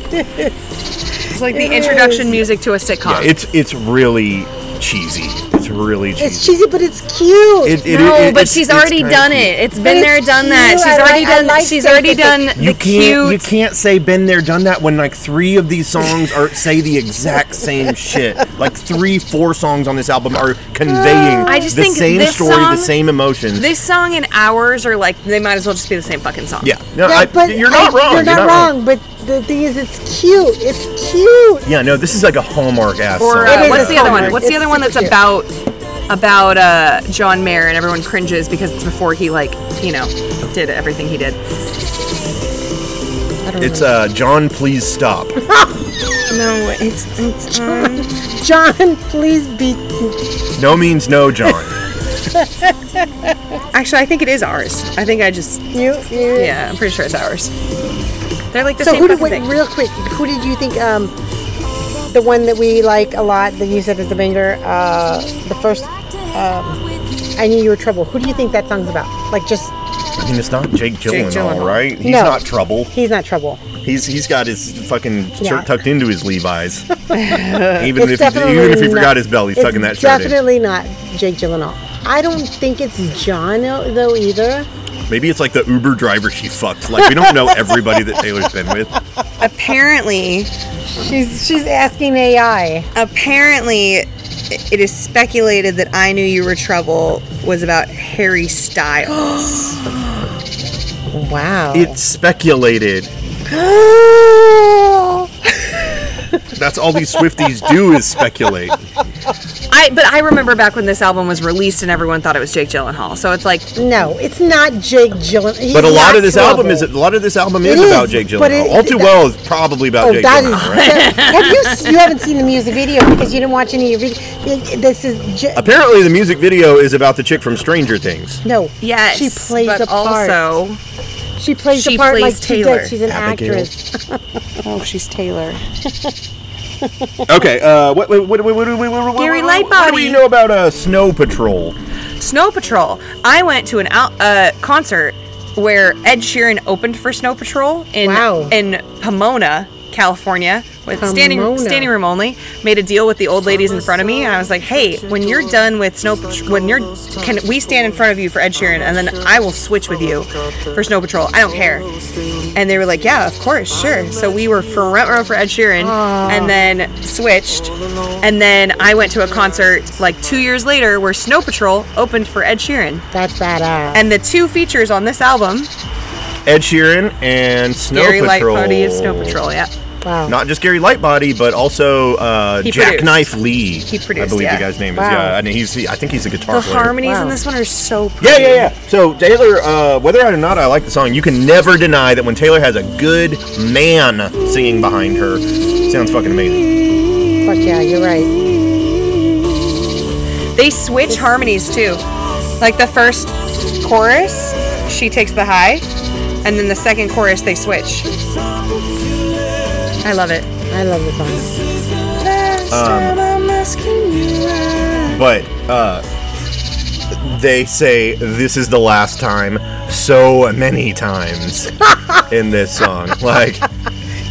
Speaker 4: it's like the introduction music to a sitcom.
Speaker 2: It's it's really cheesy. It's really cheesy.
Speaker 1: It's cheesy, but it's cute.
Speaker 2: It- it-
Speaker 4: no,
Speaker 2: it- it-
Speaker 4: but
Speaker 2: it's-
Speaker 4: she's
Speaker 2: it's
Speaker 4: already
Speaker 2: kinda
Speaker 4: done
Speaker 2: cute.
Speaker 4: it. It's been
Speaker 1: But
Speaker 4: there,
Speaker 1: it's
Speaker 4: done that.
Speaker 1: cute.
Speaker 4: She's
Speaker 1: I
Speaker 4: already
Speaker 1: like- I
Speaker 4: done.
Speaker 1: like
Speaker 4: she's
Speaker 1: things
Speaker 4: already
Speaker 1: that-
Speaker 4: done
Speaker 2: You
Speaker 4: the
Speaker 2: can't you
Speaker 4: cute.
Speaker 2: can't say been there done that when like three of these songs are say the exact same shit. Like three four songs on this album are conveying
Speaker 4: I just
Speaker 2: the
Speaker 4: think
Speaker 2: same
Speaker 4: this
Speaker 2: story, the
Speaker 4: song-
Speaker 2: same emotions.
Speaker 4: This song and ours are like they might as well just be the same fucking song.
Speaker 2: yeah, no,
Speaker 1: Yeah,
Speaker 2: I-
Speaker 1: but
Speaker 2: you're not
Speaker 1: I-
Speaker 2: wrong.
Speaker 1: You're not, wrong, But the thing is, it's cute. It's cute.
Speaker 2: Yeah, no, this is like a hallmark ass.
Speaker 4: Or
Speaker 1: It
Speaker 4: uh,
Speaker 1: is
Speaker 4: what's
Speaker 1: a
Speaker 4: the other one?
Speaker 1: homework.
Speaker 4: What's the
Speaker 1: It's
Speaker 4: other one that's
Speaker 1: super cute.
Speaker 4: about about uh, John Mayer and everyone cringes because it's before he like you know did everything he did.
Speaker 2: it's uh, John, please stop.
Speaker 4: No, it's it's um,
Speaker 1: John, please be.
Speaker 2: No means no, John.
Speaker 4: actually I think it is ours. I think I just
Speaker 1: You, you.
Speaker 4: yeah I'm pretty sure it's ours. They're like the
Speaker 1: So
Speaker 4: same
Speaker 1: who did
Speaker 4: fucking
Speaker 1: wait,
Speaker 4: thing.
Speaker 1: real quick? Who did you think? Um, the one that we like a lot that you said is the banger. Uh, the first. Um, I knew you were trouble. Who do you think that song's about? Like just
Speaker 2: I mean, it's not Jake Gyllenhaal,
Speaker 4: Gyllenhaal.
Speaker 2: right? He's
Speaker 1: No.
Speaker 2: not trouble.
Speaker 1: he's not trouble.
Speaker 2: He's he's got his fucking
Speaker 1: Yeah.
Speaker 2: shirt tucked into his Levi's. even
Speaker 1: It's
Speaker 2: if he, even if he
Speaker 1: definitely
Speaker 2: forgot
Speaker 1: not-
Speaker 2: his belt, he's
Speaker 1: it's
Speaker 2: tucking that shirt in.
Speaker 1: Definitely not Jake Gyllenhaal. I don't think it's John though either.
Speaker 2: Maybe it's like the Uber driver she fucked. Like we don't know everybody that Taylor's been with.
Speaker 9: Apparently,
Speaker 1: She's she's asking AI.
Speaker 9: apparently, it is speculated that "I Knew You Were Trouble" was about Harry Styles.
Speaker 1: Wow.
Speaker 2: It's speculated. That's all these Swifties do is speculate.
Speaker 4: I but I remember back when this album was released and everyone thought it was Jake Gyllenhaal. So it's like
Speaker 1: no, it's not Jake Gyllenhaal. He's
Speaker 2: But a lot
Speaker 1: not
Speaker 2: of this album
Speaker 1: trouble.
Speaker 2: is a lot of this album
Speaker 1: It
Speaker 2: is,
Speaker 1: is,
Speaker 2: about Jake
Speaker 1: but
Speaker 2: Gyllenhaal.
Speaker 1: it-
Speaker 2: all too
Speaker 1: that-
Speaker 2: well is probably about
Speaker 1: Oh,
Speaker 2: Jake
Speaker 1: that is.
Speaker 2: Gyllenhaal, right?
Speaker 1: have you s- you haven't seen the music video because you didn't watch any of your video. This is J-
Speaker 2: Apparently, the music video is about the chick from Stranger Things.
Speaker 1: no.
Speaker 4: yes,
Speaker 1: she plays
Speaker 4: but
Speaker 1: the part.
Speaker 4: also
Speaker 1: she plays the
Speaker 4: she
Speaker 1: part
Speaker 4: plays
Speaker 1: like she
Speaker 4: Taylor.
Speaker 1: does. She's an
Speaker 2: Abigail.
Speaker 1: actress.
Speaker 9: Oh, she's Taylor.
Speaker 2: Okay, uh, what, what, what, what, what, what, what,
Speaker 4: Gary
Speaker 2: what, what do
Speaker 4: Lightbody.
Speaker 2: we know about uh, Snow Patrol?
Speaker 4: Snow Patrol. I went to an out, uh, concert where Ed Sheeran opened for Snow Patrol in
Speaker 1: Wow.
Speaker 4: in Pomona, California, with standing
Speaker 1: Pomona.
Speaker 4: standing room only. Made a deal with the old ladies in front of me, and I was like, "Hey, when you're done with Snow, Pat- when you're can we stand in front of you for Ed Sheeran, and then I will switch with you for Snow Patrol. I don't care." And they were like, "Yeah, of course, sure." So we were front row for Ed Sheeran, and then switched, and then I went to a concert like two years later where Snow Patrol opened for Ed Sheeran,
Speaker 1: That's badass.
Speaker 4: and the two features on this album,
Speaker 2: Ed Sheeran and Snow
Speaker 4: Gary
Speaker 2: Patrol.
Speaker 4: Lightbody and Snow Patrol. Yeah.
Speaker 1: wow.
Speaker 2: Not just Gary Lightbody, but also uh,
Speaker 4: He
Speaker 2: Jackknife Lee. He
Speaker 4: produced,
Speaker 2: I believe
Speaker 4: yeah.
Speaker 2: the guy's name is.
Speaker 1: Wow.
Speaker 2: Yeah, and he's. He, I think he's a guitar
Speaker 4: The
Speaker 2: player.
Speaker 4: harmonies
Speaker 1: Wow.
Speaker 4: in this one are so
Speaker 2: Yeah,
Speaker 4: pretty.
Speaker 2: yeah, yeah. So Taylor, uh, whether or not I like the song, you can never deny that when Taylor has a good man singing behind her, sounds fucking amazing.
Speaker 1: Fuck yeah, you're right.
Speaker 4: They switch harmonies too. Like the first chorus, she takes the high, and then the second chorus, they switch. I love it.
Speaker 1: I love the song.
Speaker 2: But uh, they say this is the last time so many times in this song. Like,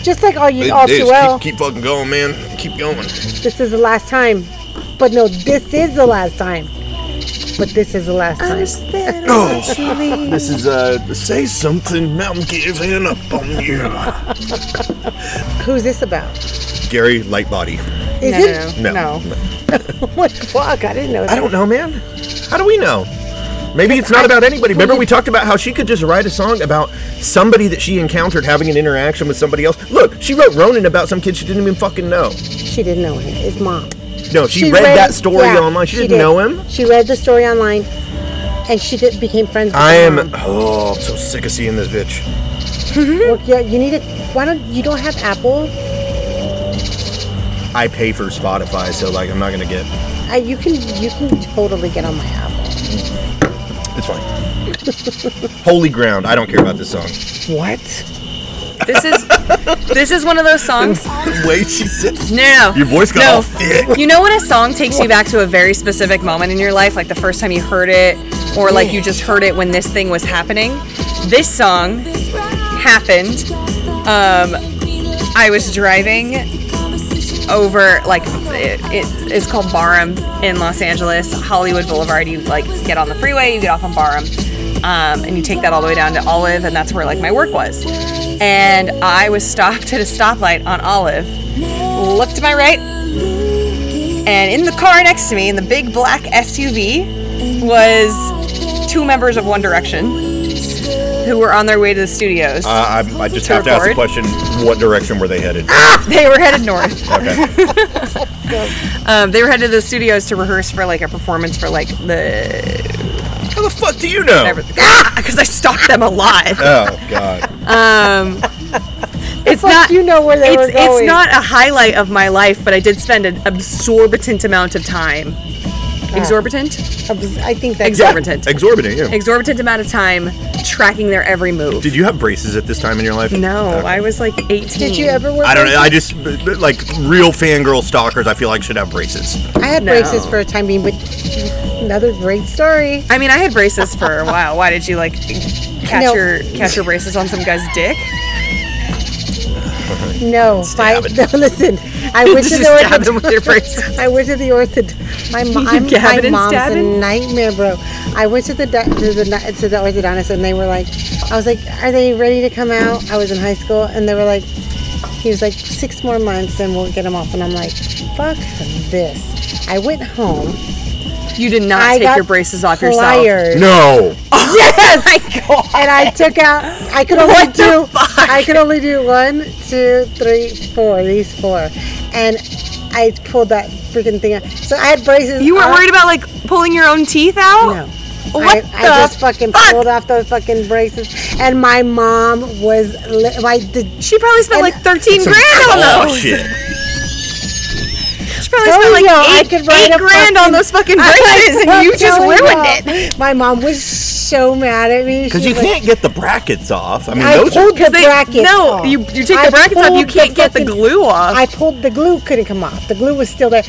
Speaker 1: Just like all you
Speaker 2: it
Speaker 1: all
Speaker 2: is.
Speaker 1: too well.
Speaker 2: keep, keep fucking going, man. Keep going.
Speaker 1: This is the last time. But no, this is the last time. But this is the last time.
Speaker 2: This is uh, say something. I'm giving up on you.
Speaker 1: Who's this about?
Speaker 2: Gary Lightbody.
Speaker 1: Is it?
Speaker 2: No.
Speaker 1: What the fuck? I didn't know that.
Speaker 2: I don't know, man. How do we know? Maybe it's not about anybody. Remember, we talked about how she could just write a song about somebody that she encountered having an interaction with somebody else. Look, she wrote Ronan about some kid she didn't even fucking know.
Speaker 1: She didn't know him. His mom.
Speaker 2: No, she, read, that story
Speaker 1: yeah,
Speaker 2: online. She, didn't
Speaker 1: did.
Speaker 2: know him.
Speaker 1: She read the story online, and she did, became friends. with
Speaker 2: I
Speaker 1: his
Speaker 2: am.
Speaker 1: mom.
Speaker 2: Oh, I'm so sick of seeing this bitch.
Speaker 1: Well, yeah, you need it. Why don't you don't have Apple?
Speaker 2: I pay for Spotify, so like, I'm not gonna get.
Speaker 1: I, you can you can totally get on my Apple.
Speaker 2: It's fine. Holy ground. I don't care about this song.
Speaker 1: What?
Speaker 4: This is this is one of those songs.
Speaker 2: Wait, she said.
Speaker 4: No, no,
Speaker 2: Your voice got
Speaker 4: no.
Speaker 2: all thick.
Speaker 4: You know when a song takes you back to a very specific moment in your life, like the first time you heard it, or like you just heard it when this thing was happening? This song happened. Um, I was driving over, like, it, it- it's called Barham in Los Angeles, Hollywood Boulevard. You, like, get on the freeway, you get off on Barham, um, and you take that all the way down to Olive, and that's where, like, my work was. And I was stopped at a stoplight on Olive, looked to my right, and in the car next to me, in the big black SUV, was two members of One Direction who were on their way to the studios.
Speaker 2: I, I, I just
Speaker 4: To
Speaker 2: have to ask the
Speaker 4: record?
Speaker 2: question: What direction were they headed?
Speaker 4: they were headed north.
Speaker 2: Okay.
Speaker 4: Um, they were headed to the studios to rehearse for like a performance for like the
Speaker 2: How the fuck do you know?
Speaker 4: because I stalked them a lot.
Speaker 2: Oh God.
Speaker 4: Um, it's
Speaker 1: Like
Speaker 4: not
Speaker 1: you know where they
Speaker 4: it's,
Speaker 1: were going.
Speaker 4: it's not a highlight of my life, but I did spend an exorbitant amount of time. Exorbitant,
Speaker 1: I think that's
Speaker 4: exorbitant,
Speaker 2: Exorbitant, yeah.
Speaker 4: exorbitant amount of time tracking their every move.
Speaker 2: Did you have braces at this time in your life?
Speaker 4: No,
Speaker 2: Okay.
Speaker 4: I was like 18.
Speaker 1: Did you ever wear?
Speaker 2: I don't know. I
Speaker 1: braces?
Speaker 2: just but- but, like real fangirl stalkers. I feel like should have braces.
Speaker 1: I had
Speaker 4: No.
Speaker 1: braces for a time being, but another great story.
Speaker 4: I mean, I had braces for a while. Why did you like catch
Speaker 1: No.
Speaker 4: your catch your braces on some guy's dick?
Speaker 1: No, my,
Speaker 2: Stab
Speaker 1: no, listen. I went to the
Speaker 2: Did you stab
Speaker 1: orthodontist.
Speaker 2: him with your braces?
Speaker 1: I went to the orthodontist. My, mo- I'm, my
Speaker 4: and
Speaker 1: mom's a
Speaker 4: stabbing?
Speaker 1: nightmare, bro. I went to the do- to the ni- to the orthodontist, and they were like, I was like, "Are they ready to come out?" I was in high school, and they were like, he was like, six more months, and we'll get him off. And I'm like, fuck this. I went home.
Speaker 4: You did not
Speaker 1: I
Speaker 4: take
Speaker 1: got Oh
Speaker 4: your braces off yourself.
Speaker 1: pliers,
Speaker 2: No.
Speaker 1: and I took out. I could only do. I could only do one, two, three, four. These four, and I pulled that freaking thing out. So I had braces.
Speaker 5: You weren't
Speaker 1: on-
Speaker 5: worried about like pulling your own teeth out?
Speaker 1: Uh, No.
Speaker 5: What
Speaker 1: I, I
Speaker 5: the
Speaker 1: just fucking pulled off those fucking braces, and my mom was li- my. The,
Speaker 5: She probably spent
Speaker 1: And-
Speaker 5: like 13 grand on
Speaker 2: Oh
Speaker 5: those.
Speaker 2: shit.
Speaker 5: She probably
Speaker 1: There
Speaker 5: spent
Speaker 1: you
Speaker 5: like
Speaker 1: go. Oh, I
Speaker 5: eight,
Speaker 1: could write
Speaker 5: eight
Speaker 1: a
Speaker 5: grand on
Speaker 1: fucking-
Speaker 5: those fucking braces and you just ruined it.
Speaker 1: it. My mom was so mad at me.
Speaker 2: Because
Speaker 1: She
Speaker 2: you
Speaker 1: was like,
Speaker 2: can't get the brackets off. I mean,
Speaker 1: I
Speaker 2: those are
Speaker 1: pulled the
Speaker 4: They-
Speaker 1: brackets.
Speaker 4: no,
Speaker 1: off.
Speaker 4: you you take
Speaker 1: I
Speaker 4: the brackets off.
Speaker 1: pulled
Speaker 4: You can't get the
Speaker 1: fucking-
Speaker 4: glue off.
Speaker 1: I pulled the glue, couldn't come off. The glue was still there.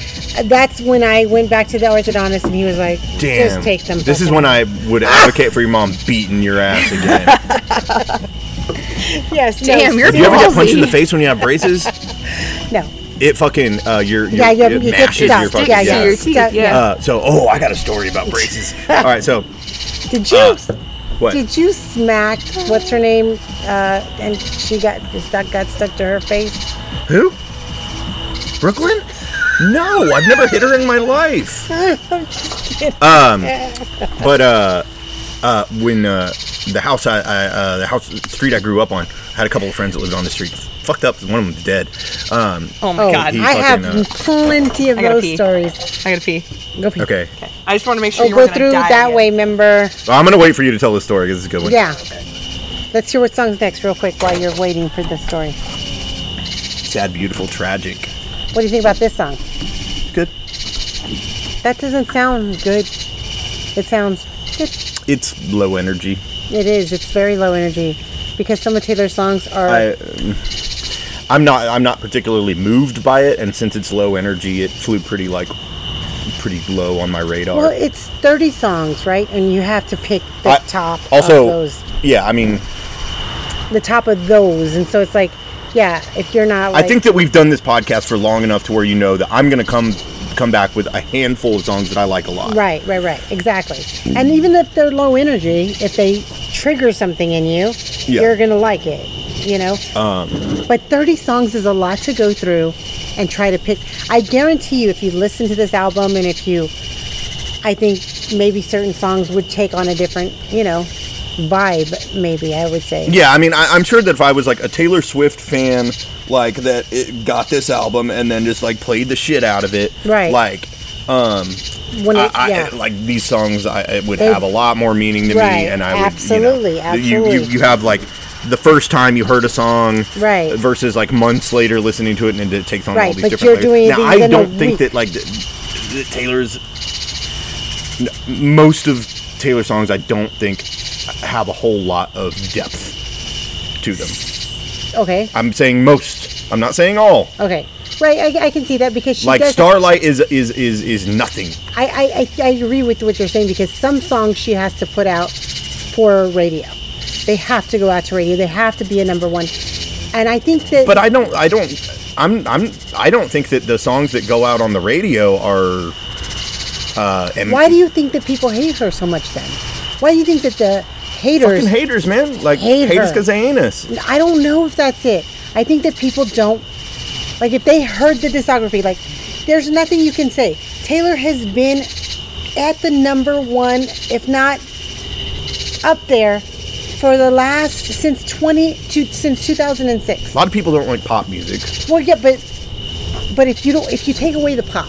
Speaker 1: That's when I went back to the orthodontist, and he was like,
Speaker 2: damn.
Speaker 1: "Just take them."
Speaker 2: This is
Speaker 1: fucking
Speaker 2: when I would advocate for your mom beating your ass again.
Speaker 1: off." Yes.
Speaker 4: Damn,
Speaker 1: no,
Speaker 4: you're
Speaker 2: Do you ever get punched in
Speaker 4: ballsy.
Speaker 2: the face when you have braces?
Speaker 1: No.
Speaker 2: It fucking uh, your, your
Speaker 1: Yeah, you,
Speaker 2: it
Speaker 1: you get
Speaker 2: mashes
Speaker 1: stuck.
Speaker 2: your fucking
Speaker 1: yeah,
Speaker 2: yeah.
Speaker 1: yeah,
Speaker 4: your teeth,
Speaker 1: stuck,
Speaker 4: yeah.
Speaker 2: Uh, so oh, I got a story about braces. All right, so
Speaker 1: Did you?
Speaker 2: uh, what?
Speaker 1: Did you smack what's her name? Uh, and she got stuck, got stuck to her face.
Speaker 2: Who? Brooklyn? No, I've never hit her in my life. Um, but uh, uh, when uh, the house I, I uh, the house the street I grew up on I had a couple of friends that lived on the street. Fucked up. One of them's dead. Um,
Speaker 4: oh my
Speaker 1: Oh,
Speaker 4: god,
Speaker 2: he
Speaker 1: I have
Speaker 2: fucking, uh,
Speaker 1: plenty of
Speaker 4: I gotta
Speaker 1: those
Speaker 4: pee.
Speaker 1: stories.
Speaker 4: I gotta pee.
Speaker 1: Go pee.
Speaker 2: okay,
Speaker 4: I just want to make sure
Speaker 1: Oh,
Speaker 4: you
Speaker 1: go
Speaker 4: weren't gonna
Speaker 1: through
Speaker 4: die
Speaker 1: that
Speaker 4: again.
Speaker 1: way, member.
Speaker 2: well, I'm gonna wait for you to tell the story because it's a good one.
Speaker 1: Yeah. Let's hear what song's next, real quick, while you're waiting for this story.
Speaker 2: Sad, beautiful, tragic.
Speaker 1: What do you think about this song?
Speaker 2: Good.
Speaker 1: That doesn't sound good. It sounds. It,
Speaker 2: It's low energy.
Speaker 1: it is. It's very low energy, because some of Taylor's songs are.
Speaker 2: I, um, I'm not. I'm not particularly moved by it, and since it's low energy, it flew pretty like pretty low on my radar.
Speaker 1: well, it's 30 songs, right? And you have to pick the
Speaker 2: I-
Speaker 1: top
Speaker 2: also,
Speaker 1: of those.
Speaker 2: yeah. I mean,
Speaker 1: the top of those. And so it's like, yeah, if you're not like,
Speaker 2: I think that we've done this podcast for long enough to where you know that I'm gonna come come back with a handful of songs that I like a lot.
Speaker 1: right, right, right, exactly. And even if they're low energy, if they trigger something in you,
Speaker 2: Yeah. Um.
Speaker 1: you're gonna like it, you know. but 30 songs is a lot to go through and try to pick. I guarantee you, if you listen to this album and if you, I think maybe certain songs would take on a different, you know, vibe. Maybe I would say.
Speaker 2: Yeah, I mean, I, I'm sure that if I was like a Taylor Swift fan, like that, it got this album and then just like played the shit out of it.
Speaker 1: Right.
Speaker 2: Like, um,
Speaker 1: When
Speaker 2: I,
Speaker 1: it,
Speaker 2: I,
Speaker 1: yeah.
Speaker 2: like these songs I it would
Speaker 1: They-
Speaker 2: have a lot more meaning to me
Speaker 1: Right,
Speaker 2: and I would
Speaker 1: absolutely,
Speaker 2: you know, th- you, you
Speaker 1: absolutely.
Speaker 2: you have like the first time you heard a song
Speaker 1: Right.
Speaker 2: versus like months later listening to it and it takes on all
Speaker 1: Right,
Speaker 2: these
Speaker 1: but
Speaker 2: different
Speaker 1: you're doing
Speaker 2: layers. now
Speaker 1: these
Speaker 2: I
Speaker 1: in a
Speaker 2: don't
Speaker 1: week.
Speaker 2: think that like th- th- Taylor's n- most of Taylor songs I don't think uh, have a whole lot of depth to them.
Speaker 1: okay.
Speaker 2: I'm saying most. I'm not saying all.
Speaker 1: Okay. Right. I, I can see that because she
Speaker 2: Like
Speaker 1: does
Speaker 2: Starlight is is is is nothing.
Speaker 1: I, I, I, I agree with what you're saying because some songs she has to put out for radio. They have to go out to radio. They have to be a number one. And I think that
Speaker 2: but um, I don't I don't I'm I'm I don't think that the songs that go out on the radio are uh and
Speaker 1: why do you think that people hate her so much then? Why do you think that the haters
Speaker 2: fucking haters man like
Speaker 1: Hate
Speaker 2: haters
Speaker 1: her.
Speaker 2: because they ain't us.
Speaker 1: I don't know if that's it. I think that people don't like if they heard the discography. Like, there's nothing you can say. Taylor has been at the number one, if not up there, for the last since 20 to since 2006.
Speaker 2: A lot of people don't like pop music.
Speaker 1: Well, yeah, but but if you don't, if you take away the pop,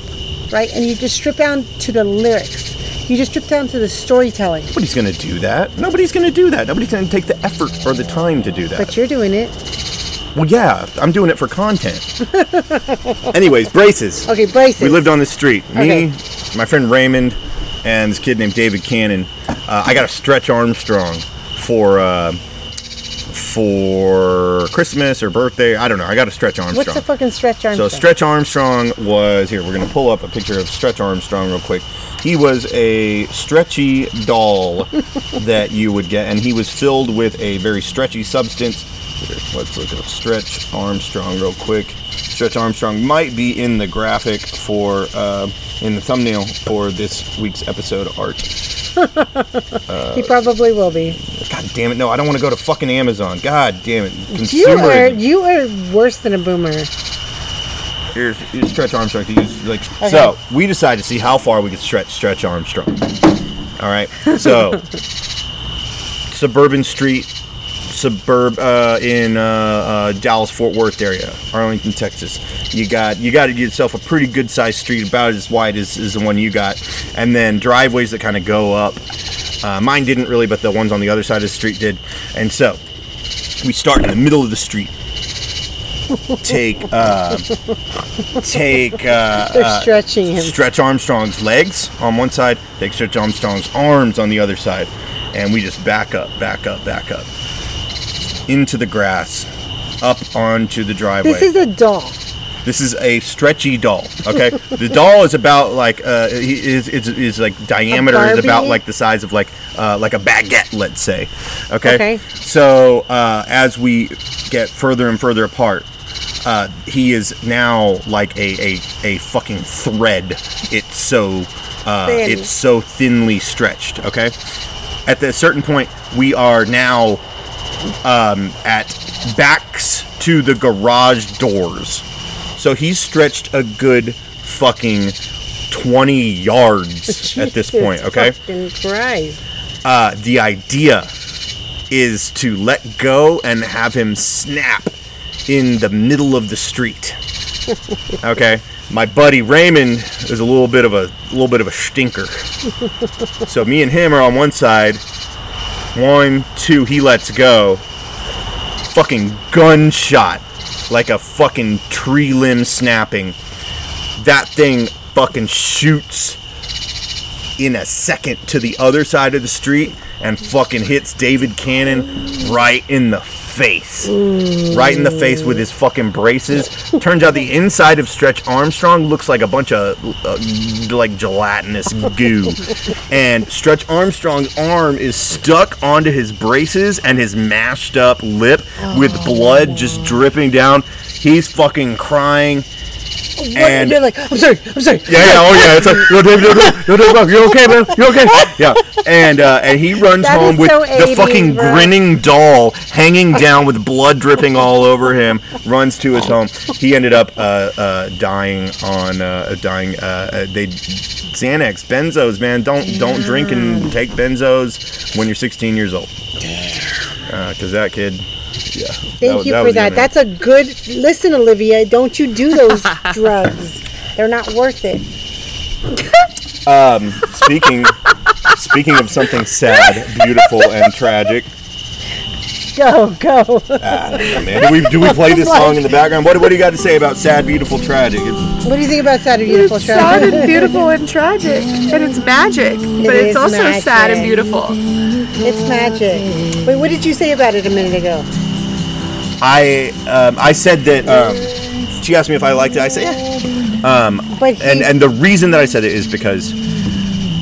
Speaker 1: right, and you just strip down to the lyrics, you just strip down to the storytelling.
Speaker 2: Nobody's gonna do that. Nobody's gonna do that. Nobody's gonna take the effort or the time to do that.
Speaker 1: But you're doing it.
Speaker 2: well, yeah, I'm doing it for content. Anyways, braces.
Speaker 1: Okay, braces.
Speaker 2: We lived on the street. Me,
Speaker 1: Okay.
Speaker 2: my friend Raymond, and this kid named David Cannon. Uh, I got a Stretch Armstrong for uh, for Christmas or birthday. I don't know. I got a Stretch Armstrong.
Speaker 1: What's the fucking stretch arm?
Speaker 2: So
Speaker 1: thing?
Speaker 2: Stretch Armstrong was here. We're gonna pull up a picture of Stretch Armstrong real quick. He was a stretchy doll that you would get, and he was filled with a very stretchy substance Let's look up Stretch Armstrong real quick. Stretch Armstrong might be in the graphic for, uh, in the thumbnail for this week's episode art.
Speaker 1: he probably will be.
Speaker 2: God damn it. No, I don't want to go to fucking Amazon. God damn it.
Speaker 1: You
Speaker 2: Consumer.
Speaker 1: are you are worse than a boomer.
Speaker 2: Here's, here's Stretch Armstrong to use. Like, So we decided to see how far we could stretch Stretch Armstrong. All right. So suburban street, suburb uh, in uh, uh, Dallas Fort Worth area, Arlington, Texas. You got you got yourself a pretty good sized street, about as wide as, as the one you got, and then driveways that kind of go up. Uh, mine didn't really, but the ones on the other side of the street did. And so we start in the middle of the street. Take uh, take uh,
Speaker 1: They're
Speaker 2: uh,
Speaker 1: stretching him.
Speaker 2: Stretch Armstrong's legs on one side, take Stretch Armstrong's arms on the other side, and we just back up, back up, back up into the grass, up onto the driveway.
Speaker 1: This is a doll.
Speaker 2: This is a stretchy doll. Okay, the doll is about like uh, he is is is like diameter is
Speaker 1: Barbie?
Speaker 2: about like the size of like uh, like a baguette, let's say. Okay.
Speaker 1: Okay.
Speaker 2: So uh, as we get further and further apart. Uh, he is now like a, a, a fucking thread. It's so uh,
Speaker 9: Thin.
Speaker 2: it's so thinly stretched. Okay, at a certain point, we are now um, at backs to the garage doors. So he's stretched a good fucking 20 yards at
Speaker 1: Jesus
Speaker 2: this point, okay?
Speaker 1: Fucking Christ.
Speaker 2: Uh, the idea is to let go and have him snap in the middle of the street. Okay? My buddy Raymond is a little bit of a little bit of a stinker. So me and him are on one side. One, two, he lets go. Fucking gunshot. Like a fucking tree limb snapping. That thing fucking shoots in a second to the other side of the street and fucking hits David Cannon right in the face. Right in the face with his fucking braces. Turns out the inside of Stretch Armstrong looks like a bunch of uh, like gelatinous goo. and Stretch Armstrong's arm is stuck onto his braces and his mashed up lip with blood just dripping down. He's fucking crying.
Speaker 1: What,
Speaker 2: And-
Speaker 1: they're like, I'm sorry, I'm sorry.
Speaker 2: Yeah, yeah, oh yeah. It's like, yo, Dave, yo, Dave, yo, Dave, you okay, man? You okay? Yeah. And uh, and he runs
Speaker 1: That
Speaker 2: home
Speaker 1: is
Speaker 2: with
Speaker 1: so
Speaker 2: the
Speaker 1: 80s,
Speaker 2: fucking
Speaker 1: bro.
Speaker 2: grinning doll hanging down with blood dripping all over him. Runs to his home. He ended up uh, uh, dying on uh, dying. Uh, uh, they Xanax, benzos, man. Don't don't drink and take benzos when you're 16 years old. Because that kid. Yeah.
Speaker 1: Thank you for that. That's a good listen, Olivia. Don't you do those drugs. They're not worth it.
Speaker 2: speaking. speaking of something sad, beautiful, and tragic. Ah,
Speaker 1: Go, go.
Speaker 2: man. Do we, do we play this song in the background? What, what do you got to say about sad, beautiful, tragic? It's,
Speaker 1: What do you think about Sad and Beautiful
Speaker 5: Sad
Speaker 1: Travis?
Speaker 5: and beautiful and tragic, and it's magic, but
Speaker 1: It
Speaker 5: it's
Speaker 1: is
Speaker 5: also sad and
Speaker 1: magic.
Speaker 5: beautiful.
Speaker 1: It's magic. Wait, what did you say about it a minute ago?
Speaker 2: I um, I said that um, she asked me if I liked it. I said yeah.
Speaker 1: But he,
Speaker 2: And and the reason that I said it is because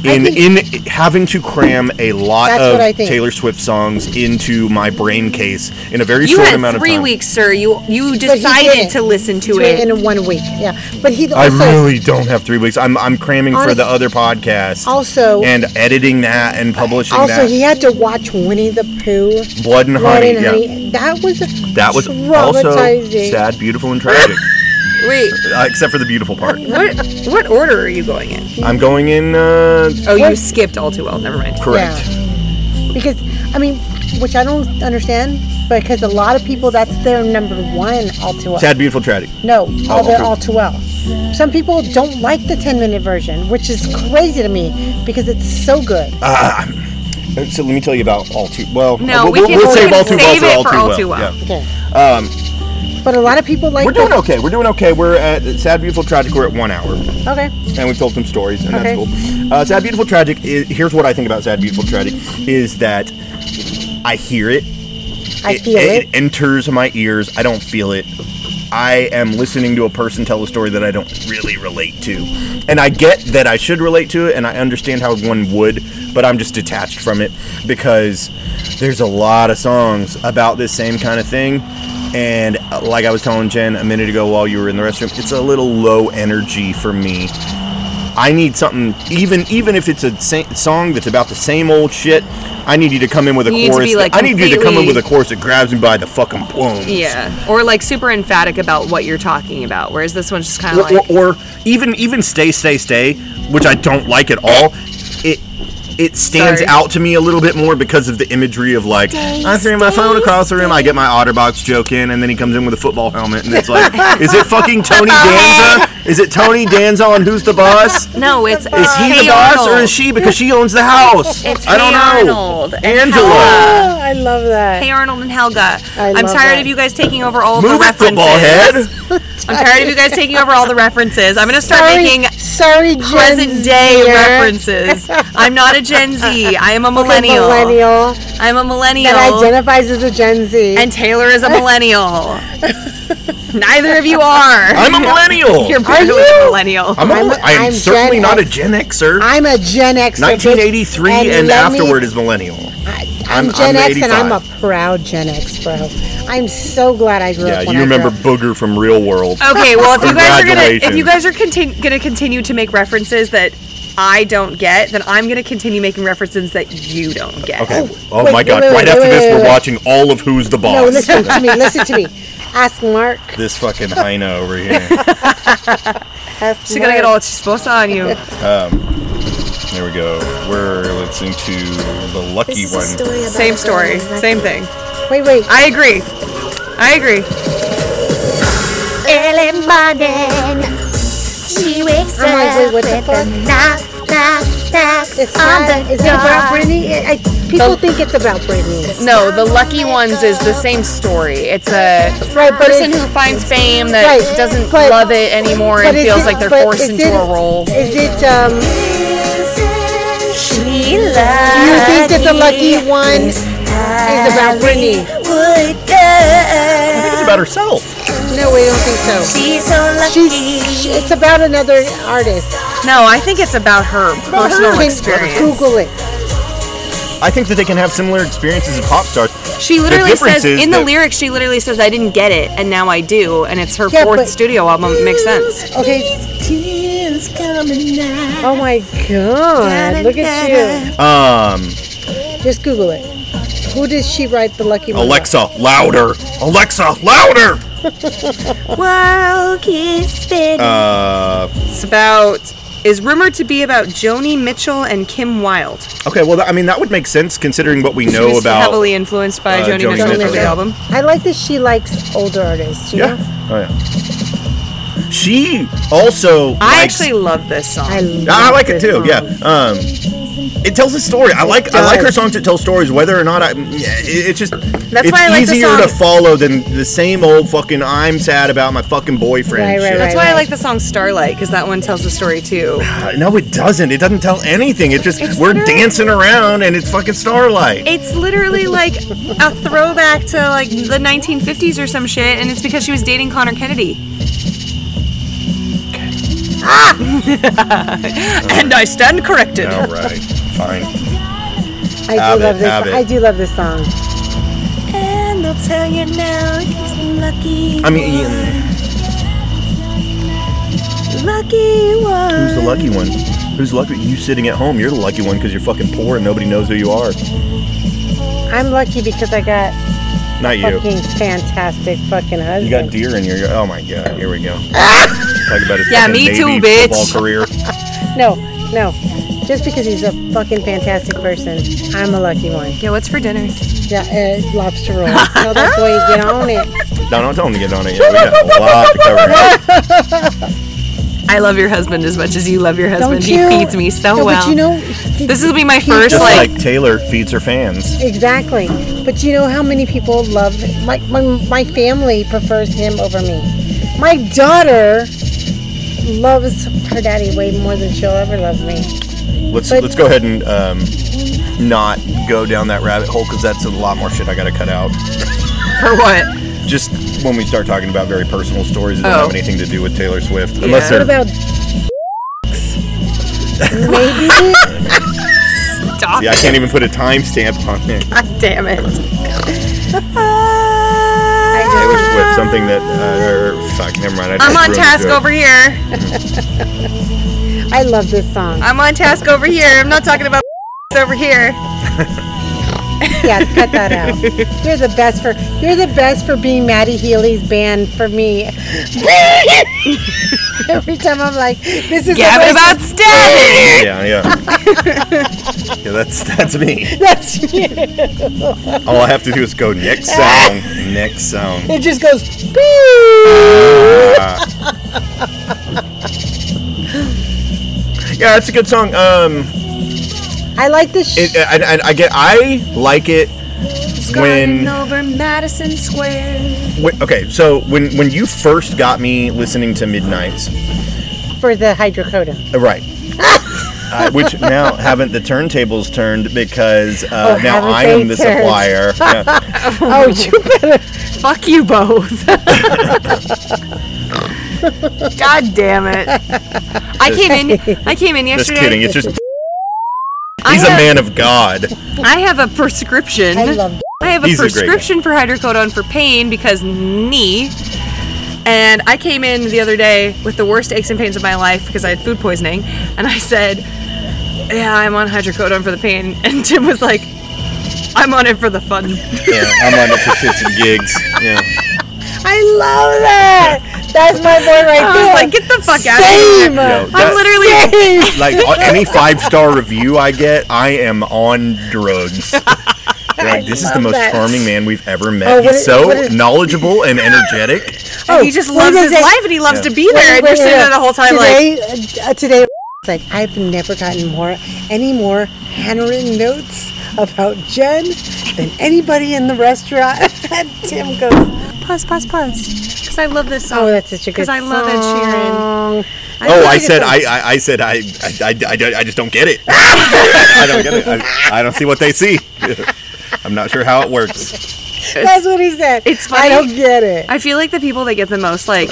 Speaker 2: in in having to cram a lot
Speaker 1: That's what I
Speaker 2: of
Speaker 1: think.
Speaker 2: Taylor Swift songs into my brain case in a very
Speaker 9: You
Speaker 2: short
Speaker 9: had
Speaker 2: amount of
Speaker 9: three
Speaker 2: time.
Speaker 9: weeks, sir. You you
Speaker 1: but he
Speaker 9: decided
Speaker 1: didn't.
Speaker 9: to listen to
Speaker 1: To
Speaker 9: it.
Speaker 1: in one week. Yeah, but he
Speaker 2: I
Speaker 1: also
Speaker 2: really don't have three weeks. I'm I'm cramming for
Speaker 1: Honest-
Speaker 2: the other podcast
Speaker 1: also
Speaker 2: and editing that and publishing
Speaker 1: also
Speaker 2: that.
Speaker 1: he had to watch Winnie the Pooh.
Speaker 2: Blood and
Speaker 1: Blood
Speaker 2: honey.
Speaker 1: and
Speaker 2: yeah.
Speaker 1: Honey. That was
Speaker 2: That was also
Speaker 1: traumatizing.
Speaker 2: sad, beautiful, and tragic.
Speaker 4: Wait,
Speaker 2: Uh, except for the beautiful part.
Speaker 4: what what order are you going in?
Speaker 2: I'm going in. Uh,
Speaker 4: Oh, you
Speaker 1: What?
Speaker 4: skipped all too well. Never mind.
Speaker 2: correct.
Speaker 1: because I mean, which I don't understand, because a lot of people that's their number one all too well.
Speaker 2: Sad, beautiful, tragic.
Speaker 1: No, all
Speaker 2: Oh,
Speaker 1: the
Speaker 2: okay.
Speaker 1: all too well. Some people don't like the 10 minute version, which is crazy to me because it's so good.
Speaker 2: Uh, So let me tell you about all too well.
Speaker 4: No,
Speaker 2: we'll,
Speaker 4: we
Speaker 2: we'll-
Speaker 4: can-
Speaker 2: we'll
Speaker 4: we
Speaker 2: save
Speaker 4: can
Speaker 2: all too
Speaker 4: save it
Speaker 2: well
Speaker 4: for
Speaker 2: for
Speaker 4: all
Speaker 2: all
Speaker 4: too well.
Speaker 2: Yeah.
Speaker 1: Okay. Um, but a lot of people like
Speaker 2: We're doing
Speaker 1: the,
Speaker 2: okay. We're doing okay. We're at sad, beautiful, tragic. We're at one hour,
Speaker 1: okay.
Speaker 2: and we've told some stories, and
Speaker 1: Okay.
Speaker 2: that's cool. Uh, sad, beautiful, tragic. Is, here's what I think about sad, beautiful, tragic: is that I hear it,
Speaker 1: I
Speaker 2: it,
Speaker 1: feel
Speaker 2: it
Speaker 1: it.
Speaker 2: enters my ears. I don't feel it. I am listening to a person tell a story that I don't really relate to. And I get that I should relate to it and I understand how one would, but I'm just detached from it because there's a lot of songs about this same kind of thing. And uh, like I was telling Jen a minute ago while you were in the restroom, it's a little low energy for me. I need something, even even if it's a sa- song that's about the same old shit. I need you to come in with a
Speaker 4: You need to
Speaker 2: chorus.
Speaker 4: be, like,
Speaker 2: I need you to come in
Speaker 4: completely-
Speaker 2: with a chorus that grabs me by the fucking plumes.
Speaker 4: Yeah, or like super emphatic about what you're talking about, whereas this one's just kind
Speaker 2: or,
Speaker 4: of like
Speaker 2: or, or even even stay stay stay which i don't like at all it it stands
Speaker 4: Sorry.
Speaker 2: out to me a little bit more because of the imagery of like i'm throwing my phone across the room i get my otterbox joke in and then he comes in with a football helmet and it's like is it fucking tony danza is it tony danza on who's the boss
Speaker 10: No, it's uh,
Speaker 2: is he the boss or is she because she owns the house
Speaker 10: It's
Speaker 2: i don't
Speaker 10: Hey
Speaker 2: know
Speaker 10: Arnold and
Speaker 2: angela
Speaker 1: Oh, I love that.
Speaker 10: Hey Arnold and Helga.
Speaker 1: I
Speaker 10: I'm
Speaker 1: love
Speaker 10: tired
Speaker 1: that.
Speaker 10: of you guys taking over all of
Speaker 2: move
Speaker 10: the
Speaker 2: it
Speaker 10: references.
Speaker 2: football head
Speaker 10: I'm tired of you guys taking over all the references. I'm gonna start making
Speaker 1: sorry, Gen
Speaker 10: present day
Speaker 1: Zer.
Speaker 10: references. I'm not a Gen Z. I am a
Speaker 1: Okay,
Speaker 10: millennial.
Speaker 1: millennial
Speaker 10: I'm a millennial.
Speaker 1: that identifies as a Gen Z.
Speaker 10: and Taylor is a millennial. Neither of you are.
Speaker 2: i'm a millennial
Speaker 10: You're barely
Speaker 1: you?
Speaker 10: a millennial.
Speaker 2: i'm, a,
Speaker 1: I'm-
Speaker 2: I'm,
Speaker 1: I'm
Speaker 2: certainly
Speaker 1: Gen
Speaker 2: not
Speaker 1: X.
Speaker 2: a gen xer
Speaker 1: I'm a Gen X.
Speaker 2: 1983 and,
Speaker 1: let me-
Speaker 2: afterward is millennial.
Speaker 1: I, I'm,
Speaker 2: I'm- I'm
Speaker 1: Gen
Speaker 2: the
Speaker 1: X and I'm a
Speaker 2: 85.
Speaker 1: proud Gen X, bro. I'm so glad I grew
Speaker 2: Yeah,
Speaker 1: up. when
Speaker 2: you
Speaker 1: I grew
Speaker 2: remember
Speaker 1: up.
Speaker 2: Booger from Real World. Oh,
Speaker 4: okay. Well, if you guys are gonna if
Speaker 2: Congratulations.
Speaker 4: you guys are contin- gonna continue to make references that I don't get, then I'm gonna continue making references that you don't get.
Speaker 2: Okay. Oh,
Speaker 1: wait,
Speaker 2: my
Speaker 1: wait,
Speaker 2: God!
Speaker 1: wait,
Speaker 2: right
Speaker 1: wait,
Speaker 2: after
Speaker 1: wait,
Speaker 2: this,
Speaker 1: wait,
Speaker 2: we're
Speaker 1: wait.
Speaker 2: watching all of Who's the Boss.
Speaker 1: No, listen to me. Listen to me. Ask Mark.
Speaker 2: This fucking Heino over here.
Speaker 1: Ask
Speaker 4: She's gonna
Speaker 1: Mark.
Speaker 4: get all disposa on you.
Speaker 2: There we go. We're listening to the lucky
Speaker 6: This is a
Speaker 2: one.
Speaker 6: story about
Speaker 4: Same
Speaker 6: a girl
Speaker 4: story,
Speaker 6: who
Speaker 4: same thing.
Speaker 1: Wait, wait.
Speaker 4: I agree. I agree.
Speaker 6: early morning. She wakes
Speaker 1: I'm like, wait,
Speaker 6: up
Speaker 1: what the
Speaker 6: with
Speaker 1: fuck?
Speaker 6: a knock, knock, knock
Speaker 1: It's
Speaker 6: on
Speaker 1: not,
Speaker 6: the
Speaker 1: is it
Speaker 6: door.
Speaker 1: about Britney? I, I- people think it's about Britney.
Speaker 4: No, the lucky ones is the same story. It's a
Speaker 1: Right, but
Speaker 4: person
Speaker 1: it's-
Speaker 4: who finds fame that
Speaker 1: Right,
Speaker 4: doesn't
Speaker 1: but-
Speaker 4: love it anymore and
Speaker 1: is
Speaker 4: feels
Speaker 1: it-
Speaker 4: like they're
Speaker 1: but
Speaker 4: forced
Speaker 1: is
Speaker 4: into
Speaker 1: it-
Speaker 4: a role.
Speaker 1: Is it, um,
Speaker 6: She
Speaker 1: do you think that the lucky one is about Britney?
Speaker 6: would
Speaker 2: I think
Speaker 6: go.
Speaker 2: it's about herself.
Speaker 1: No, we don't think so.
Speaker 6: She's so lucky.
Speaker 1: She's, she- it's about another artist.
Speaker 4: No, I think it's about her personal
Speaker 1: Can
Speaker 4: experience.
Speaker 1: Google it.
Speaker 2: I think that they can have similar experiences as pop stars.
Speaker 4: She literally
Speaker 2: difference
Speaker 4: says
Speaker 2: is
Speaker 4: in the
Speaker 2: that-
Speaker 4: lyrics, she literally says, "I didn't get it, and now I do," and it's her
Speaker 1: Yeah,
Speaker 4: fourth
Speaker 1: but-
Speaker 4: studio album. It makes sense.
Speaker 1: Okay. Oh my god. Look at you.
Speaker 2: Um,
Speaker 1: Just Google it. Who did she write the lucky one? about?
Speaker 2: Alexa, louder. Alexa, louder.
Speaker 6: World keeps spinning.
Speaker 2: Uh,
Speaker 4: It's about is rumored to be about Joni Mitchell and Kim Wilde.
Speaker 2: okay. Well, I mean, that would make sense considering what we
Speaker 4: She
Speaker 2: know
Speaker 4: was
Speaker 2: about.
Speaker 4: heavily influenced by
Speaker 2: uh,
Speaker 4: Joni,
Speaker 2: Joni
Speaker 4: Mitchell's
Speaker 2: Mitchell,
Speaker 4: first
Speaker 2: yeah.
Speaker 4: album.
Speaker 1: I like that she likes older artists, you
Speaker 2: Yeah.
Speaker 1: know?
Speaker 2: Oh yeah. She also.
Speaker 4: I
Speaker 2: likes-
Speaker 4: actually love this song.
Speaker 1: I love
Speaker 2: I like it
Speaker 1: this
Speaker 2: too.
Speaker 1: song.
Speaker 2: Yeah. Um, it tells a story. I like I like her
Speaker 1: does.
Speaker 2: songs that tell stories, whether or not I. it- It's just that's it's
Speaker 4: why I like the
Speaker 2: easier to
Speaker 4: song.
Speaker 2: follow than the same old fucking I'm sad about my fucking boyfriend.
Speaker 1: Right, right,
Speaker 2: shit.
Speaker 1: right.
Speaker 4: That's why I like the song Starlight because that one tells the story too.
Speaker 2: Uh, No, it doesn't. It doesn't tell anything. It's just we're dancing around and it's fucking starlight.
Speaker 4: It's literally like a throwback to like the 1950s or some shit, and it's because she was dating Connor Kennedy. Ah! and I stand corrected.
Speaker 2: All right, fine.
Speaker 1: I do
Speaker 2: Have it,
Speaker 1: love this.
Speaker 2: have it.
Speaker 1: I do love this song.
Speaker 6: And I'll tell you now, just lucky.
Speaker 2: I mean, Ian,
Speaker 6: Lucky one.
Speaker 2: who's the lucky one? Who's lucky? You sitting at home? You're the lucky one because you're fucking poor and nobody knows who you are.
Speaker 1: I'm lucky because I got
Speaker 2: Not you.
Speaker 1: fucking fantastic fucking husband.
Speaker 2: You got deer in your. Oh my god! Here we go. Talk about his
Speaker 4: Ah! Yeah,
Speaker 2: fucking
Speaker 4: me
Speaker 2: Navy
Speaker 4: too, bitch.
Speaker 2: Football career.
Speaker 1: no, no. Just because he's a fucking fantastic person, I'm a lucky one.
Speaker 4: Yeah, what's for dinner?
Speaker 1: Yeah, uh, lobster roll. Tell that boy to get on it.
Speaker 2: No, don't tell him to get on it. yet. We got a lot to cover.
Speaker 4: I love your husband as much as you love your husband.
Speaker 1: Don't you?
Speaker 4: He feeds me so
Speaker 1: no,
Speaker 4: well.
Speaker 1: But you know,
Speaker 4: this will be my
Speaker 1: he
Speaker 4: first
Speaker 2: Just
Speaker 4: like,
Speaker 2: like Taylor feeds her fans.
Speaker 1: exactly. But you know how many people love my my, my family prefers him over me. My daughter loves her daddy way more than she'll ever love me.
Speaker 2: Let's
Speaker 1: But-
Speaker 2: let's go ahead and um, not go down that rabbit hole because that's a lot more shit I got to cut out.
Speaker 4: for what?
Speaker 2: Just when we start talking about very personal stories that don't
Speaker 4: Oh.
Speaker 2: have anything to do with Taylor Swift,
Speaker 1: What
Speaker 2: unless they're
Speaker 1: about maybe?
Speaker 4: Stop
Speaker 2: See, I can't even put a timestamp on there.
Speaker 4: God damn it.
Speaker 2: It was with something that. Uh, or- fuck, never mind. I just
Speaker 4: I'm on
Speaker 2: ruined the
Speaker 4: task
Speaker 2: joke.
Speaker 4: over here.
Speaker 1: I love this song.
Speaker 4: I'm on task over here. I'm not talking about over here.
Speaker 1: Yeah, cut that out. You're the best for you're the best for being Maddie Healy's band for me. Every time I'm like, this is
Speaker 10: Gabbing
Speaker 1: the worst-
Speaker 10: about stabbing.
Speaker 2: Yeah, yeah. yeah, that's that's me.
Speaker 1: That's you.
Speaker 2: All I have to do is go next song, next song.
Speaker 1: It just goes. "Boo."
Speaker 2: Uh, yeah, it's a good song. Um,
Speaker 1: I like this. Sh-
Speaker 2: it, I, I, I get, I like it when.
Speaker 5: over Madison Square.
Speaker 2: Wait, okay, so when when you first got me listening to Midnight's,
Speaker 1: for the hydrocodone.
Speaker 2: uh, right? uh, which now haven't the turntables turned because uh,
Speaker 1: Oh,
Speaker 2: now
Speaker 1: haven't
Speaker 2: I am
Speaker 1: they
Speaker 2: the
Speaker 1: turned?
Speaker 2: supplier. Yeah.
Speaker 1: Oh, you better.
Speaker 4: Fuck you both.
Speaker 10: God damn it. I came in I came in
Speaker 2: Just
Speaker 10: yesterday.
Speaker 2: kidding. It's just
Speaker 10: I
Speaker 2: he's a
Speaker 10: have-
Speaker 2: man of God.
Speaker 10: I have a prescription.
Speaker 1: I love.
Speaker 10: I have a
Speaker 2: He's a great guy.
Speaker 10: prescription for hydrocodone for pain because knee.
Speaker 4: And I came in the other day with the worst aches and pains of my life because I had food poisoning. And I said, Yeah, I'm on hydrocodone for the pain. And Tim was like, I'm on it for the fun.
Speaker 2: Yeah, I'm on it for shits and gigs. Yeah.
Speaker 1: I love that. That's my boy right
Speaker 4: I
Speaker 1: there.
Speaker 4: was like, Get the fuck out
Speaker 1: Same.
Speaker 2: No,
Speaker 4: I'm
Speaker 2: that-
Speaker 4: literally
Speaker 1: Same.
Speaker 2: like on any five star review I get, I am on drugs. They're like, this is the
Speaker 1: love
Speaker 2: most
Speaker 1: that.
Speaker 2: charming man we've ever met.
Speaker 1: Oh, what
Speaker 2: He's
Speaker 1: is-
Speaker 2: so
Speaker 1: what is-
Speaker 2: knowledgeable and energetic.
Speaker 1: Oh,
Speaker 4: he just
Speaker 1: wait
Speaker 4: loves
Speaker 1: a
Speaker 4: his
Speaker 1: sec.
Speaker 4: life and he loves
Speaker 2: Yeah.
Speaker 4: to be there. and you're sitting there the whole time like
Speaker 1: today, like uh, today it's like I've never gotten more any more handwritten notes about Jen than anybody in the restaurant. and Tim goes,
Speaker 4: pause, pause, pause. Because I love this
Speaker 1: "Oh,
Speaker 4: song.
Speaker 1: that's such a good
Speaker 4: Because
Speaker 1: song."
Speaker 4: I love Ed Sheeran.
Speaker 2: oh, I said, I, I, I said, I, I, I, I don't- I just don't get it. I don't get it. I, I don't see what they see. I'm not sure how it works.
Speaker 1: That's what he said.
Speaker 4: It's
Speaker 1: I
Speaker 4: funny.
Speaker 1: don't get it.
Speaker 4: I feel like the people that get the most like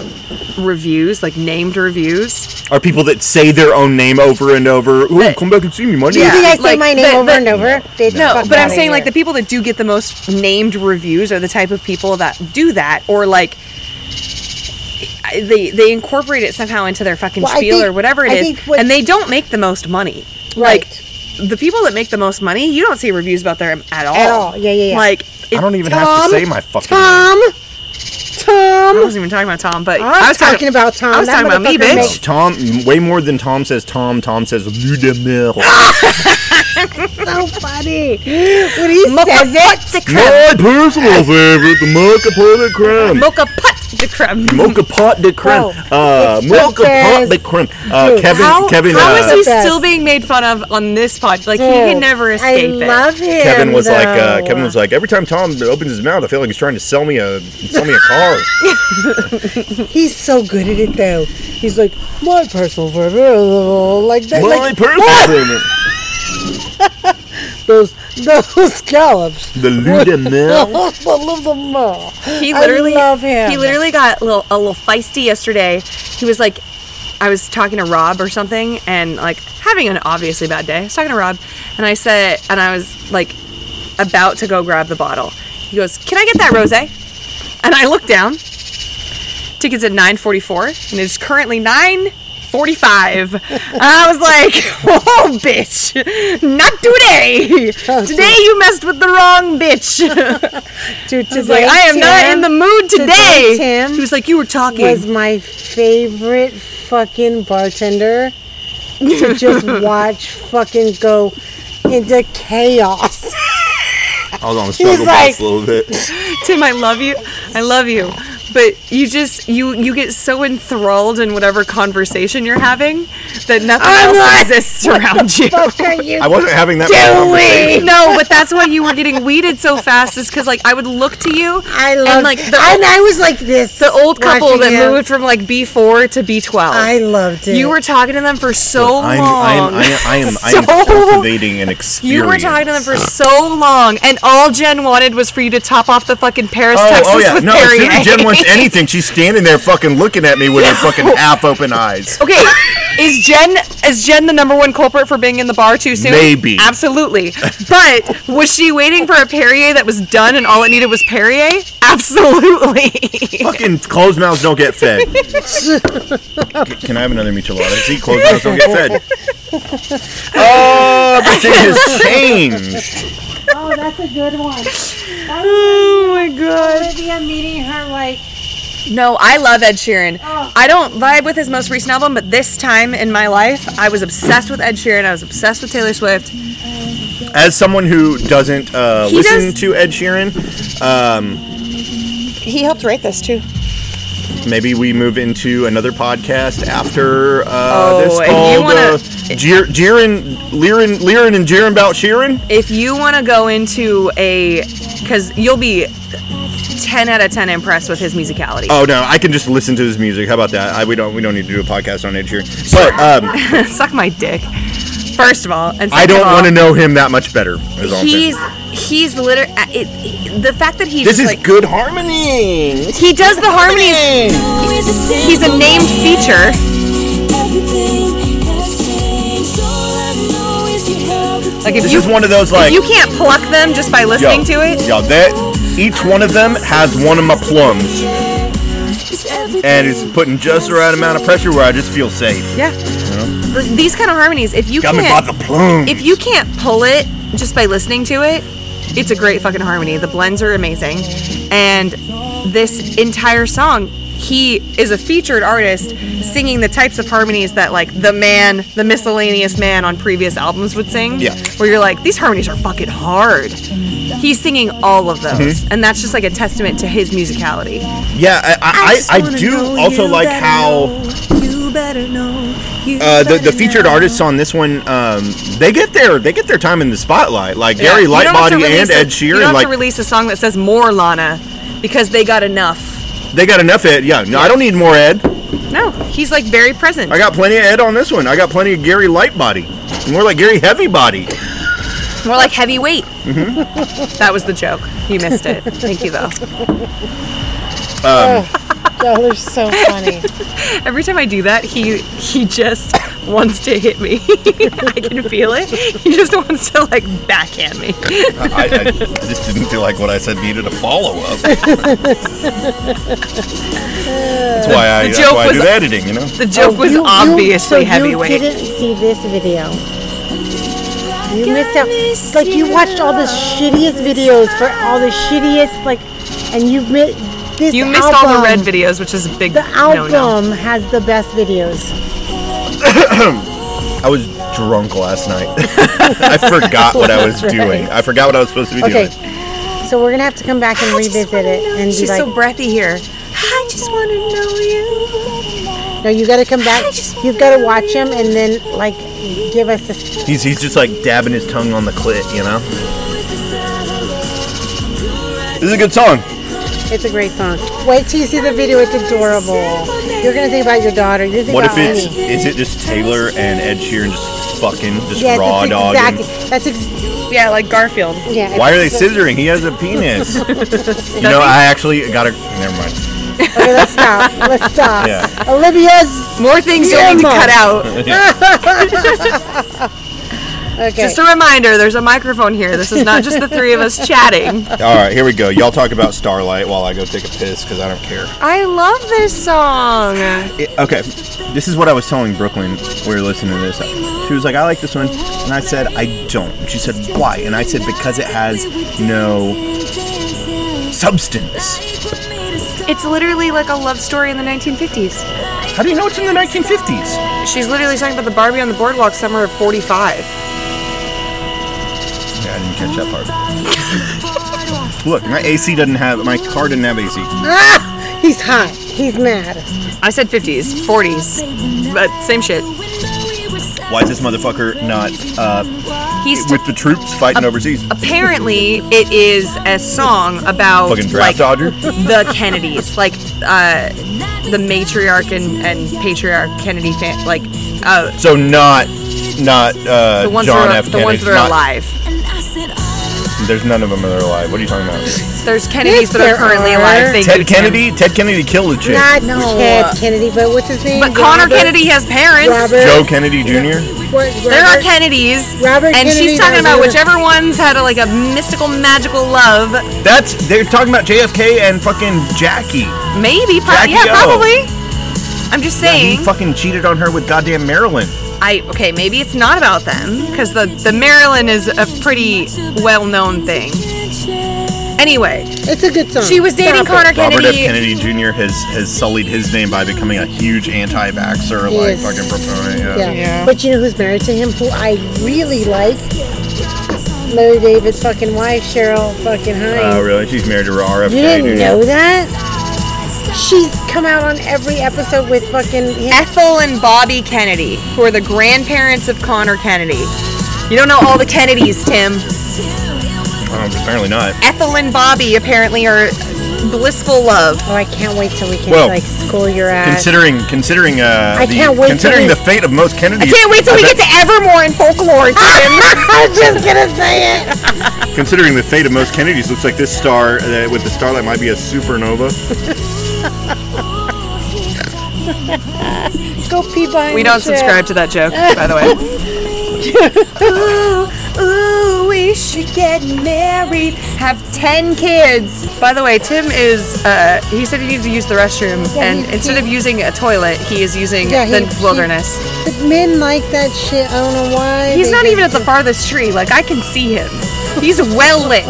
Speaker 4: reviews, like named reviews.
Speaker 2: Are people that say their own name over and over? Ooh, come back and see me, my
Speaker 1: Do you
Speaker 2: name-
Speaker 1: think I say
Speaker 4: like,
Speaker 1: my name
Speaker 4: but-
Speaker 1: over
Speaker 4: but-
Speaker 1: and over? Bitch,
Speaker 4: No,
Speaker 1: fuck
Speaker 4: but I'm
Speaker 1: outta
Speaker 4: saying like the
Speaker 1: here.
Speaker 4: people that do get the most named reviews are the type of people that do that or like I- they they incorporate it somehow into their fucking
Speaker 1: Well, I
Speaker 4: spiel
Speaker 1: think-
Speaker 4: or whatever it
Speaker 1: I
Speaker 4: is,
Speaker 1: think what-
Speaker 4: and they don't make the most money.
Speaker 1: Right.
Speaker 4: Like the people that make the most money, you don't see reviews about them at all.
Speaker 1: At all. Yeah, yeah, yeah.
Speaker 4: Like
Speaker 2: I don't even have
Speaker 1: Tom,
Speaker 2: to say my fucking name.
Speaker 1: Tom.
Speaker 4: I
Speaker 1: Tom.
Speaker 4: wasn't even talking about Tom, but
Speaker 1: I'm
Speaker 4: I was
Speaker 1: talking,
Speaker 4: talking
Speaker 1: about Tom.
Speaker 4: I was
Speaker 1: That
Speaker 4: talking about me,
Speaker 1: motherfucker
Speaker 4: bitch.
Speaker 1: makes-
Speaker 2: Tom, way more than Tom says Tom, Tom says Ludemir.
Speaker 1: Ah, so funny. When he says it,
Speaker 2: My personal favorite, the mocha pot de creme.
Speaker 4: mocha pot de creme.
Speaker 2: Mocha pot de creme.
Speaker 1: Oh,
Speaker 2: uh,
Speaker 1: it's the
Speaker 2: mocha pot
Speaker 1: best.
Speaker 2: de creme. Uh,
Speaker 1: Dude,
Speaker 2: Kevin,
Speaker 4: How,
Speaker 2: Kevin,
Speaker 4: how is
Speaker 2: uh,
Speaker 4: he
Speaker 1: The best.
Speaker 4: still being made fun of on this pod? Like he
Speaker 1: Dude,
Speaker 4: can never escape
Speaker 1: I
Speaker 4: it.
Speaker 1: love him.
Speaker 2: Kevin was like, uh,
Speaker 1: though.
Speaker 2: Kevin was like, every time Tom opens his mouth, I feel like he's trying to sell me a sell me a car.
Speaker 1: He's so good at it though. He's like my personal favorite, like that,
Speaker 2: My
Speaker 1: like
Speaker 2: personal favorite,
Speaker 1: those those scallops.
Speaker 2: the Ludemir.
Speaker 1: I love them all.
Speaker 4: He
Speaker 1: I
Speaker 4: literally
Speaker 1: love him.
Speaker 4: He literally got a little, a little feisty yesterday. He was like, I was talking to Rob or something, and like having an obviously bad day. I was talking to Rob, and I said, and I was like, about to go grab the bottle. He goes, "Can I get that rosé?" And I look down. Tickets at 9:44, and it's currently 9:45. And I was like, "Oh, bitch, not today! Today you messed with the wrong bitch."
Speaker 1: Dude,
Speaker 4: He's like, I am not in the mood today.
Speaker 1: Today, Tim
Speaker 4: he was like, you were talking.
Speaker 1: Was my favorite fucking bartender to just watch fucking go into chaos.
Speaker 2: I was on the
Speaker 1: He's
Speaker 2: struggle
Speaker 1: like-
Speaker 2: bus a little bit.
Speaker 4: Tim, I love you. I love you. But you just you you get so enthralled in whatever conversation you're having that nothing else exists around you.
Speaker 1: Fuck are you?
Speaker 2: I wasn't having that kind of conversation.
Speaker 4: No, but that's why you were getting weeded so fast is because like I would look to you
Speaker 1: I love
Speaker 4: and like the
Speaker 1: and I was like this.
Speaker 4: the old couple
Speaker 1: watching
Speaker 4: that
Speaker 1: him.
Speaker 4: moved from like B4 to B12.
Speaker 1: I loved it.
Speaker 4: you were talking to them for so
Speaker 2: I'm, I'm,
Speaker 4: long.
Speaker 2: I am, I am, I am
Speaker 4: So-
Speaker 2: cultivating an experience.
Speaker 4: You were talking to them for so long, and all Jen wanted was for you to top off the fucking Paris,
Speaker 2: Oh,
Speaker 4: Texas
Speaker 2: oh yeah.
Speaker 4: with
Speaker 2: No, as soon
Speaker 4: Perrier.
Speaker 2: as Jen wants anything, she's standing there fucking looking at me with her fucking half open eyes.
Speaker 4: okay, Is Jen is Jen the number one culprit for being in the bar too soon?
Speaker 2: Maybe.
Speaker 4: Absolutely. But was she waiting for a Perrier that was done and all it needed was Perrier? Absolutely.
Speaker 2: Fucking closed mouths don't get fed. Can I have another michelada? See, closed mouths don't get fed. Oh, everything has changed.
Speaker 1: oh, that's a good one. oh my god. Maybe I'm meeting her like
Speaker 4: No, I love Ed Sheeran. I don't vibe with his most recent album, but this time in my life, I was obsessed with Ed Sheeran. I was obsessed with Taylor Swift.
Speaker 2: As someone who doesn't uh,
Speaker 4: He
Speaker 2: listen
Speaker 4: does-
Speaker 2: to Ed Sheeran, um,
Speaker 9: He helped write this too.
Speaker 2: maybe we move into another podcast after uh,
Speaker 4: Oh,
Speaker 2: this
Speaker 4: if you
Speaker 2: called
Speaker 4: wanna-
Speaker 2: uh, Jeer- Jeerin, Leerin, Leerin and Jeerin about Sheeran.
Speaker 4: If you want to go into a, because you'll be 10 out of 10 impressed with his musicality.
Speaker 2: Oh no, I can just listen to his music. How about that? I, we don't we don't need to do a podcast on Ed Sheeran. But um,
Speaker 4: Suck my dick. First of all, and
Speaker 2: I
Speaker 4: second
Speaker 2: don't
Speaker 4: of all,
Speaker 2: want to know him that much better. Is all I'm saying.
Speaker 10: He's he's literally
Speaker 4: uh,
Speaker 10: the fact that he
Speaker 2: This
Speaker 10: just
Speaker 2: is
Speaker 10: like
Speaker 2: good harmony.
Speaker 10: he does the harmonies. He's a named feature.
Speaker 4: Like if
Speaker 2: This
Speaker 4: you
Speaker 2: is one of those like
Speaker 4: you can't pluck them just by listening to it.
Speaker 2: Yo, that each one of them has one of my plums, and it's putting just the right amount of pressure where I just feel safe.
Speaker 4: Yeah. Th- These kind of harmonies, if you
Speaker 2: Got me by
Speaker 4: can't
Speaker 2: the plums.
Speaker 4: if you can't pull it just by listening to it, it's a great fucking harmony. The blends are amazing. And this entire song, he is a featured artist singing the types of harmonies that like the man, the miscellaneous man on previous albums would sing.
Speaker 2: Yeah.
Speaker 4: Where you're like, these harmonies are fucking hard. He's singing all of those.
Speaker 2: Mm-hmm.
Speaker 4: And that's just like a testament to his musicality.
Speaker 2: Yeah, I I, I, I do also like how uh, the the featured artists on this one um, they get their they get their time in the spotlight. Like Gary
Speaker 4: You don't have to
Speaker 2: Lightbody
Speaker 4: release
Speaker 2: and
Speaker 4: a-
Speaker 2: Ed
Speaker 4: You don't
Speaker 2: Sheeran,
Speaker 4: have
Speaker 2: like
Speaker 4: to release a song that says more Lana because they got enough.
Speaker 2: they got enough Ed. Yeah, no, I don't need more Ed.
Speaker 4: No, he's like very present.
Speaker 2: I got plenty of Ed on this one. I got plenty of Gary Lightbody. More like Gary Heavybody.
Speaker 4: More like heavyweight.
Speaker 1: Mm-hmm.
Speaker 4: that was the joke. You missed it. Thank you though.
Speaker 1: Oh, they're so funny.
Speaker 4: Every time I do that, he he just wants to hit me. I can feel it. He just wants to like backhand me.
Speaker 2: I, I just didn't feel like what I said needed a follow up. that's why I, that's
Speaker 4: joke
Speaker 2: why I do
Speaker 4: was-
Speaker 2: the editing, you know.
Speaker 4: The joke was
Speaker 1: Oh, You- you-
Speaker 4: obviously
Speaker 1: so
Speaker 4: heavyweight.
Speaker 1: You didn't see this video. You missed out. It's Like you watched all the shittiest videos for all the shittiest like, and you missed this.
Speaker 4: You missed all the red
Speaker 1: album-
Speaker 4: videos, which is a big
Speaker 1: The
Speaker 4: no
Speaker 1: album
Speaker 4: no.
Speaker 1: has the best videos.
Speaker 2: I was drunk last night. I forgot what I was doing. I forgot what I was supposed to be
Speaker 1: Okay,
Speaker 2: doing.
Speaker 1: so we're gonna have to come back and revisit it and be
Speaker 4: She's
Speaker 1: like,
Speaker 4: so breathy here.
Speaker 7: I just wanna know you.
Speaker 1: no, you gotta come back. You've gotta watch him and then like give us a.
Speaker 2: He's he's just like dabbing his tongue on the clit, you know. This is a good song.
Speaker 1: It's a great song. Wait till you see the video. It's adorable. You're gonna think about your daughter. You're gonna think
Speaker 2: What if
Speaker 1: about
Speaker 2: it's
Speaker 1: me.
Speaker 2: is it just Taylor and Ed Sheeran just fucking just
Speaker 1: Yes,
Speaker 2: raw
Speaker 1: that's
Speaker 2: dog?
Speaker 1: exactly. That's ex-
Speaker 4: Yeah, like Garfield.
Speaker 1: yeah.
Speaker 2: Why are they
Speaker 1: it's-
Speaker 2: scissoring? He has a penis. you know, I actually got to. Never mind.
Speaker 1: Okay, let's stop. Let's stop.
Speaker 2: Yeah.
Speaker 1: Olivia's.
Speaker 4: More things you'll need to
Speaker 1: Yeah,
Speaker 4: cut out.
Speaker 1: Okay.
Speaker 4: Just a reminder, there's a microphone here. This is not just the three of us chatting.
Speaker 2: All right, here we go. Y'all talk about Starlight while I go take a piss because I don't care.
Speaker 4: I love this song.
Speaker 2: okay, this is what I was telling Brooklyn. We were listening to this. She was like, "I like this one," and I said, "I don't." She said, "Why?" And I said, "Because it has no substance."
Speaker 4: It's literally like a love story in the 1950s.
Speaker 2: How do you know it's in the 1950s?
Speaker 4: She's literally talking about the Barbie on the boardwalk summer of 45.
Speaker 2: Yeah, I didn't catch that part. Look, my AC doesn't have my car didn't have AC.
Speaker 1: ah, he's hot. He's mad.
Speaker 4: I said 50s, 40s, but same shit.
Speaker 2: Why is this motherfucker not uh,
Speaker 4: He's
Speaker 2: with the troops fighting overseas?
Speaker 4: apparently it is a song about
Speaker 2: Fucking
Speaker 4: like
Speaker 2: draft dodger.
Speaker 4: the Kennedys, like uh, the matriarch and, and patriarch Kennedy, fam- like uh,
Speaker 2: So not not uh,
Speaker 4: the ones
Speaker 2: John
Speaker 4: that are,
Speaker 2: F.
Speaker 4: the ones
Speaker 2: Kennedy,
Speaker 4: that
Speaker 2: not-
Speaker 4: are alive.
Speaker 2: There's none of them that are alive. What are you talking about?
Speaker 4: There's Kennedys
Speaker 1: Yes,
Speaker 4: that are
Speaker 1: there
Speaker 4: currently
Speaker 1: are.
Speaker 4: alive. They do
Speaker 2: Ted
Speaker 4: to
Speaker 2: Kennedy? Ted Kennedy killed the chick.
Speaker 1: Not
Speaker 4: No.
Speaker 1: Ted Kennedy, but what's his name?
Speaker 4: But Connor
Speaker 1: Robert-
Speaker 4: Kennedy has parents.
Speaker 1: Robert.
Speaker 2: Joe Kennedy Jr.
Speaker 1: What-
Speaker 4: There are
Speaker 1: Robert-
Speaker 4: Kennedys.
Speaker 1: Robert
Speaker 4: and
Speaker 1: Kennedy
Speaker 4: she's talking
Speaker 1: down
Speaker 4: about
Speaker 1: there.
Speaker 4: whichever one's had a, like a mystical, magical love.
Speaker 2: That's they're talking about JFK and fucking Jackie.
Speaker 4: Maybe, pro-
Speaker 2: Jackie
Speaker 4: yeah,
Speaker 2: O.
Speaker 4: probably. I'm just
Speaker 2: He
Speaker 4: saying.
Speaker 2: fucking cheated on her with goddamn Marilyn.
Speaker 4: I okay, maybe it's not about them because the the Maryland is a pretty well-known thing. Anyway,
Speaker 1: It's a good song.
Speaker 4: she was dating
Speaker 1: Stop
Speaker 4: Connor
Speaker 1: it.
Speaker 2: Robert F. Kennedy
Speaker 4: Kennedy.
Speaker 2: Jr. has has sullied his name by becoming a huge anti-vaxxer, like
Speaker 1: Yes.
Speaker 2: fucking proponent. Yeah.
Speaker 1: Yeah. But you know who's married to him? Who I really like? Larry David's fucking wife, Cheryl fucking Hines.
Speaker 2: Oh, really? She's married to RFK
Speaker 1: you didn't
Speaker 2: Jr.
Speaker 1: know that? She's come out on every episode with fucking him.
Speaker 9: Ethel and Bobby
Speaker 4: Kennedy, who are the grandparents of Connor Kennedy. You don't know all the Kennedys, Tim.
Speaker 2: Um, apparently not.
Speaker 4: Ethel and Bobby apparently are blissful love.
Speaker 1: Oh, I can't wait till we can
Speaker 2: Well,
Speaker 1: like school your ass.
Speaker 2: Considering considering uh,
Speaker 1: Uh, I
Speaker 2: the,
Speaker 1: can't wait till
Speaker 2: considering
Speaker 1: we-
Speaker 2: the fate of most Kennedys. uh,
Speaker 4: Can't wait till
Speaker 2: I
Speaker 4: we
Speaker 2: bet-
Speaker 4: get to Evermore and folklore, Tim.
Speaker 1: I'm just gonna say it.
Speaker 2: Considering the fate of most Kennedys, looks like this star uh, with the starlight might be a supernova.
Speaker 1: Go pee behind
Speaker 4: we
Speaker 1: the
Speaker 4: don't
Speaker 1: chair.
Speaker 4: subscribe to that joke, by the way.
Speaker 9: Ooh, we should get married. Have 10 kids.
Speaker 4: By the way, Tim is, uh, he said he needs to use the restroom, and instead of using a toilet, he is using
Speaker 1: Yeah, he-
Speaker 4: the
Speaker 1: he-
Speaker 4: wilderness.
Speaker 1: But men like that shit. I don't know why.
Speaker 4: He's
Speaker 1: They
Speaker 4: not
Speaker 1: just-
Speaker 4: even at the farthest tree. Like, I can see him. He's well lit.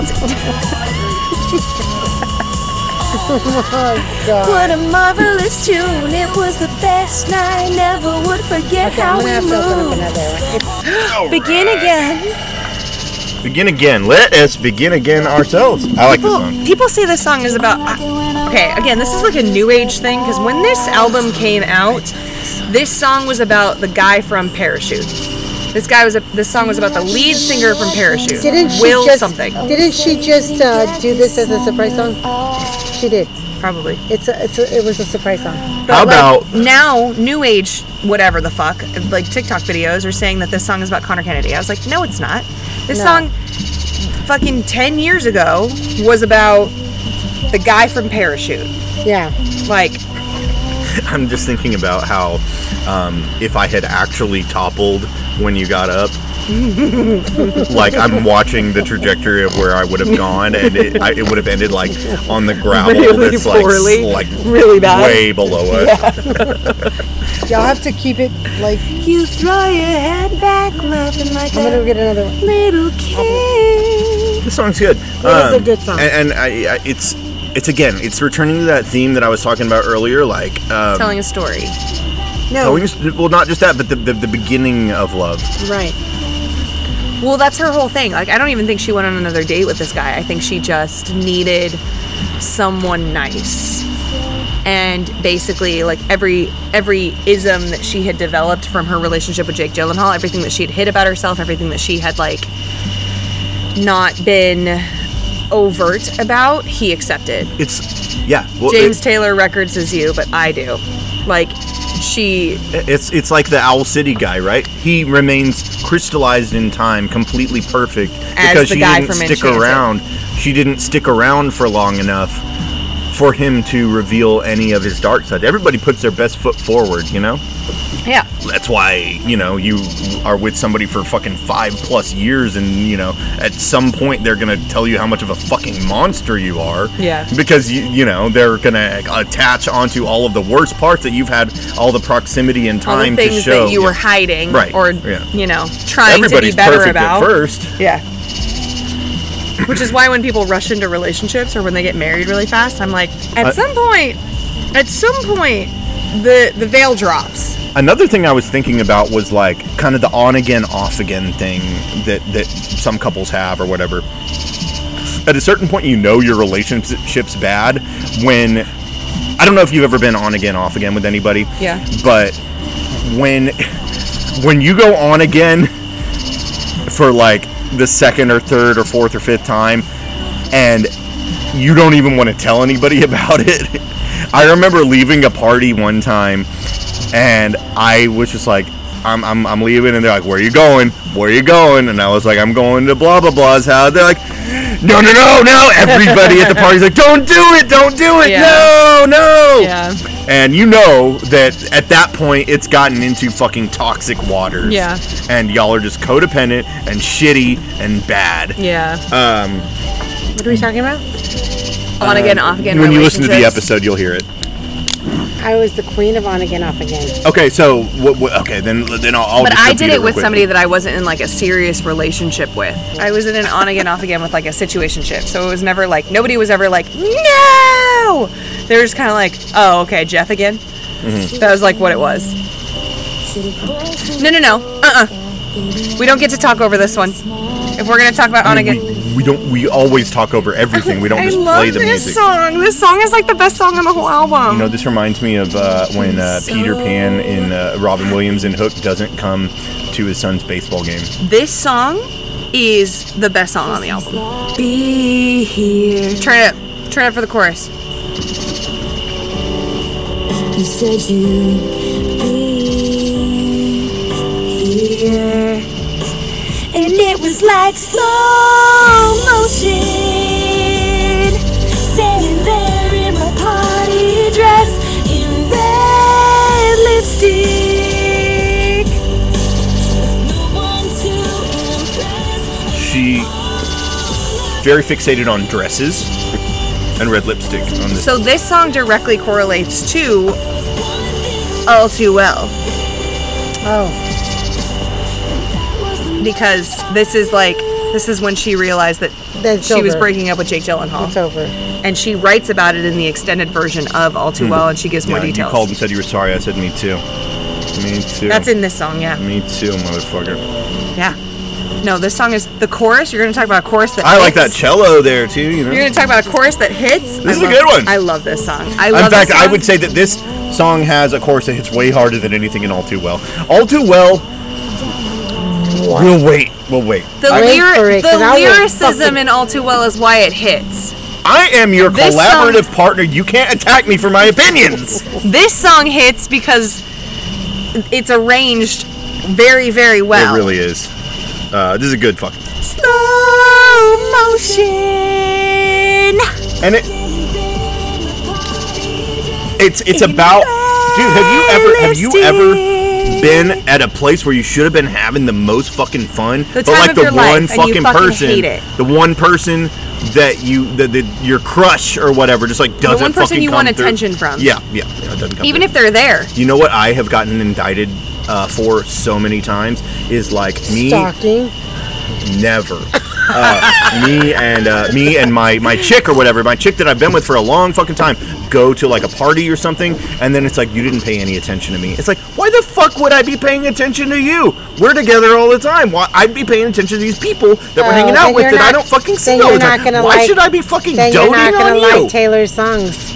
Speaker 1: Oh god.
Speaker 7: What a marvelous tune. It was the best. I never would forget
Speaker 1: Okay,
Speaker 7: how
Speaker 1: I'm gonna have
Speaker 7: we
Speaker 1: to open up
Speaker 7: moved.
Speaker 1: another one. It's
Speaker 2: Begin again. Begin again. Let us begin again ourselves. I like this
Speaker 4: People,
Speaker 2: song.
Speaker 4: people say this song is about. Okay, again, this is like a new age thing because when this album came out, this song was about the guy from Parachute. This guy was a. This song was about the lead singer from Parachute.
Speaker 1: Didn't she
Speaker 4: Will
Speaker 1: just,
Speaker 4: something
Speaker 1: Didn't she just uh, do this as a surprise song? She did.
Speaker 4: probably.
Speaker 1: It's a, it's a, it was a surprise song.
Speaker 2: How about
Speaker 4: now new age whatever the fuck like tiktok videos are saying that this song is about connor kennedy i was like no it's not this
Speaker 1: No.
Speaker 4: song fucking 10 years ago was about the guy from parachute
Speaker 1: Yeah.
Speaker 4: like
Speaker 2: I'm just thinking about how um, if I had actually toppled when you got up, like I'm watching the trajectory of where I would have gone, and it, I, it would have ended like on the gravel
Speaker 4: Really
Speaker 2: that's like, s-
Speaker 4: poorly.
Speaker 2: like
Speaker 4: Really bad.
Speaker 2: way below us.
Speaker 1: Y'all have to keep it like.
Speaker 7: You throw your head back, laughing like
Speaker 1: I'm gonna
Speaker 7: a
Speaker 1: go get another one.
Speaker 7: little kid.
Speaker 2: This song's good. It's
Speaker 1: is a good song.
Speaker 2: and, and I, I, it's it's again, it's returning to that theme that I was talking about earlier, like um,
Speaker 4: telling a story
Speaker 1: No.
Speaker 2: telling us- well, not just that, but the, the the beginning of love.
Speaker 1: Right.
Speaker 4: well that's her whole thing like i don't even think she went on another date with this guy i think she just needed someone nice and basically like every every ism that she had developed from her relationship with Jake Gyllenhaal, everything that she had hid about herself, everything that she had like not been overt about, he accepted.
Speaker 2: It's yeah, well,
Speaker 4: James
Speaker 2: it-
Speaker 4: Taylor records is you, but I do. Like she
Speaker 2: It's it's like the Owl City guy, right? He remains crystallized in time, completely perfect
Speaker 4: As
Speaker 2: because
Speaker 4: the
Speaker 2: she
Speaker 4: guy
Speaker 2: didn't
Speaker 4: from
Speaker 2: stick
Speaker 4: Enchanted.
Speaker 2: around. She didn't stick around for long enough for him to reveal any of his dark side. Everybody puts their best foot forward, you know?
Speaker 4: yeah.
Speaker 2: That's why, you know, you are with somebody for fucking 5 plus years and, you know, at some point they're going to tell you how much of a fucking monster you are.
Speaker 4: Yeah.
Speaker 2: Because you, you know, they're going to attach onto all of the worst parts that you've had all the proximity and
Speaker 4: All
Speaker 2: time
Speaker 4: the
Speaker 2: to
Speaker 4: things
Speaker 2: show.
Speaker 4: that you
Speaker 2: Yeah.
Speaker 4: were hiding
Speaker 2: Right,
Speaker 4: or
Speaker 2: yeah.
Speaker 4: you know, trying
Speaker 2: Everybody's
Speaker 4: to be better
Speaker 2: perfect
Speaker 4: about.
Speaker 2: at first.
Speaker 4: Yeah. Which is why when people rush into relationships or when they get married really fast, I'm like, at
Speaker 2: Uh,
Speaker 4: some point, at some point, the the veil drops.
Speaker 2: Another thing I was thinking about was like kind of the on again, off again thing that that some couples have or whatever. At a certain point, you know your relationship's bad when I don't know if you've ever been on again, off again with anybody.
Speaker 4: Yeah.
Speaker 2: But when when you go on again for like the second or third or fourth or fifth time, and you don't even want to tell anybody about it. I remember leaving a party one time and I was just like, I'm, I'm, I'm leaving, and they're like, Where you going? Where you going? And I was like, I'm going to blah blah blah's house. They're like, no, no, no, no. Everybody at the party's like, don't do it, don't do it,
Speaker 11: Yeah.
Speaker 2: no, no.
Speaker 11: Yeah.
Speaker 2: And you know that at that point, it's gotten into fucking toxic waters.
Speaker 11: Yeah.
Speaker 2: And y'all are just codependent and shitty and bad.
Speaker 11: Yeah.
Speaker 2: Um,
Speaker 1: What are we talking about?
Speaker 4: On again, off again.
Speaker 2: when you listen to the
Speaker 4: relationships.
Speaker 2: episode, you'll hear it.
Speaker 1: I was the queen of on again, off again.
Speaker 2: Okay, so what, what, okay, then then I'll. I'll
Speaker 4: But
Speaker 2: just
Speaker 4: I
Speaker 2: repeat
Speaker 4: did it
Speaker 2: real
Speaker 4: with
Speaker 2: quick.
Speaker 4: somebody that I wasn't in like a serious relationship with.
Speaker 11: I was in an on again, off again with like a situation ship. So it was never like, nobody was ever like, no. They were just kind of like, oh, okay, Jeff again.
Speaker 2: Mm-hmm.
Speaker 11: That was like what it was. No, no, no. Uh uh We don't get to talk over this one. If we're going to talk about on again.
Speaker 2: We, we don't. We always talk over everything. We don't
Speaker 12: I
Speaker 2: just
Speaker 12: love
Speaker 2: play the
Speaker 12: this
Speaker 2: music.
Speaker 12: song. This song is like the best song on the whole album.
Speaker 2: You know, this reminds me of uh, when uh, Peter Pan in uh, Robin Williams and Hook doesn't come to his son's baseball game.
Speaker 4: This song is the best song on the album. Be here.
Speaker 11: Turn it up. Turn it up for the chorus.
Speaker 6: You said you'd be here. And it was like slow motion. Standing there in my party dress, in red lipstick. No one to impress.
Speaker 2: She very fixated on dresses and red lipstick on this.
Speaker 4: So this song directly correlates to All Too Well
Speaker 1: Oh,
Speaker 4: because this is like this is when she realized that
Speaker 1: That's
Speaker 4: she was
Speaker 1: over.
Speaker 4: breaking up with Jake Gyllenhaal,
Speaker 1: it's over.
Speaker 4: and she writes about it in the extended version of All Too Well, and she gives more
Speaker 2: Hmm. Yeah, you
Speaker 4: details.
Speaker 2: called and said you were sorry. I said me too. Me too.
Speaker 4: That's in this song, yeah,
Speaker 2: Me too, motherfucker.
Speaker 4: yeah. No, this song is the chorus. You're gonna talk about a chorus that
Speaker 2: I like that
Speaker 4: hits.
Speaker 2: cello there too. You know.
Speaker 4: You're gonna talk about a chorus that hits. I
Speaker 2: is a
Speaker 4: love-
Speaker 2: good one.
Speaker 4: I love this song. I love
Speaker 2: In fact,
Speaker 4: this
Speaker 2: I
Speaker 4: song.
Speaker 2: would say that this song has a chorus that hits way harder than anything in All Too Well. All Too Well. We'll wait. We'll wait.
Speaker 4: The,
Speaker 2: I,
Speaker 1: Wait for
Speaker 4: lyri-
Speaker 1: it, 'cause
Speaker 4: the
Speaker 1: I will
Speaker 4: lyricism
Speaker 1: fucking-
Speaker 4: in All Too Well is why it hits.
Speaker 2: I am your
Speaker 4: This
Speaker 2: collaborative partner. You can't attack me for my opinions.
Speaker 4: This song hits because it's arranged very, very well.
Speaker 2: It really is. Uh, this is a good fucking. And it. It's it's about. Oh, Dude, have you ever have you ever been at a place where you should have been having the most fucking fun,
Speaker 4: The
Speaker 2: but
Speaker 4: time
Speaker 2: like
Speaker 4: of
Speaker 2: the
Speaker 4: your
Speaker 2: one
Speaker 4: life, and you
Speaker 2: fucking
Speaker 4: fucking
Speaker 2: person,
Speaker 4: hate it.
Speaker 2: the one person that you that the, your crush or whatever, just like doesn't
Speaker 4: one person
Speaker 2: fucking
Speaker 4: you
Speaker 2: come
Speaker 4: want
Speaker 2: through.
Speaker 4: attention from.
Speaker 2: Yeah, yeah, yeah, it doesn't come
Speaker 4: Even
Speaker 2: through.
Speaker 4: if they're there.
Speaker 2: You know what I have gotten indicted uh, for so many times is like me
Speaker 1: Stalking.
Speaker 2: never. Uh, me and uh, me and my my chick or whatever, my chick that I've been with for a long fucking time, go to like a party or something, and then it's like you didn't pay any attention to me. It's like why the fuck would I be paying attention to you? We're together all the time. Why I'd be paying attention to these people that we're
Speaker 1: Oh,
Speaker 2: hanging
Speaker 1: then
Speaker 2: out with
Speaker 1: you're
Speaker 2: that I
Speaker 1: not-
Speaker 2: don't fucking see
Speaker 1: then
Speaker 2: all the
Speaker 1: you're not
Speaker 2: time.
Speaker 1: gonna
Speaker 2: Why
Speaker 1: like-
Speaker 2: should I be fucking
Speaker 1: Then
Speaker 2: doting
Speaker 1: you're not gonna
Speaker 2: on
Speaker 1: like
Speaker 2: you?
Speaker 1: Taylor's songs.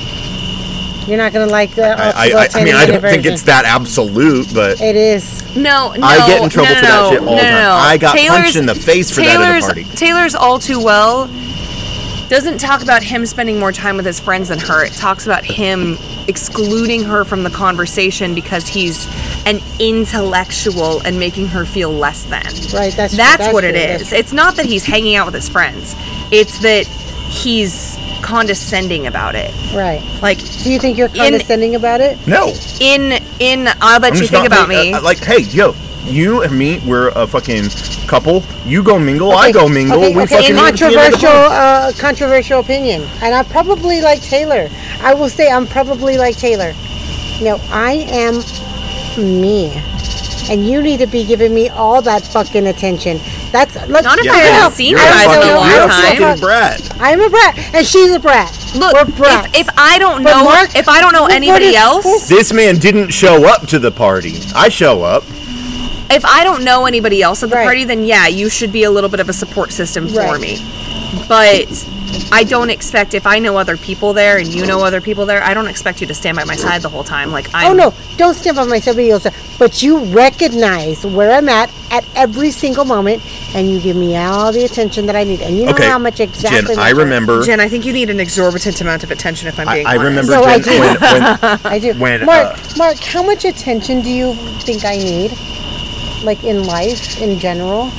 Speaker 1: You're not gonna like the.
Speaker 2: I, I, I, I mean, I don't think it's that absolute, but
Speaker 1: It is.
Speaker 4: No, no.
Speaker 2: I get in trouble
Speaker 4: no,
Speaker 2: for
Speaker 4: no,
Speaker 2: that
Speaker 4: no,
Speaker 2: shit all
Speaker 4: no,
Speaker 2: the
Speaker 4: no,
Speaker 2: time.
Speaker 4: no.
Speaker 2: I got
Speaker 4: Taylor's,
Speaker 2: punched in the face for that
Speaker 4: Taylor's,
Speaker 2: at a party.
Speaker 4: Taylor's all too well doesn't talk about him spending more time with his friends than her. It talks about him excluding her from the conversation because he's an intellectual and making her feel less than.
Speaker 1: Right, that's-
Speaker 4: that's,
Speaker 1: that's
Speaker 4: what it
Speaker 1: true, that's
Speaker 4: is. It's not that he's hanging out with his friends. It's that he's condescending about it.
Speaker 1: Right.
Speaker 4: Like
Speaker 1: Do you think you're condescending about it?
Speaker 2: no,
Speaker 4: in in I'll let
Speaker 2: I'm
Speaker 4: you
Speaker 2: just
Speaker 4: think
Speaker 2: not
Speaker 4: about
Speaker 2: paying-
Speaker 4: me.
Speaker 2: uh, like, hey, yo, you and me, we're a fucking couple. You go mingle, I go mingle.
Speaker 1: Okay,
Speaker 2: we
Speaker 1: okay,
Speaker 2: fucking meet at the end of the
Speaker 1: controversial,
Speaker 2: month.
Speaker 1: uh, controversial opinion, and I probably like Taylor. I will say I'm probably like Taylor. No, I am me, and you need to be giving me all that fucking attention. That's let's
Speaker 4: Not if
Speaker 2: Yeah,
Speaker 4: I haven't
Speaker 2: you're-
Speaker 4: seen
Speaker 2: you're
Speaker 4: you
Speaker 2: a
Speaker 4: guys in a
Speaker 2: fucking-
Speaker 4: long
Speaker 2: you're a
Speaker 4: time.
Speaker 2: fucking brat.
Speaker 1: I'm a brat, and she's a brat.
Speaker 4: Look,
Speaker 1: we're brats.
Speaker 4: if, if I don't
Speaker 1: But
Speaker 4: know,
Speaker 1: Mark-
Speaker 4: if I don't know
Speaker 1: but what
Speaker 4: anybody
Speaker 1: is-
Speaker 4: else,
Speaker 2: This man didn't show up to the party. I show up.
Speaker 4: if I don't know anybody else at the
Speaker 1: Right.
Speaker 4: party, then yeah, you should be a little bit of a support system for
Speaker 1: Right.
Speaker 4: me. But I don't expect if I know other people there and you know other people there, I don't expect you to stand by my side the whole time. Like I
Speaker 1: Oh no! Don't stamp on myself, else. But you recognize where I'm at at every single moment, and you give me all the attention that I need. And you know
Speaker 2: Okay,
Speaker 1: how much exactly.
Speaker 2: Jen,
Speaker 1: my
Speaker 2: I
Speaker 1: time-
Speaker 2: remember.
Speaker 11: Jen, I think you need an exorbitant amount of attention if I'm
Speaker 2: I,
Speaker 11: being
Speaker 2: I
Speaker 11: honest.
Speaker 2: remember
Speaker 1: So I
Speaker 2: Jen when,
Speaker 1: did.
Speaker 2: when
Speaker 1: I do.
Speaker 2: when,
Speaker 1: Mark,
Speaker 2: uh,
Speaker 1: Mark, how much attention do you think I need, like in life in general?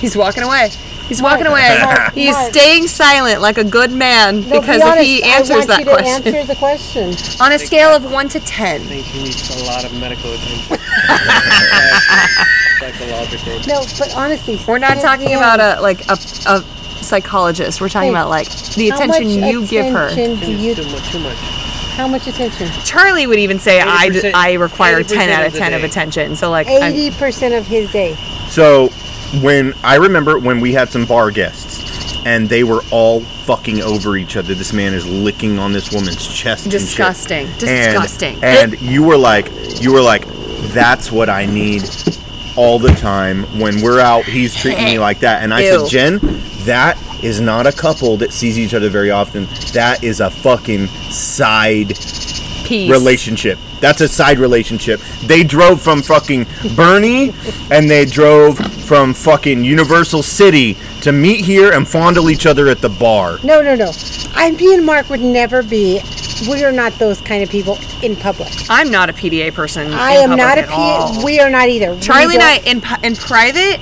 Speaker 11: He's walking away.
Speaker 4: He's walking away.
Speaker 1: Mark,
Speaker 4: He's
Speaker 1: Mark.
Speaker 4: staying silent like a good man
Speaker 1: No,
Speaker 4: because
Speaker 1: be honest,
Speaker 4: if he
Speaker 1: I
Speaker 4: answers
Speaker 1: want
Speaker 4: that
Speaker 1: you to
Speaker 4: question
Speaker 1: Answer the question.
Speaker 4: on a scale of one to ten.
Speaker 13: think he needs a lot of medical attention. Psychological.
Speaker 1: No, but honestly,
Speaker 4: We're not
Speaker 1: sit
Speaker 4: talking
Speaker 1: down.
Speaker 4: about uh, a like a, a psychologist. We're talking
Speaker 1: Hey,
Speaker 4: about like the
Speaker 1: how
Speaker 4: attention
Speaker 1: much
Speaker 4: you give her.
Speaker 1: attention do you-
Speaker 13: Too much. Too much.
Speaker 1: how much attention?
Speaker 4: Charlie would even say I, d-
Speaker 13: 80%,
Speaker 4: I require ten out of
Speaker 13: 80% of the
Speaker 4: ten of
Speaker 13: day.
Speaker 4: attention. So like I'm-
Speaker 1: Eighty percent of his day.
Speaker 2: So when I remember when we had some bar guests and they were all fucking over each other. This man is licking on this woman's chest. and shit.
Speaker 14: Disgusting.
Speaker 2: And-
Speaker 14: Disgusting.
Speaker 2: And, you were like, you were like, that's what I need all the time when we're out. He's treating me like that, and I
Speaker 4: Ew.
Speaker 2: said, Jen, that is not a couple that sees each other very often. That is a fucking side
Speaker 4: peace.
Speaker 2: relationship. That's a side relationship. They drove from fucking Bernie and they drove from fucking Universal City to meet here and fondle each other at the bar.
Speaker 1: No, no, no. I, me and Mark would never be. We are not those kind of people in public.
Speaker 4: I'm not a PDA person.
Speaker 1: I
Speaker 4: in
Speaker 1: am
Speaker 4: public
Speaker 1: not a
Speaker 4: at all.
Speaker 1: P. We are not either. We
Speaker 4: Charlie and I
Speaker 1: don't-
Speaker 4: in pu- in private,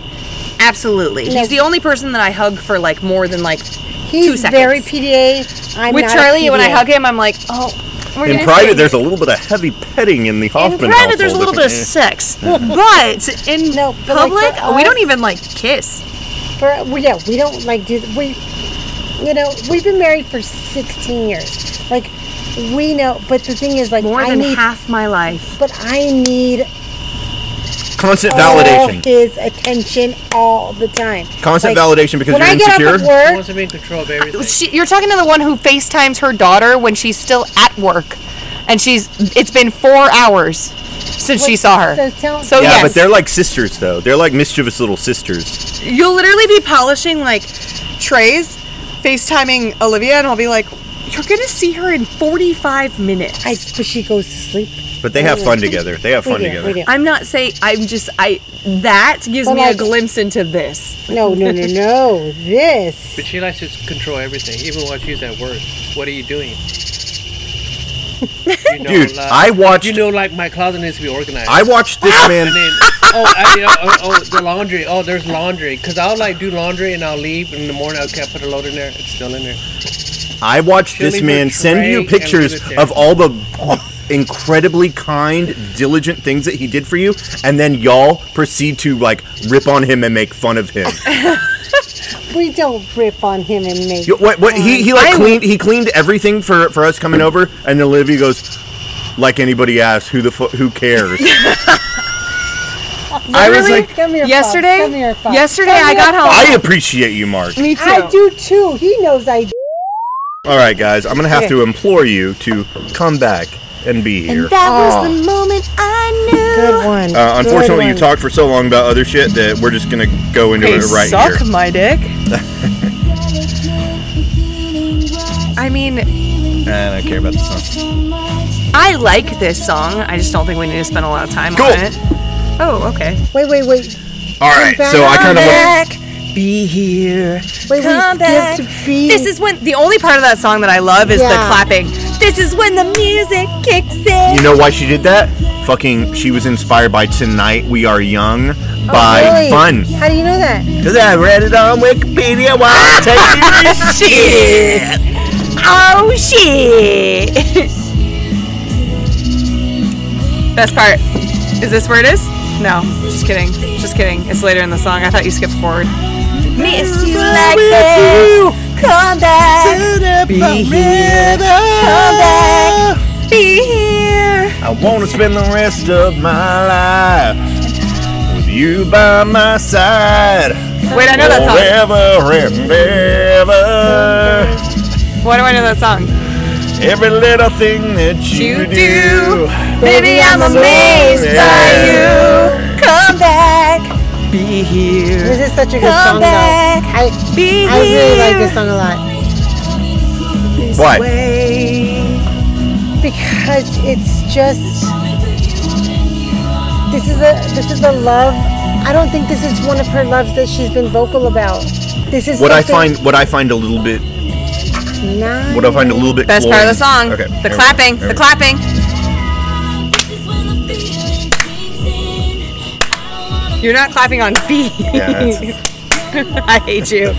Speaker 4: absolutely.
Speaker 1: No.
Speaker 4: He's the only person that I hug for like more than like
Speaker 1: He's
Speaker 4: two seconds.
Speaker 1: very PDA. I'm
Speaker 4: With
Speaker 1: not a
Speaker 4: Charlie, when I
Speaker 1: PDA.
Speaker 4: hug him, I'm like, oh, we're
Speaker 2: In
Speaker 4: gonna
Speaker 2: private,
Speaker 4: sit
Speaker 2: there's a little bit of heavy petting in the
Speaker 4: in
Speaker 2: Hoffman
Speaker 4: private, there's a
Speaker 2: household,
Speaker 4: little bit of
Speaker 2: isn't
Speaker 4: sex, but in
Speaker 1: No, but, like,
Speaker 4: public,
Speaker 1: for
Speaker 4: we don't
Speaker 1: us-
Speaker 4: even like kiss.
Speaker 1: For, well, yeah, we don't like do we. You know, we've been married for 16 years. Like, we know. But the thing is, like,
Speaker 4: More
Speaker 1: I
Speaker 4: than
Speaker 1: need.
Speaker 4: half my life.
Speaker 1: But I need
Speaker 2: it? Constant
Speaker 1: all
Speaker 2: validation.
Speaker 1: his attention all the time.
Speaker 2: Constant
Speaker 1: Like,
Speaker 2: validation because
Speaker 1: When
Speaker 2: you're
Speaker 1: I get
Speaker 2: insecure.
Speaker 1: off of work,
Speaker 13: He wants to be in control of everything.
Speaker 4: She, you're talking to the one who FaceTimes her daughter when she's still at work, and she's. It's been four hours since she
Speaker 1: Wait,
Speaker 4: saw her.
Speaker 1: so tell-
Speaker 4: so
Speaker 2: yeah,
Speaker 4: yes,
Speaker 2: but they're like sisters though. They're like mischievous little sisters.
Speaker 15: You'll literally be polishing like trays, FaceTiming Olivia, and I'll be like, You're gonna see her in 45 minutes.
Speaker 1: I, but she goes to sleep.
Speaker 2: But they have fun together. They have
Speaker 1: We
Speaker 2: fun
Speaker 1: do,
Speaker 2: together.
Speaker 1: we do.
Speaker 4: I'm not saying. I'm just. I. That gives
Speaker 1: But
Speaker 4: me a
Speaker 1: like-
Speaker 4: glimpse into this.
Speaker 1: No, no, no, no. This.
Speaker 13: But she likes to control everything, even while she's at work. What are you doing? You know,
Speaker 2: Dude,
Speaker 13: like-
Speaker 2: I watched-
Speaker 13: You know, like my closet needs to be organized.
Speaker 2: I watched
Speaker 1: Ah!
Speaker 2: this man.
Speaker 13: And then, oh, I, you know, oh, oh, the laundry. Oh, there's laundry. Cause I'll like do laundry and I'll leave and in the morning. Okay, I put a load in there. It's still in there.
Speaker 2: I watched
Speaker 13: Chili
Speaker 2: this man
Speaker 13: with
Speaker 2: send you
Speaker 13: Drake and
Speaker 2: pictures
Speaker 13: Lunatic.
Speaker 2: of all the incredibly kind, diligent things that he did for you, and then y'all proceed to like rip on him and make fun of him.
Speaker 1: We don't rip on him and make.
Speaker 2: You- what, what he, he
Speaker 1: fun.
Speaker 2: like cleaned he cleaned everything for for us coming over, and then Olivia goes, like anybody asks, who the fu- who cares? I was
Speaker 1: Really?
Speaker 2: like,
Speaker 1: Come here, Fox.
Speaker 4: yesterday-
Speaker 1: Come here, Fox.
Speaker 4: yesterday
Speaker 1: Come
Speaker 4: I
Speaker 1: here,
Speaker 4: got
Speaker 1: Fox.
Speaker 2: I appreciate you, Mark.
Speaker 4: Me too.
Speaker 1: I do too. He knows I do.
Speaker 2: All right, guys, I'm gonna have to implore you to come back and be here.
Speaker 16: That was the moment I knew.
Speaker 1: Good one.
Speaker 2: Uh, unfortunately, you talked for so long about other shit that we're just gonna go into it right
Speaker 15: Suck
Speaker 2: here.
Speaker 15: my dick.
Speaker 4: I mean,
Speaker 2: I don't care about this song.
Speaker 4: I like this song. I just don't think we need to spend a lot of time
Speaker 2: Cool.
Speaker 4: on it. Oh, okay.
Speaker 1: Wait, wait, wait.
Speaker 2: All right, so I kind of look.
Speaker 15: Back, be here.
Speaker 1: Wait,
Speaker 15: Come
Speaker 1: we
Speaker 15: back.
Speaker 1: skipped B.
Speaker 4: This is when the only part of that song that I love is the
Speaker 1: Yeah.
Speaker 4: clapping.
Speaker 15: This is when the music kicks in.
Speaker 2: You know why she did that? Fucking, she was inspired by "Tonight We Are Young" by
Speaker 1: Oh, Really?
Speaker 2: Fun.
Speaker 1: How do you know that?
Speaker 2: Cause I read it on Wikipedia. Why take your shit?
Speaker 4: Oh shit! Best part is this where it is? No, just kidding. Just kidding. It's later in the song. I thought you skipped forward.
Speaker 15: Miss you like this. Come back. Be here. Come back. Be here.
Speaker 2: I wanna spend the rest of my life with you by my side.
Speaker 4: Wait, I know that song.
Speaker 2: Forever and ever.
Speaker 4: Why do I know that song?
Speaker 2: Every little thing that you, do.
Speaker 4: You do. Baby, I'm amazed by you.
Speaker 15: Come back.
Speaker 1: This is such a good
Speaker 15: Come
Speaker 1: song, though.
Speaker 15: back.
Speaker 1: I,
Speaker 15: Be
Speaker 1: I really like
Speaker 15: here.
Speaker 1: this song a lot
Speaker 2: What?
Speaker 1: because it's just. This is a this is a love. I don't think this is one of her loves that she's been vocal about. This is
Speaker 2: What I
Speaker 1: something
Speaker 2: find, what I find a little bit,
Speaker 1: Not,
Speaker 2: what I find a little bit.
Speaker 4: Best part of the song.
Speaker 2: cloying- Okay.
Speaker 4: The
Speaker 2: there we go,
Speaker 4: clapping.
Speaker 2: there
Speaker 4: The
Speaker 2: we go.
Speaker 4: clapping. You're not clapping on B.
Speaker 2: Yeah, that's-
Speaker 4: I hate you.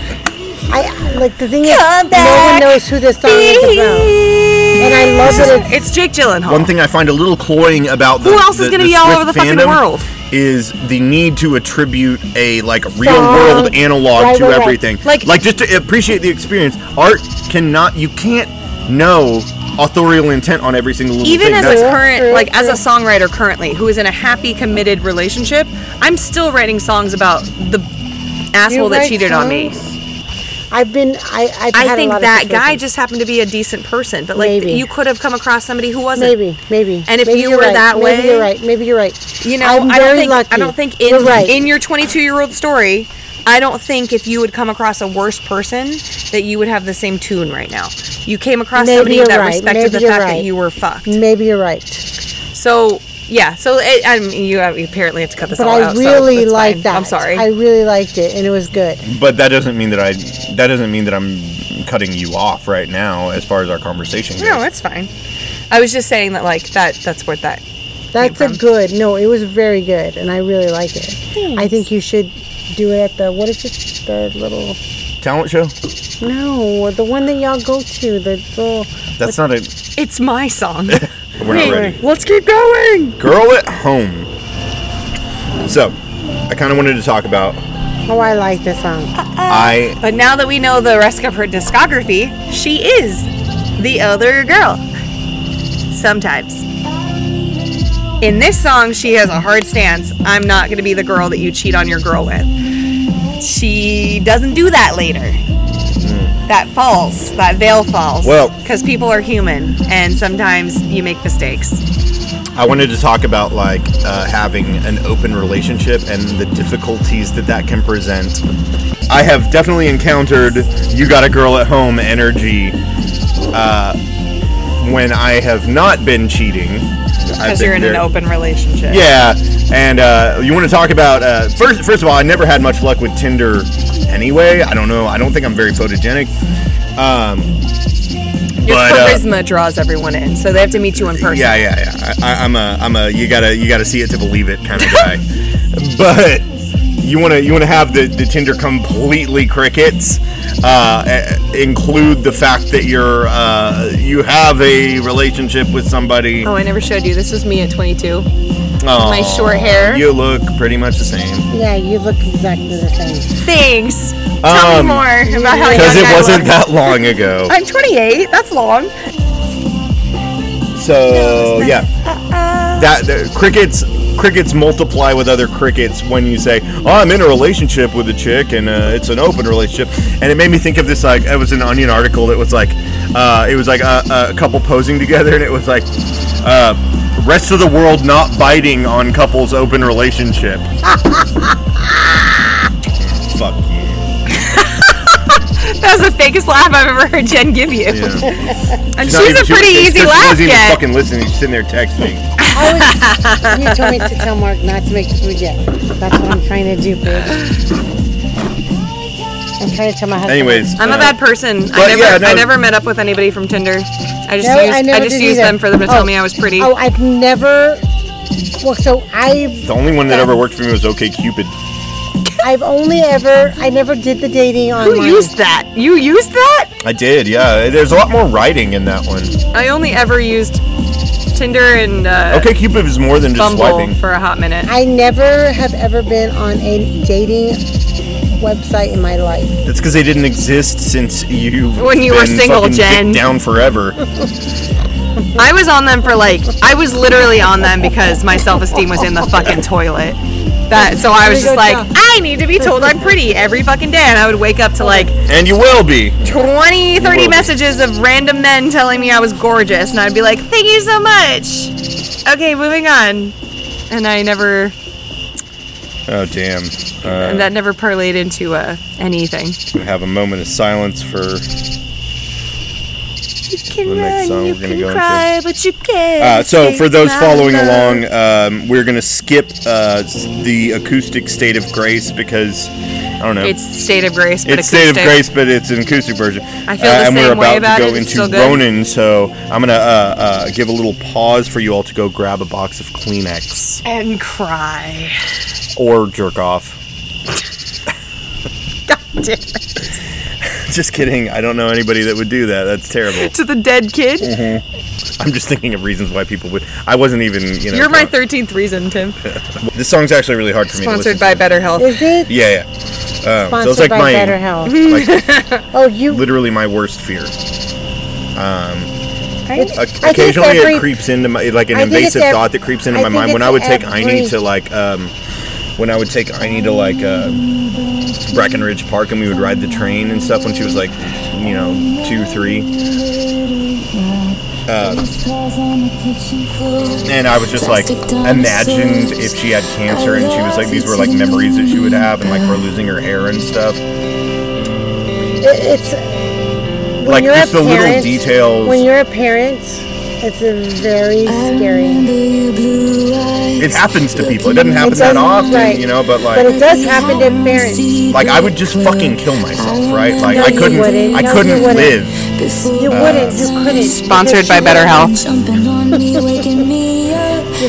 Speaker 1: I like the thing is, no one knows who this song is about, and I love
Speaker 4: This
Speaker 1: that
Speaker 4: is-
Speaker 1: it's
Speaker 4: It's Jake Gyllenhaal.
Speaker 2: One thing I find a little cloying about the
Speaker 4: Who else is
Speaker 2: the-
Speaker 4: gonna
Speaker 2: the
Speaker 4: be all
Speaker 2: Swift
Speaker 4: over the fucking
Speaker 2: fandom
Speaker 4: world?
Speaker 2: Is the need to attribute a like real
Speaker 4: Song.
Speaker 2: world analog
Speaker 4: Right,
Speaker 2: to
Speaker 4: right, right.
Speaker 2: everything?
Speaker 4: Like-
Speaker 2: like just to appreciate the experience. Art cannot. You can't know authorial intent on every single little
Speaker 4: even
Speaker 2: thing.
Speaker 4: as a
Speaker 2: That's-
Speaker 4: current like as a songwriter currently who is in a happy committed relationship i'm still writing songs about the asshole that
Speaker 1: write
Speaker 4: cheated on me
Speaker 1: I've been. I. I've
Speaker 4: i
Speaker 1: had a
Speaker 4: think
Speaker 1: lot of
Speaker 4: that guy
Speaker 1: situations.
Speaker 4: just happened to be a decent person but like
Speaker 1: Maybe.
Speaker 4: you could have come across somebody who wasn't
Speaker 1: Maybe, maybe.
Speaker 4: and if
Speaker 1: Maybe
Speaker 4: you
Speaker 1: you're
Speaker 4: were
Speaker 1: right.
Speaker 4: that way
Speaker 1: maybe you're right. Maybe you're right.
Speaker 4: you know
Speaker 1: I'm
Speaker 4: I do not
Speaker 1: very
Speaker 4: think i
Speaker 1: lucky.
Speaker 4: don't think in
Speaker 1: You're right.
Speaker 4: in your 22 year old story I don't think if you would come across a worse person that you would have the same tune right now. You came across
Speaker 1: Maybe
Speaker 4: somebody
Speaker 1: you're
Speaker 4: that
Speaker 1: right.
Speaker 4: respected
Speaker 1: Maybe
Speaker 4: the
Speaker 1: you're
Speaker 4: fact
Speaker 1: right.
Speaker 4: that you were fucked.
Speaker 1: Maybe you're right.
Speaker 4: So yeah, so it, I mean, you, have, you apparently have to cut this
Speaker 1: but
Speaker 4: all
Speaker 1: I
Speaker 4: out. so
Speaker 1: really
Speaker 4: that's
Speaker 1: liked
Speaker 4: fine.
Speaker 1: that.
Speaker 4: I'm sorry.
Speaker 1: I really liked it, and it was good.
Speaker 2: but that doesn't mean that I. That doesn't mean that I'm cutting you off right now as far as our conversation goes.
Speaker 4: no, it's fine. I was just saying that like that that's worth that.
Speaker 1: That's a good. No, it was very good, and I really like it. I think you should do it at the what is it? The little
Speaker 2: Talent show.
Speaker 1: no, the one that y'all go to. The little.
Speaker 2: That's not a
Speaker 4: It's my song.
Speaker 2: We're not ready.
Speaker 4: Let's keep going.
Speaker 2: girl at home. So, I kind of wanted to talk about.
Speaker 4: Uh.
Speaker 1: Oh, I like this song.
Speaker 2: I
Speaker 4: But now that we know the rest of her discography, she is the other girl. Sometimes. In this song, she has a hard stance. I'm not going to be the girl that you cheat on your girl with. She doesn't do that later. That falls, that veil falls.
Speaker 2: Hmm. Well-
Speaker 4: because people are human and sometimes you make mistakes.
Speaker 2: I wanted to talk about like uh, having an open relationship and the difficulties that that can present. I have definitely encountered you got a girl at home energy uh, when I have not been cheating. I've
Speaker 4: Because
Speaker 2: been
Speaker 4: you're in an
Speaker 2: there-
Speaker 4: open relationship.
Speaker 2: Yeah, and uh, you want to talk about uh, first? First of all, I never had much luck with Tinder anyway. I don't know. I don't think I'm very photogenic. Um,
Speaker 4: Your
Speaker 2: but, uh,
Speaker 4: charisma draws everyone in, so they have to meet you in person.
Speaker 2: yeah, yeah, yeah. I, I, I'm a, I'm a. You gotta, you gotta see it to believe it kind of guy. but you wanna, you wanna have the, the Tinder completely crickets. Uh, eh, include the fact that you're, uh, you have a relationship with somebody.
Speaker 10: Oh, I never showed you. This was me at 22. my
Speaker 2: Aw,
Speaker 10: short hair.
Speaker 2: You look pretty much the same.
Speaker 1: Yeah, you look exactly the same.
Speaker 4: Thanks. Tell
Speaker 2: Um,
Speaker 4: me more about how
Speaker 2: Because
Speaker 4: young
Speaker 2: it
Speaker 4: I
Speaker 2: wasn't
Speaker 4: look.
Speaker 2: that long ago.
Speaker 4: I'm 28. That's long.
Speaker 2: So yeah,
Speaker 4: uh-uh.
Speaker 2: that the, crickets crickets multiply with other crickets when you say, "Oh, I'm in a relationship with a chick, and uh, it's an open relationship." And it made me think of this like it was an Onion article that was like, uh, it was like a, a couple posing together, and it was like, uh, "Rest of the world not biting on couples open relationship." Fuck you.
Speaker 4: That was the fakest laugh I've ever heard Jen give you. And
Speaker 2: not
Speaker 4: she's
Speaker 2: even-
Speaker 4: a pretty
Speaker 2: she was-
Speaker 4: easy
Speaker 2: she
Speaker 4: laugh
Speaker 2: wasn't even
Speaker 4: yet.
Speaker 2: fucking listening. She's sitting there texting.
Speaker 1: I was, you told me to tell Mark not to make the food yet. That's what I'm trying to do, babe. I'm trying to tell my husband.
Speaker 2: Anyways,
Speaker 4: I'm
Speaker 2: uh,
Speaker 4: a bad person. I
Speaker 2: but
Speaker 4: never,
Speaker 2: yeah, no.
Speaker 4: I never met up with anybody from Tinder. I just
Speaker 1: No,
Speaker 4: used, I,
Speaker 1: never
Speaker 4: just
Speaker 1: did
Speaker 4: used
Speaker 1: either.
Speaker 4: them for them to tell
Speaker 1: Oh.
Speaker 4: me I was pretty.
Speaker 1: Oh, I've never. Well, so I
Speaker 2: The only one that ever worked for me was OK Cupid.
Speaker 1: I've only ever I never did the dating online.
Speaker 4: used that? You used that?
Speaker 2: I did, yeah. There's a lot more writing in that one.
Speaker 4: I only ever used Tinder and uh,
Speaker 2: Okay, Cupid is more than just
Speaker 4: Bumble
Speaker 2: swiping.
Speaker 4: for a hot minute.
Speaker 1: I never have ever been on a dating website in my life.
Speaker 2: That's because they didn't exist since you
Speaker 4: When you were single, Jen.
Speaker 2: down forever.
Speaker 4: I was on them for like I was literally on them because my self-esteem was in the fucking toilet. That so I was just like I need to be told I'm pretty every fucking day and I would wake up to like
Speaker 2: and you will be.
Speaker 4: 20 30
Speaker 2: Whoa.
Speaker 4: messages of random men telling me I was gorgeous and I'd be like thank you so much. Okay, moving on. And I never
Speaker 2: Oh damn!
Speaker 4: and
Speaker 2: Uh,
Speaker 4: that never parlayed into uh, anything.
Speaker 2: we have a moment of silence for the next song we're gonna go into.
Speaker 4: but you can't.
Speaker 2: Uh, so, for those following along, um, we're gonna skip uh, s- the acoustic "State of Grace" because I don't know.
Speaker 4: It's State of Grace, but
Speaker 2: it's State of
Speaker 4: acoustic.
Speaker 2: Grace, but it's an acoustic version. Uh,
Speaker 4: I feel the
Speaker 2: and we're
Speaker 4: same way
Speaker 2: about
Speaker 4: about
Speaker 2: to go
Speaker 4: it, it's
Speaker 2: into
Speaker 4: still good.
Speaker 2: Ronin, so I'm gonna uh, uh, give a little pause for you all to go grab a box of Kleenex
Speaker 4: And cry.
Speaker 2: or jerk off.
Speaker 4: Damn
Speaker 2: Just kidding. I don't know anybody that would do that. That's terrible.
Speaker 4: to the dead kid.
Speaker 2: Mhm. I'm just thinking of reasons why people would. I wasn't even. You know,
Speaker 4: You're my 13th reason, Tim.
Speaker 2: this song's actually really hard for me
Speaker 4: Sponsored
Speaker 2: to listen
Speaker 4: by Better Health.
Speaker 1: Is
Speaker 2: to. Yeah, yeah. Um, so it's like my
Speaker 1: oh, you.
Speaker 2: literally my worst fear. Um,
Speaker 1: I- It's-
Speaker 2: o-
Speaker 1: I think it's
Speaker 2: occasionally
Speaker 1: every-
Speaker 2: it creeps into my like an
Speaker 1: I think it's
Speaker 2: invasive
Speaker 1: ev-
Speaker 2: thought that creeps into
Speaker 1: I
Speaker 2: my
Speaker 1: think
Speaker 2: mind when
Speaker 1: it's
Speaker 2: I would take I
Speaker 1: every-
Speaker 2: need to like um, when I would take I need to like uh, Breckenridge Park and we would ride the train and stuff when she was like you know two three. Um, and I was just like imagined if she had cancer and she was like these were like memories that she would have and like her losing her hair and stuff.
Speaker 1: It, it's when
Speaker 2: Like,
Speaker 1: you're
Speaker 2: just
Speaker 1: a
Speaker 2: the little
Speaker 1: parent-
Speaker 2: details.
Speaker 1: When you're a parent, it's a very scary.
Speaker 2: It happens to people. It doesn't happen that
Speaker 1: doesn't-
Speaker 2: often,
Speaker 1: right.
Speaker 2: you know, but like
Speaker 1: But it does happen to parents.
Speaker 2: like I would just fucking kill myself, right? Like
Speaker 1: Oh, No,
Speaker 2: I
Speaker 1: you
Speaker 2: couldn't
Speaker 1: wouldn't.
Speaker 2: I
Speaker 1: No, you
Speaker 2: couldn't
Speaker 1: wouldn't.
Speaker 2: live.
Speaker 1: You
Speaker 2: Uh,
Speaker 1: wouldn't. You couldn't.
Speaker 10: Sponsored by Better Health.
Speaker 1: You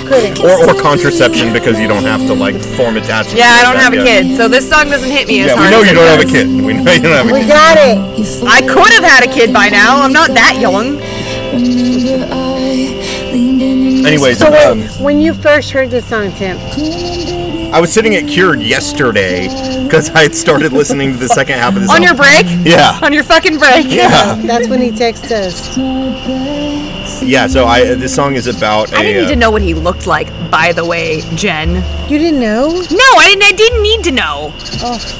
Speaker 1: couldn't.
Speaker 2: Or, or contraception because you don't have to like form attachments.
Speaker 10: Yeah, I
Speaker 2: like
Speaker 10: don't
Speaker 2: that
Speaker 10: have a
Speaker 2: yet.
Speaker 10: kid, so this song doesn't hit me as
Speaker 2: Yeah, we
Speaker 10: hard.
Speaker 2: know
Speaker 10: as
Speaker 2: you
Speaker 10: it
Speaker 2: don't have a
Speaker 10: does.
Speaker 2: kid. We know you don't have a
Speaker 1: We
Speaker 2: kid.
Speaker 1: got it.
Speaker 10: I could have had a kid by now. I'm not that young.
Speaker 2: Anyways,
Speaker 1: So wait,
Speaker 2: um,
Speaker 1: when you first heard this song, Tim,
Speaker 2: I was sitting at Cured yesterday because I had started listening to the second half of this.
Speaker 10: On your break?
Speaker 2: Yeah.
Speaker 10: On your fucking break.
Speaker 2: Yeah.
Speaker 1: that's when he texted us.
Speaker 2: Yeah, so I this song is about
Speaker 10: I didn't
Speaker 2: a,
Speaker 10: need
Speaker 2: uh,
Speaker 10: to know what he looked like, by the way, Jen.
Speaker 1: You didn't know?
Speaker 10: No, I didn't. I didn't need to know.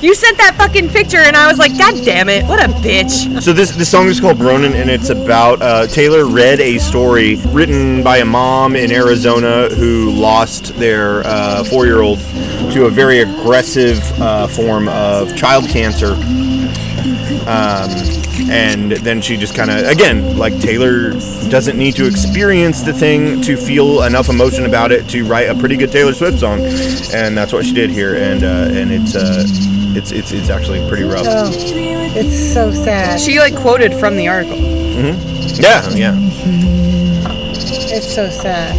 Speaker 10: You sent that fucking picture, and I was like, God damn it, what a bitch.
Speaker 2: So this this song is called Ronin, and it's about uh, Taylor read a story written by a mom in Arizona who lost their uh, four year old to a very aggressive uh, form of child cancer. Um, and then she just kind of again like Taylor doesn't need to experience the thing to feel enough emotion about it to write a pretty good Taylor Swift song, and that's what she did here. And uh, and it's uh, it's it's it's actually pretty rough.
Speaker 1: Oh, it's so sad.
Speaker 4: She like quoted from the article.
Speaker 2: hmm Yeah, yeah.
Speaker 1: It's so sad.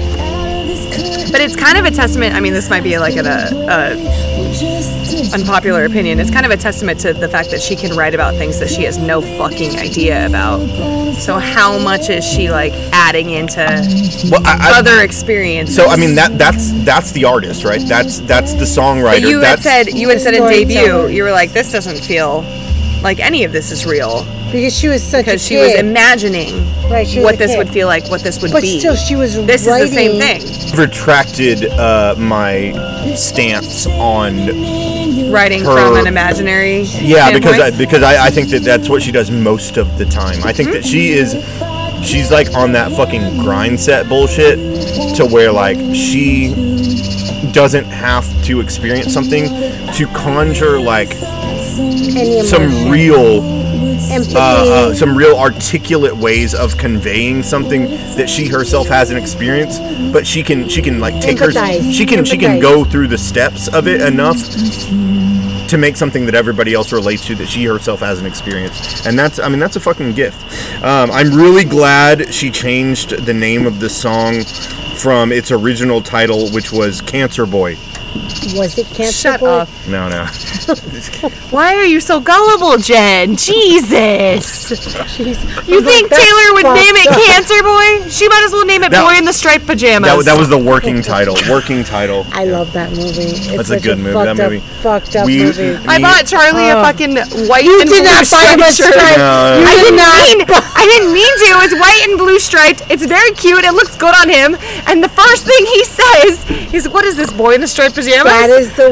Speaker 10: But it's kind of a testament. I mean, this might be like an a unpopular opinion. It's kind of a testament to the fact that she can write about things that she has no fucking idea about. So how much is she like adding into
Speaker 2: Well, I, I,
Speaker 10: other experiences?
Speaker 2: So I mean that that's that's the artist, right? That's that's the
Speaker 4: But
Speaker 2: songwriter.
Speaker 4: you had
Speaker 2: that's
Speaker 4: said you had said in debut,
Speaker 1: Storyteller.
Speaker 4: you were like, this doesn't feel like any of this is real
Speaker 1: Because she was such
Speaker 4: because
Speaker 1: a
Speaker 4: she
Speaker 1: kid.
Speaker 4: was imagining
Speaker 1: Right, she was
Speaker 4: what
Speaker 1: a
Speaker 4: this
Speaker 1: kid.
Speaker 4: would feel like, what this would
Speaker 1: But
Speaker 4: be.
Speaker 1: still, she was
Speaker 4: this
Speaker 1: writing.
Speaker 4: is the same thing.
Speaker 2: retracted uh, my stance on
Speaker 4: Writing
Speaker 2: Her-
Speaker 4: from an imaginary.
Speaker 2: yeah because I,
Speaker 4: standpoint.
Speaker 2: because I, I think that that's what she does most of the time. I
Speaker 4: Mm-hmm.
Speaker 2: think that she is she's like on that fucking grind set bullshit to where like she doesn't have to experience something to conjure like
Speaker 1: Any
Speaker 2: some
Speaker 1: emotion.
Speaker 2: real
Speaker 1: Empathy.
Speaker 2: uh, uh, some real articulate ways of conveying something that she herself hasn't experienced, but she can she can like take her
Speaker 1: Empathize.
Speaker 2: she can she can
Speaker 1: Empathize.
Speaker 2: go through the steps of it enough to make something that everybody else relates to that she herself hasn't experienced, and that's I mean that's a fucking gift. Um, I'm really glad she changed the name of the song from its original title, which was Cancer Boy.
Speaker 1: was it cancer?
Speaker 10: Shut
Speaker 1: Boy?
Speaker 10: up.
Speaker 2: No, no.
Speaker 10: Why are you so gullible, Jen? Jesus. You think
Speaker 1: I'm like, that's
Speaker 10: Taylor would name it
Speaker 1: fucked up.
Speaker 10: Cancer Boy? She might as well name it
Speaker 2: That-
Speaker 10: Boy in the Striped Pajamas.
Speaker 2: That, that was the working title. Working title.
Speaker 1: I love that movie. It's
Speaker 2: That's a
Speaker 1: such
Speaker 2: good movie, that
Speaker 1: Fucked
Speaker 2: movie.
Speaker 1: Up, fucked up
Speaker 2: We-
Speaker 1: movie.
Speaker 10: I
Speaker 2: me-
Speaker 10: bought Charlie a
Speaker 1: Oh.
Speaker 10: fucking white
Speaker 1: You
Speaker 10: and
Speaker 1: did
Speaker 10: blue
Speaker 1: not buy
Speaker 10: striped
Speaker 1: him a
Speaker 10: shirt.
Speaker 1: stripe.
Speaker 2: No,
Speaker 1: You
Speaker 10: I
Speaker 1: did
Speaker 10: didn't
Speaker 1: not
Speaker 10: mean I didn't mean to. It's white and blue striped. It's very cute. It looks good on him. And the first thing he says is, "What is this boy in the striped pajamas?"
Speaker 1: That is the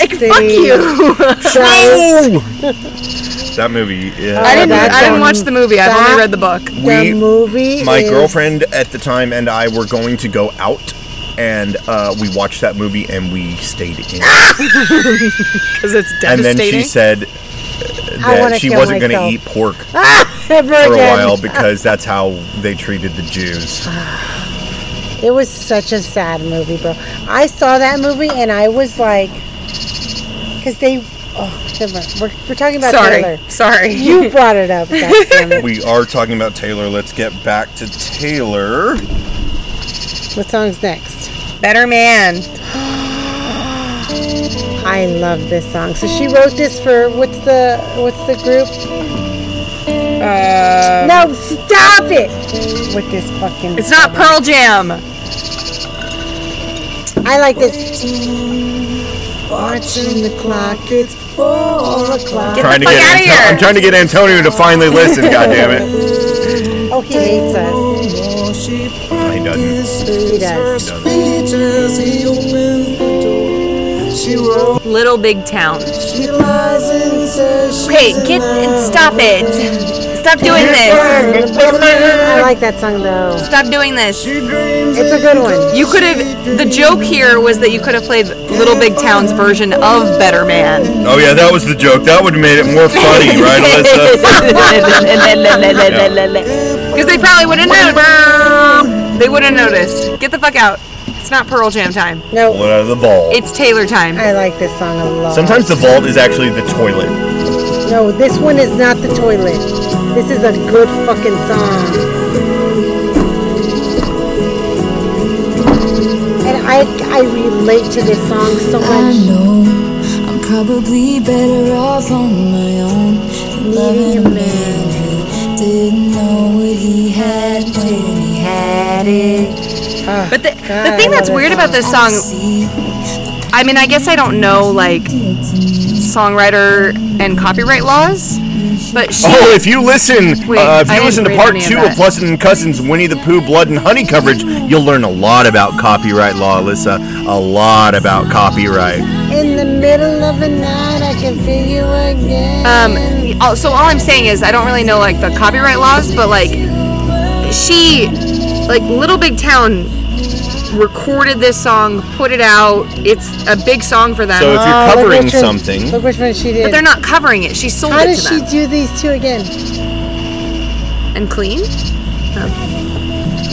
Speaker 10: like,
Speaker 1: thing.
Speaker 10: fuck you.
Speaker 1: That is-
Speaker 2: That movie. Yeah.
Speaker 10: I didn't.
Speaker 1: that
Speaker 10: I didn't
Speaker 1: dumb.
Speaker 10: watch the movie. I've only
Speaker 1: That-
Speaker 10: read the book.
Speaker 2: We-
Speaker 1: the movie.
Speaker 2: my
Speaker 1: is-
Speaker 2: girlfriend at the time and I were going to go out, and uh, we watched that movie and we stayed in.
Speaker 1: Ah,
Speaker 4: Because it's
Speaker 2: and then she said
Speaker 4: devastating.
Speaker 2: uh,
Speaker 1: I
Speaker 2: that
Speaker 1: wanna
Speaker 2: she
Speaker 1: kill
Speaker 2: wasn't going to
Speaker 1: myself.
Speaker 2: eat pork for
Speaker 1: Ever
Speaker 2: a
Speaker 1: again.
Speaker 2: while because that's how they treated the Jews.
Speaker 1: It was such a sad movie, bro. I saw that movie and I was like, because they. Oh, never. We're, we're talking about
Speaker 4: sorry,
Speaker 1: Taylor.
Speaker 4: sorry.
Speaker 1: You brought it up. goddammit.
Speaker 2: we are talking about Taylor. Let's get back to Taylor.
Speaker 1: what song's next?
Speaker 4: Better man.
Speaker 1: I love this song. So she wrote this for what's the what's the group?
Speaker 17: Uh,
Speaker 1: no, stop it with this fucking.
Speaker 4: It's not Pearl Jam.
Speaker 1: I like this. Watching the clock, it's four o'clock.
Speaker 2: trying to get Anto- I'm trying to get Antonio to finally listen. God damn it!
Speaker 1: Oh, he hates us.
Speaker 2: He doesn't.
Speaker 1: He does.
Speaker 4: Little Big Town.
Speaker 7: Okay,
Speaker 4: get stop it. Stop doing this.
Speaker 1: I like that song though.
Speaker 4: Stop doing this.
Speaker 1: It's a good one.
Speaker 4: You could have. The joke here was that you could have played Little Big Town's version of Better Man.
Speaker 2: Oh yeah, that was the joke. That would have made it more funny, right,
Speaker 4: Because they probably wouldn't noticed. They wouldn't noticed. Get the fuck out. It's not Pearl Jam time.
Speaker 1: No.
Speaker 2: What out of the vault?
Speaker 4: It's Taylor time.
Speaker 1: I like this song a lot.
Speaker 2: Sometimes the vault is actually the toilet.
Speaker 1: No, this one is not the toilet. This is a good fucking song. And I I relate to this song so much.
Speaker 7: I know I'm probably better off on my own than loving a man who didn't know what he had when he had it.
Speaker 4: But the, the thing that's weird about this song, I mean, I guess I don't know like songwriter and copyright laws, but she.
Speaker 2: Oh, if you listen,
Speaker 4: Wait,
Speaker 2: uh, if
Speaker 4: I
Speaker 2: you listen to
Speaker 4: didn't read
Speaker 2: part
Speaker 4: any of
Speaker 2: two of,
Speaker 4: that.
Speaker 2: Pleasant and Cousins Winnie the Pooh Blood and Honey coverage, you'll learn a lot about copyright law, Alyssa. A lot about copyright.
Speaker 1: In the middle of the night, I can feel you again.
Speaker 4: Um, all- so all I'm saying is I don't really know like the copyright laws, but like she, like Little Big Town, recorded this song, put it out. It's a big song for them.
Speaker 2: So if you're
Speaker 1: Oh, look
Speaker 2: covering
Speaker 1: which one-
Speaker 2: something-
Speaker 1: look which one she did.
Speaker 4: but they're not covering it. She sold
Speaker 1: How
Speaker 4: it
Speaker 1: did
Speaker 4: to
Speaker 1: she
Speaker 4: them.
Speaker 1: do these two again?
Speaker 4: And clean. Oh.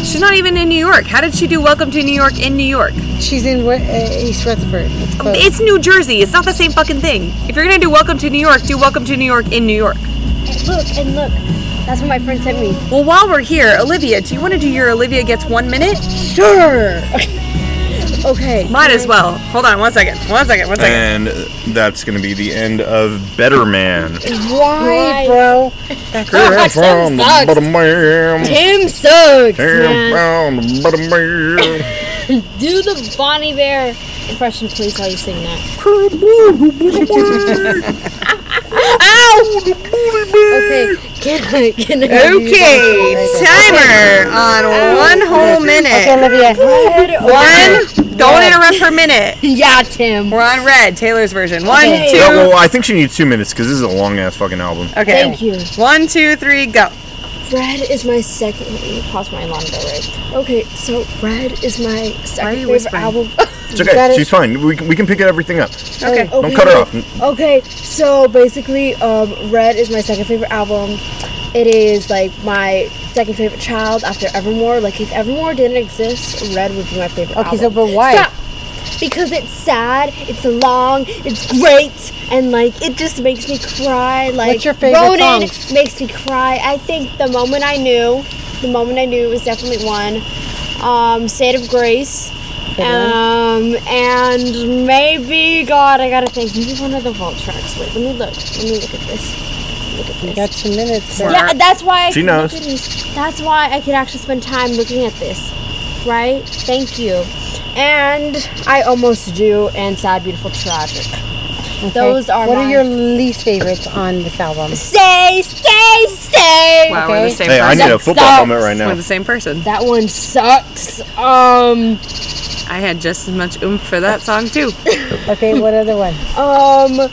Speaker 4: She's not even in New York. How did she do Welcome to New York in New York?
Speaker 1: She's in Wa- uh, East Rutherford. It's close.
Speaker 4: It's New Jersey. It's not the same fucking thing. If you're gonna do Welcome to New York, do Welcome to New York in New York.
Speaker 18: Look and look. That's what my friend sent me.
Speaker 4: Well, while we're here, Olivia, do you want to do your Olivia gets one minute?
Speaker 1: Sure. Okay.
Speaker 4: Might as well. Hold on, one second. One second. One
Speaker 2: And
Speaker 4: second.
Speaker 2: that's going to be the end of Better Man.
Speaker 1: Why, bro?
Speaker 2: From the
Speaker 7: sucks.
Speaker 2: Better Man.
Speaker 7: Tim sucks,
Speaker 2: Damn
Speaker 7: man.
Speaker 2: from the Better Man.
Speaker 7: Do the Bonnie Bear impression, please, while you sing that. Ow! Okay, can I? Can I?
Speaker 4: Okay, timer on one whole
Speaker 1: Okay,
Speaker 4: minute.
Speaker 1: Olivia.
Speaker 4: One. Don't interrupt for a minute.
Speaker 7: Yeah, Tim.
Speaker 4: We're on red. Taylor's version. One,
Speaker 7: Okay.
Speaker 2: Yeah,
Speaker 4: two.
Speaker 2: well, I think she needs two minutes because this is a long ass fucking album.
Speaker 4: Okay.
Speaker 7: Thank you.
Speaker 4: One, two, three, go.
Speaker 7: Red is my second. Let me pause my alarm bell, right? Okay, so Red is my
Speaker 4: are you
Speaker 7: second favorite
Speaker 4: whispering?
Speaker 7: album.
Speaker 2: It's okay.
Speaker 1: gotta-
Speaker 2: She's fine. We can, we can pick everything up.
Speaker 4: Okay.
Speaker 1: Oh,
Speaker 2: Don't cut her off.
Speaker 7: Okay, so basically, um, Red is my second favorite album. It is like my second favorite child after Evermore. Like if Evermore didn't exist, Red would be my favorite.
Speaker 1: Okay,
Speaker 7: album.
Speaker 1: so but why?
Speaker 7: Stop. Because it's sad, it's long, it's great, and like it just makes me cry. Like
Speaker 1: your favorite
Speaker 7: Ronan
Speaker 1: songs?
Speaker 7: makes me cry. I think the moment I knew, the moment I knew was definitely one. Um, State of Grace. Um, and maybe God, I gotta think. Maybe one of the vault tracks. Wait, let me look. Let me look at this. Look at this.
Speaker 1: Got two minutes. bro.
Speaker 7: Yeah, that's why. I
Speaker 2: She
Speaker 7: can look
Speaker 2: knows.
Speaker 7: at these. That's why I could actually spend time looking at this, right? Thank you. And I almost do. And sad, beautiful, tragic. Those are
Speaker 1: What
Speaker 7: mine.
Speaker 1: are your least favorites on this album?
Speaker 7: stay, stay, stay?
Speaker 4: Wow, we're the
Speaker 1: Okay.
Speaker 4: same
Speaker 2: Hey, I
Speaker 4: person.
Speaker 2: need a football
Speaker 7: sucks.
Speaker 2: helmet right
Speaker 4: We're
Speaker 2: now.
Speaker 4: the same person.
Speaker 7: That one sucks. Um,
Speaker 4: I had just as much oomph for that song too.
Speaker 1: Okay, what other one?
Speaker 7: um,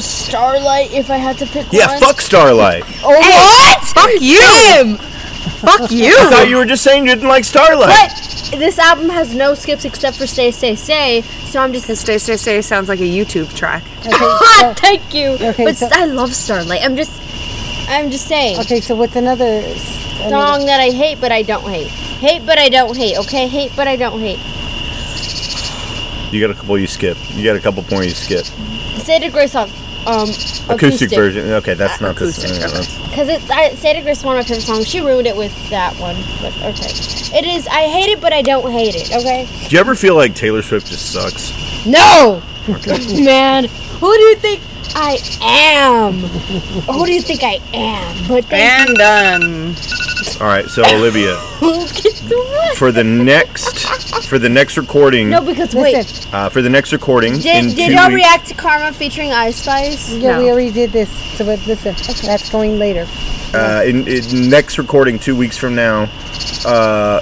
Speaker 7: Starlight. If I had to pick
Speaker 2: Yeah,
Speaker 7: one.
Speaker 2: fuck Starlight.
Speaker 7: Oh, what?
Speaker 4: Fuck you! Fuck you!
Speaker 2: I thought you were just saying you didn't like Starlight.
Speaker 7: But this album has no skips except for Stay, Stay, Stay. So I'm just.
Speaker 4: Stay, stay, stay sounds like a YouTube track.
Speaker 7: Ah, thank you.
Speaker 1: Okay,
Speaker 7: but
Speaker 1: so-
Speaker 7: I love Starlight. I'm just. I'm just saying.
Speaker 1: Okay, so what's another s- another-
Speaker 7: Song that I hate, but I don't hate. Hate, but I don't hate. Okay, hate, but I don't hate.
Speaker 2: You got a couple you skip. You got a couple points you skip.
Speaker 7: State of Grace song. Um,
Speaker 2: Acoustic, version. Okay, that's not this.
Speaker 4: acoustic,
Speaker 2: uh,
Speaker 4: okay.
Speaker 2: that's-
Speaker 7: Because State of Grace is one of my favorite songs. She ruined it with that one. But okay, it is. I hate it, but I don't hate it. Okay.
Speaker 2: Do you ever feel like Taylor Swift just sucks?
Speaker 7: No! Man, who do you think I am? Who do you think I am? But thank you.
Speaker 4: done.
Speaker 2: All right, so Olivia, for the next for the next recording,
Speaker 7: No, because wait.
Speaker 2: uh, for the next recording, in
Speaker 7: Did, did
Speaker 2: two
Speaker 7: y'all
Speaker 2: weeks-
Speaker 7: react to Karma featuring Ice Spice?
Speaker 1: Yeah, we already did this. So but listen, that's going later.
Speaker 2: uh, in, in next recording two weeks from now, uh,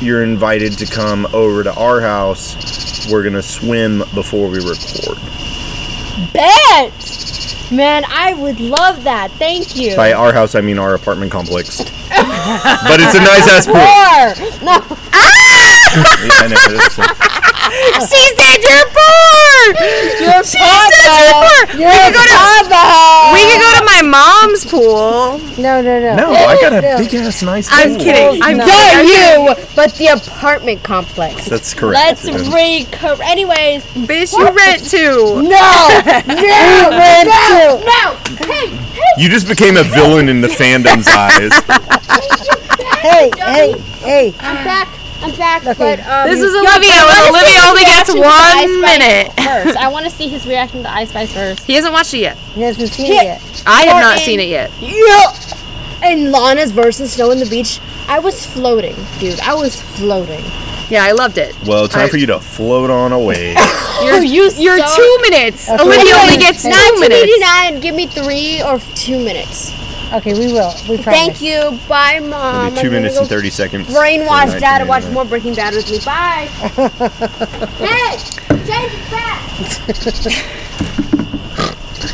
Speaker 2: you're invited to come over to our house. We're gonna swim before we record.
Speaker 7: Bet! Man, I would love that. Thank you.
Speaker 2: By our house, I mean our apartment complex. but it's a nice ass pool.
Speaker 7: Where? No.
Speaker 2: Yeah, I know, that's a-
Speaker 4: she said you're poor.
Speaker 7: You're
Speaker 4: she said you're poor. we could go to we could go to my mom's pool.
Speaker 1: No, no, no.
Speaker 2: no, I got a big ass nice.
Speaker 4: I'm
Speaker 2: pool.
Speaker 4: kidding. I'm
Speaker 7: Not
Speaker 4: kidding.
Speaker 7: you, but the apartment complex.
Speaker 2: That's correct.
Speaker 7: Let's recur. Anyways,
Speaker 4: Bitch, you rent too.
Speaker 7: no, no, no, no.
Speaker 2: You just became a villain in the fandom's eyes.
Speaker 1: Hey, hey, hey.
Speaker 7: I'm back. I'm back.
Speaker 1: Okay.
Speaker 7: But um,
Speaker 4: This is
Speaker 7: yo,
Speaker 4: Olivia,
Speaker 7: I
Speaker 4: and
Speaker 7: wanna
Speaker 4: Olivia
Speaker 7: see his
Speaker 4: only gets
Speaker 7: reaction to
Speaker 4: one
Speaker 7: Ice Spice
Speaker 4: minute.
Speaker 7: first. I want to see his reaction to Ice Spice first.
Speaker 4: He hasn't watched it yet.
Speaker 1: He hasn't seen it yet.
Speaker 4: I have not
Speaker 7: Jordan.
Speaker 4: seen it yet.
Speaker 7: Yo. And Lana's verse in Snow on the Beach. I was floating, dude. I was floating.
Speaker 4: Yeah, I loved it.
Speaker 2: Well, time for you to float on away.
Speaker 4: Oh,
Speaker 7: You're, you
Speaker 4: You're
Speaker 7: suck.
Speaker 4: two minutes. Olivia only gets
Speaker 7: Two
Speaker 4: two minutes.
Speaker 7: 289, give me three or two minutes.
Speaker 1: Okay, we will. We promise.
Speaker 7: Thank you. Bye, mom.
Speaker 2: It'll be two
Speaker 7: I'm gonna
Speaker 2: minutes
Speaker 7: go
Speaker 2: and thirty seconds. for
Speaker 7: Brainwash dad to watch
Speaker 2: 1999.
Speaker 7: more Breaking Bad with me. Bye. hey, change it back.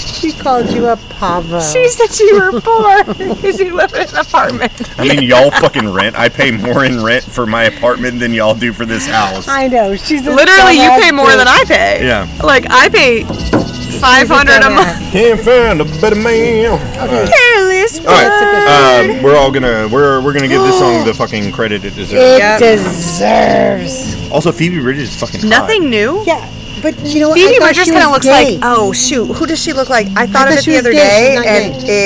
Speaker 1: She called you a pavo.
Speaker 4: She said she were poor because she lived in an apartment.
Speaker 2: I mean, y'all fucking rent. I pay more in rent for my apartment than y'all do for this house.
Speaker 1: I know. She's a
Speaker 4: Literally, you
Speaker 1: dumbass
Speaker 4: pay more
Speaker 1: bitch.
Speaker 4: than I pay.
Speaker 2: Yeah.
Speaker 4: Like I pay five hundred a month.
Speaker 2: Can't find a better man.
Speaker 4: Careless.
Speaker 2: All right, um, we're all gonna we're we're gonna give this song the fucking credit it
Speaker 1: It
Speaker 2: deserves.
Speaker 1: deserves.
Speaker 2: Also, Phoebe Bridges is fucking hot.
Speaker 4: Nothing new.
Speaker 1: Yeah, but you know, what? I
Speaker 3: Phoebe
Speaker 1: thought
Speaker 3: Bridgers
Speaker 1: she
Speaker 3: kind of
Speaker 1: was
Speaker 3: looks
Speaker 1: gay.
Speaker 3: like, oh shoot, who does she look like? I thought
Speaker 1: thought
Speaker 3: of it
Speaker 1: she
Speaker 3: the
Speaker 1: was
Speaker 3: other
Speaker 1: gay.
Speaker 3: day,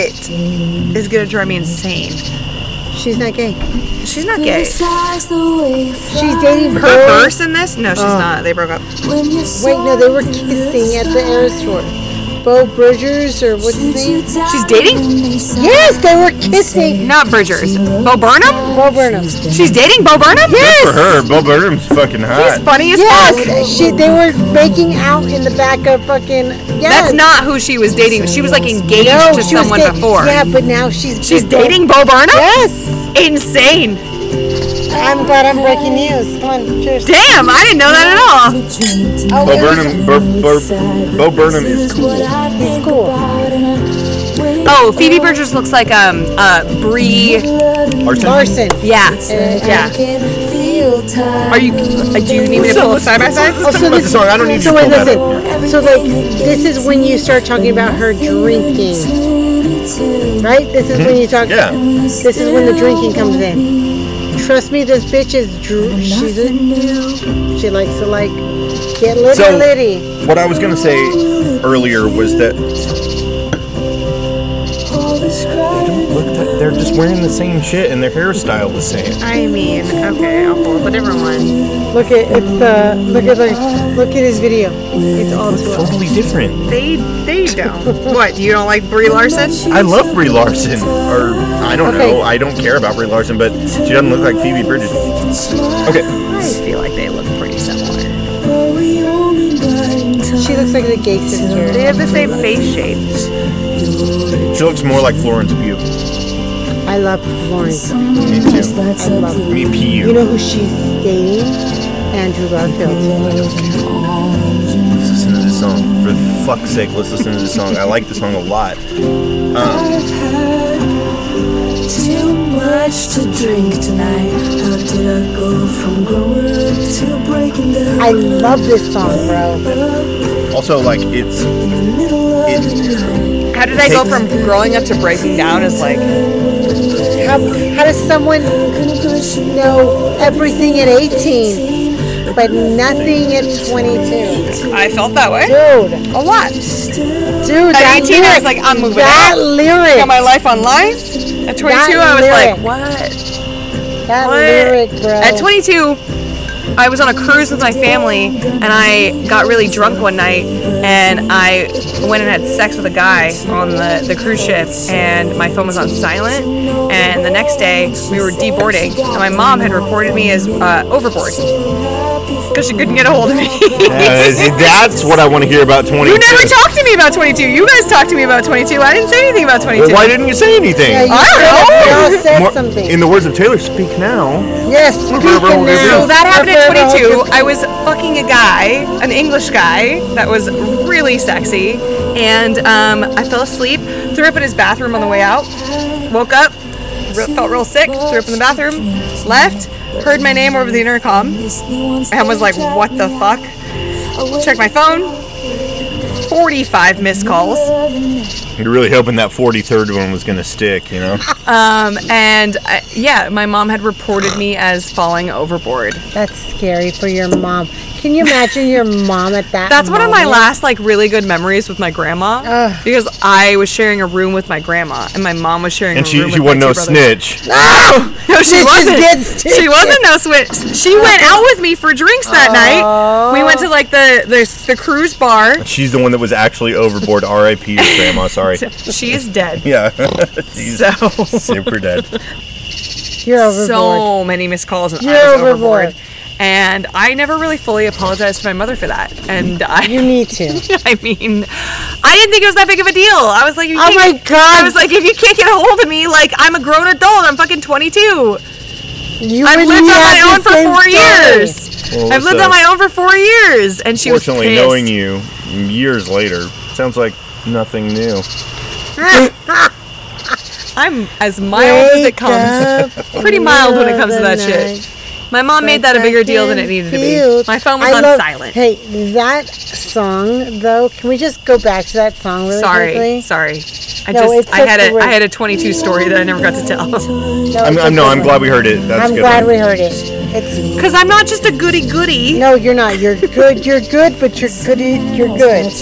Speaker 1: She's not
Speaker 3: and it is gonna drive me insane.
Speaker 1: Oh, she's not gay.
Speaker 3: She's not gay.
Speaker 1: She's dating
Speaker 3: Her
Speaker 1: Bird.
Speaker 3: verse in this? No, she's
Speaker 4: Oh.
Speaker 3: not. They broke up.
Speaker 1: Wait, no, they were kissing at the Eras tour. Bo Bridgers or what's his name?
Speaker 4: She's dating
Speaker 1: Yes, they were kissing.
Speaker 4: not Bridgers. Bo Burnham.
Speaker 1: Bo Burnham.
Speaker 4: She's dating Bo Burnham.
Speaker 2: Good for her. Bo Burnham's fucking
Speaker 4: She's
Speaker 2: hot.
Speaker 4: funny as fuck.
Speaker 1: Yes, she, they were making out in the back of fucking. Yes.
Speaker 4: That's not who she was dating. She was like engaged
Speaker 1: no,
Speaker 4: to
Speaker 1: she was
Speaker 4: someone
Speaker 1: gay.
Speaker 4: before.
Speaker 1: Yeah, but now she's
Speaker 4: She's dating Bo Burnham.
Speaker 1: Yes,
Speaker 4: Insane.
Speaker 1: I'm glad I'm breaking news. Come on, cheers.
Speaker 4: Damn, I didn't know that at all.
Speaker 1: Oh,
Speaker 2: Bo
Speaker 1: it was
Speaker 2: Burnham. Bur- Bur- Bo Burnham is cool.
Speaker 1: cool.
Speaker 4: Oh, Phoebe Bridgers looks like um uh Bree.
Speaker 2: Arson.
Speaker 1: Larson.
Speaker 4: Yeah, yeah. Are you? Uh, do you need me to pull up side by side?
Speaker 1: Oh, so
Speaker 2: about the
Speaker 1: this,
Speaker 2: song. I don't need
Speaker 1: so
Speaker 2: you to
Speaker 1: wait,
Speaker 2: pull that
Speaker 1: listen. So like, this is when you start talking about her drinking, right? This is when you talk.
Speaker 2: Mm-hmm. Yeah.
Speaker 1: This is when the drinking comes in. Trust me, this bitch is dr- she's a, she likes to like get litty
Speaker 2: So-
Speaker 1: litty.
Speaker 2: What I was gonna say earlier was that. They don't look that- They're just wearing the same shit and their hairstyle the same.
Speaker 4: I mean, okay, I'll pull up a different one.
Speaker 1: Look at it's the look at the look at his video. It's all to us.
Speaker 2: Totally different.
Speaker 3: They they don't. what? You don't like Brie Larson?
Speaker 2: I love Brie Larson, or I don't
Speaker 1: Okay.
Speaker 2: know. I don't care about Brie Larson, but she doesn't look like Phoebe Bridges. Okay,
Speaker 4: I feel like they look pretty similar.
Speaker 1: She looks like the gay sister.
Speaker 4: They have the same face shape.
Speaker 2: she looks more like Florence Pugh.
Speaker 1: I love Florence. I
Speaker 2: Me too.
Speaker 1: love. Her.
Speaker 2: Me
Speaker 1: You
Speaker 2: Pugh.
Speaker 1: know who she's dating? Andrew Garfield.
Speaker 2: Let's listen to this song. For fuck's sake, let's listen to this song. I like this song a lot.
Speaker 6: Too much to drink tonight. How did I go from growing up to breaking down?
Speaker 1: I love this song, bro.
Speaker 2: Also, like it's it.
Speaker 4: How did I go from growing up to breaking down? Is like
Speaker 1: How, how does someone know everything at 18 but nothing at 22?
Speaker 4: I felt that way
Speaker 1: Dude.
Speaker 4: a lot.
Speaker 1: Dude,
Speaker 4: At
Speaker 1: that
Speaker 4: 18, I
Speaker 1: lyric-
Speaker 4: was like, I'm moving
Speaker 1: that
Speaker 4: out.
Speaker 1: lyric,
Speaker 4: Got my life on line. At 22, I was
Speaker 1: lyric.
Speaker 4: like, what?
Speaker 1: that
Speaker 4: What?
Speaker 1: lyric, bro.
Speaker 4: At 22, I was on a cruise with my family and I got really drunk one night and I went and had sex with a guy on the, the cruise ship and my phone was on silent and the next day we were deboarding and my mom had reported me as uh, overboard because she couldn't get a hold of me.
Speaker 2: Uh, see, that's what I want to hear about 22.
Speaker 4: You never talked to me about 22. You guys talked to me about 22. I didn't say anything about 22.
Speaker 2: Well, why didn't you say anything?
Speaker 1: Yeah, you
Speaker 4: I don't
Speaker 1: said-
Speaker 4: know.
Speaker 1: you all said
Speaker 2: More-
Speaker 1: something.
Speaker 2: In the words of Taylor, speak now.
Speaker 1: Yes.
Speaker 2: Verbal
Speaker 4: So
Speaker 2: abuse.
Speaker 4: that happened at
Speaker 1: Referral
Speaker 4: 22. I was fucking a guy, an English guy that was really sexy, and um, I fell asleep, threw up in his bathroom on the way out, woke up, re- felt real sick, threw up in the bathroom, left, heard my name over the intercom, and was like, what the fuck? Checked my phone. 45 missed calls.
Speaker 2: You're really hoping that 43rd one was going to stick, you know?
Speaker 4: Um, and I, yeah, my mom had reported me as falling overboard.
Speaker 1: That's scary for your mom. Can you imagine your mom at that?
Speaker 4: That's one of my
Speaker 1: moment?
Speaker 4: last like really good memories with my grandma because I was sharing a room with my grandma and my mom was sharing
Speaker 2: And
Speaker 4: a
Speaker 2: she,
Speaker 4: room
Speaker 2: she wasn't
Speaker 4: with my
Speaker 2: no
Speaker 4: two brothers.
Speaker 2: snitch.
Speaker 4: No, no, she
Speaker 1: Snitches get
Speaker 4: wasn't.
Speaker 1: stitches.
Speaker 4: She wasn't no snitch. She went out with me for drinks that night. We went to like the the, the cruise bar.
Speaker 2: She's the one that was actually overboard. RIP your grandma, sorry.
Speaker 4: She is dead.
Speaker 2: Yeah. She's
Speaker 4: So
Speaker 2: super dead.
Speaker 1: You're overboard.
Speaker 4: so many missed calls and I
Speaker 1: You're
Speaker 4: was overboard.
Speaker 1: overboard.
Speaker 4: And I never really fully apologized to my mother for that. And I
Speaker 1: you need to.
Speaker 4: I mean, I didn't think it was that big of a deal. I was like, if you
Speaker 1: Oh
Speaker 4: can't
Speaker 1: my
Speaker 4: get-
Speaker 1: God.
Speaker 4: I was like, if you can't get a hold of me, like I'm a grown adult. I'm fucking 22.
Speaker 1: You
Speaker 4: I've
Speaker 1: and
Speaker 4: lived on
Speaker 1: me have
Speaker 4: my
Speaker 1: the
Speaker 4: own for
Speaker 1: same
Speaker 4: four
Speaker 1: story.
Speaker 4: years.
Speaker 2: Well,
Speaker 4: I've lived
Speaker 2: so-
Speaker 4: on my own for four years, and she was
Speaker 2: Fortunately,
Speaker 4: pissed.
Speaker 2: knowing you years later sounds like nothing new.
Speaker 4: I'm as mild as it
Speaker 1: Wake
Speaker 4: comes.
Speaker 1: up,
Speaker 4: Pretty mild when it
Speaker 1: middle
Speaker 4: comes to
Speaker 1: of
Speaker 4: that
Speaker 1: the
Speaker 4: shit.
Speaker 1: night,
Speaker 4: My mom made that a bigger deal than it
Speaker 1: second
Speaker 4: needed to be.
Speaker 1: field.
Speaker 4: My phone was
Speaker 1: I
Speaker 4: on
Speaker 1: love-
Speaker 4: silent.
Speaker 1: Hey, that song though. Can we just go back to that song really
Speaker 4: sorry,
Speaker 1: quickly?
Speaker 4: sorry. I
Speaker 1: No,
Speaker 4: just
Speaker 1: it's
Speaker 4: I had
Speaker 1: such a
Speaker 4: a I
Speaker 1: word.
Speaker 4: had a 22 story that I never got to tell.
Speaker 1: No,
Speaker 2: I'm,
Speaker 1: it's
Speaker 2: I'm,
Speaker 1: a
Speaker 2: no,
Speaker 1: good
Speaker 2: I'm
Speaker 1: one.
Speaker 2: glad we heard it. That's
Speaker 1: I'm
Speaker 2: a good.
Speaker 1: glad
Speaker 2: one.
Speaker 1: we heard it. It's
Speaker 4: Cause I'm not just a goody goody.
Speaker 1: no, you're not. You're good. You're good, but you're good. You're good.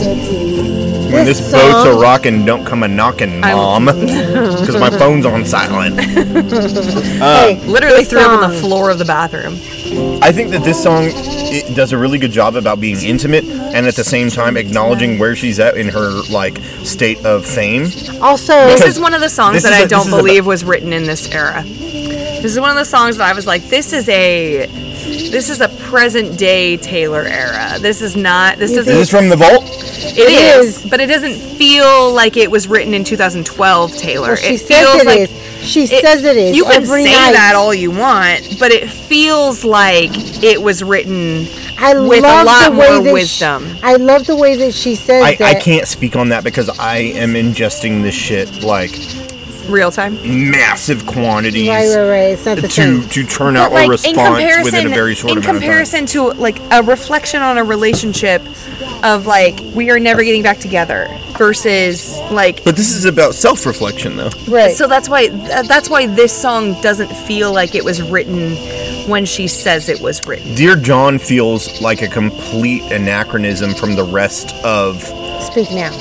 Speaker 2: When this,
Speaker 1: This
Speaker 2: boat's a
Speaker 1: song-
Speaker 2: rockin', don't come a knockin', mom. Because my phone's on silent. Uh,
Speaker 1: hey,
Speaker 4: Literally
Speaker 1: this
Speaker 4: threw up on the
Speaker 1: song.
Speaker 4: floor of the bathroom.
Speaker 2: I think that this song it does a really good job about being intimate and at the same time acknowledging where she's at in her like state of fame.
Speaker 1: Also,
Speaker 4: This is one of the songs
Speaker 2: This
Speaker 4: that
Speaker 2: is
Speaker 4: I
Speaker 2: a-
Speaker 4: I
Speaker 2: this
Speaker 4: don't
Speaker 2: is a-
Speaker 4: believe was written in this era. This is one of the songs that I was like, this is a this is a present day Taylor era. This is not this
Speaker 2: Is this
Speaker 4: doesn't
Speaker 2: from the vault?
Speaker 4: it is,
Speaker 1: is.
Speaker 4: but it doesn't feel like it was written in 2012 Taylor.
Speaker 1: well, she
Speaker 4: it
Speaker 1: says
Speaker 4: feels
Speaker 1: it
Speaker 4: like
Speaker 1: is. She
Speaker 4: it-
Speaker 1: says it is.
Speaker 4: You can
Speaker 1: every
Speaker 4: say
Speaker 1: night.
Speaker 4: that all you want, but it feels like it was written
Speaker 1: I
Speaker 4: with a
Speaker 1: love
Speaker 4: lot
Speaker 1: the way
Speaker 4: more
Speaker 1: that she-
Speaker 4: wisdom.
Speaker 1: I love the way that she says
Speaker 2: I, I
Speaker 1: that.
Speaker 2: can't speak on that because I am ingesting this shit like
Speaker 4: real time.
Speaker 2: massive quantities
Speaker 1: Right, right, right. It's not the
Speaker 2: to
Speaker 1: same.
Speaker 2: to turn out a response within a very short
Speaker 4: in
Speaker 2: amount
Speaker 4: comparison to like a reflection on a relationship of like we are never getting back together versus like
Speaker 2: of time. But this is about self-reflection, though.
Speaker 1: Right.
Speaker 4: so that's why th- that's why this song doesn't feel like it was written when she says it was written.
Speaker 2: Dear John feels like a complete anachronism from the rest of
Speaker 1: Speak now.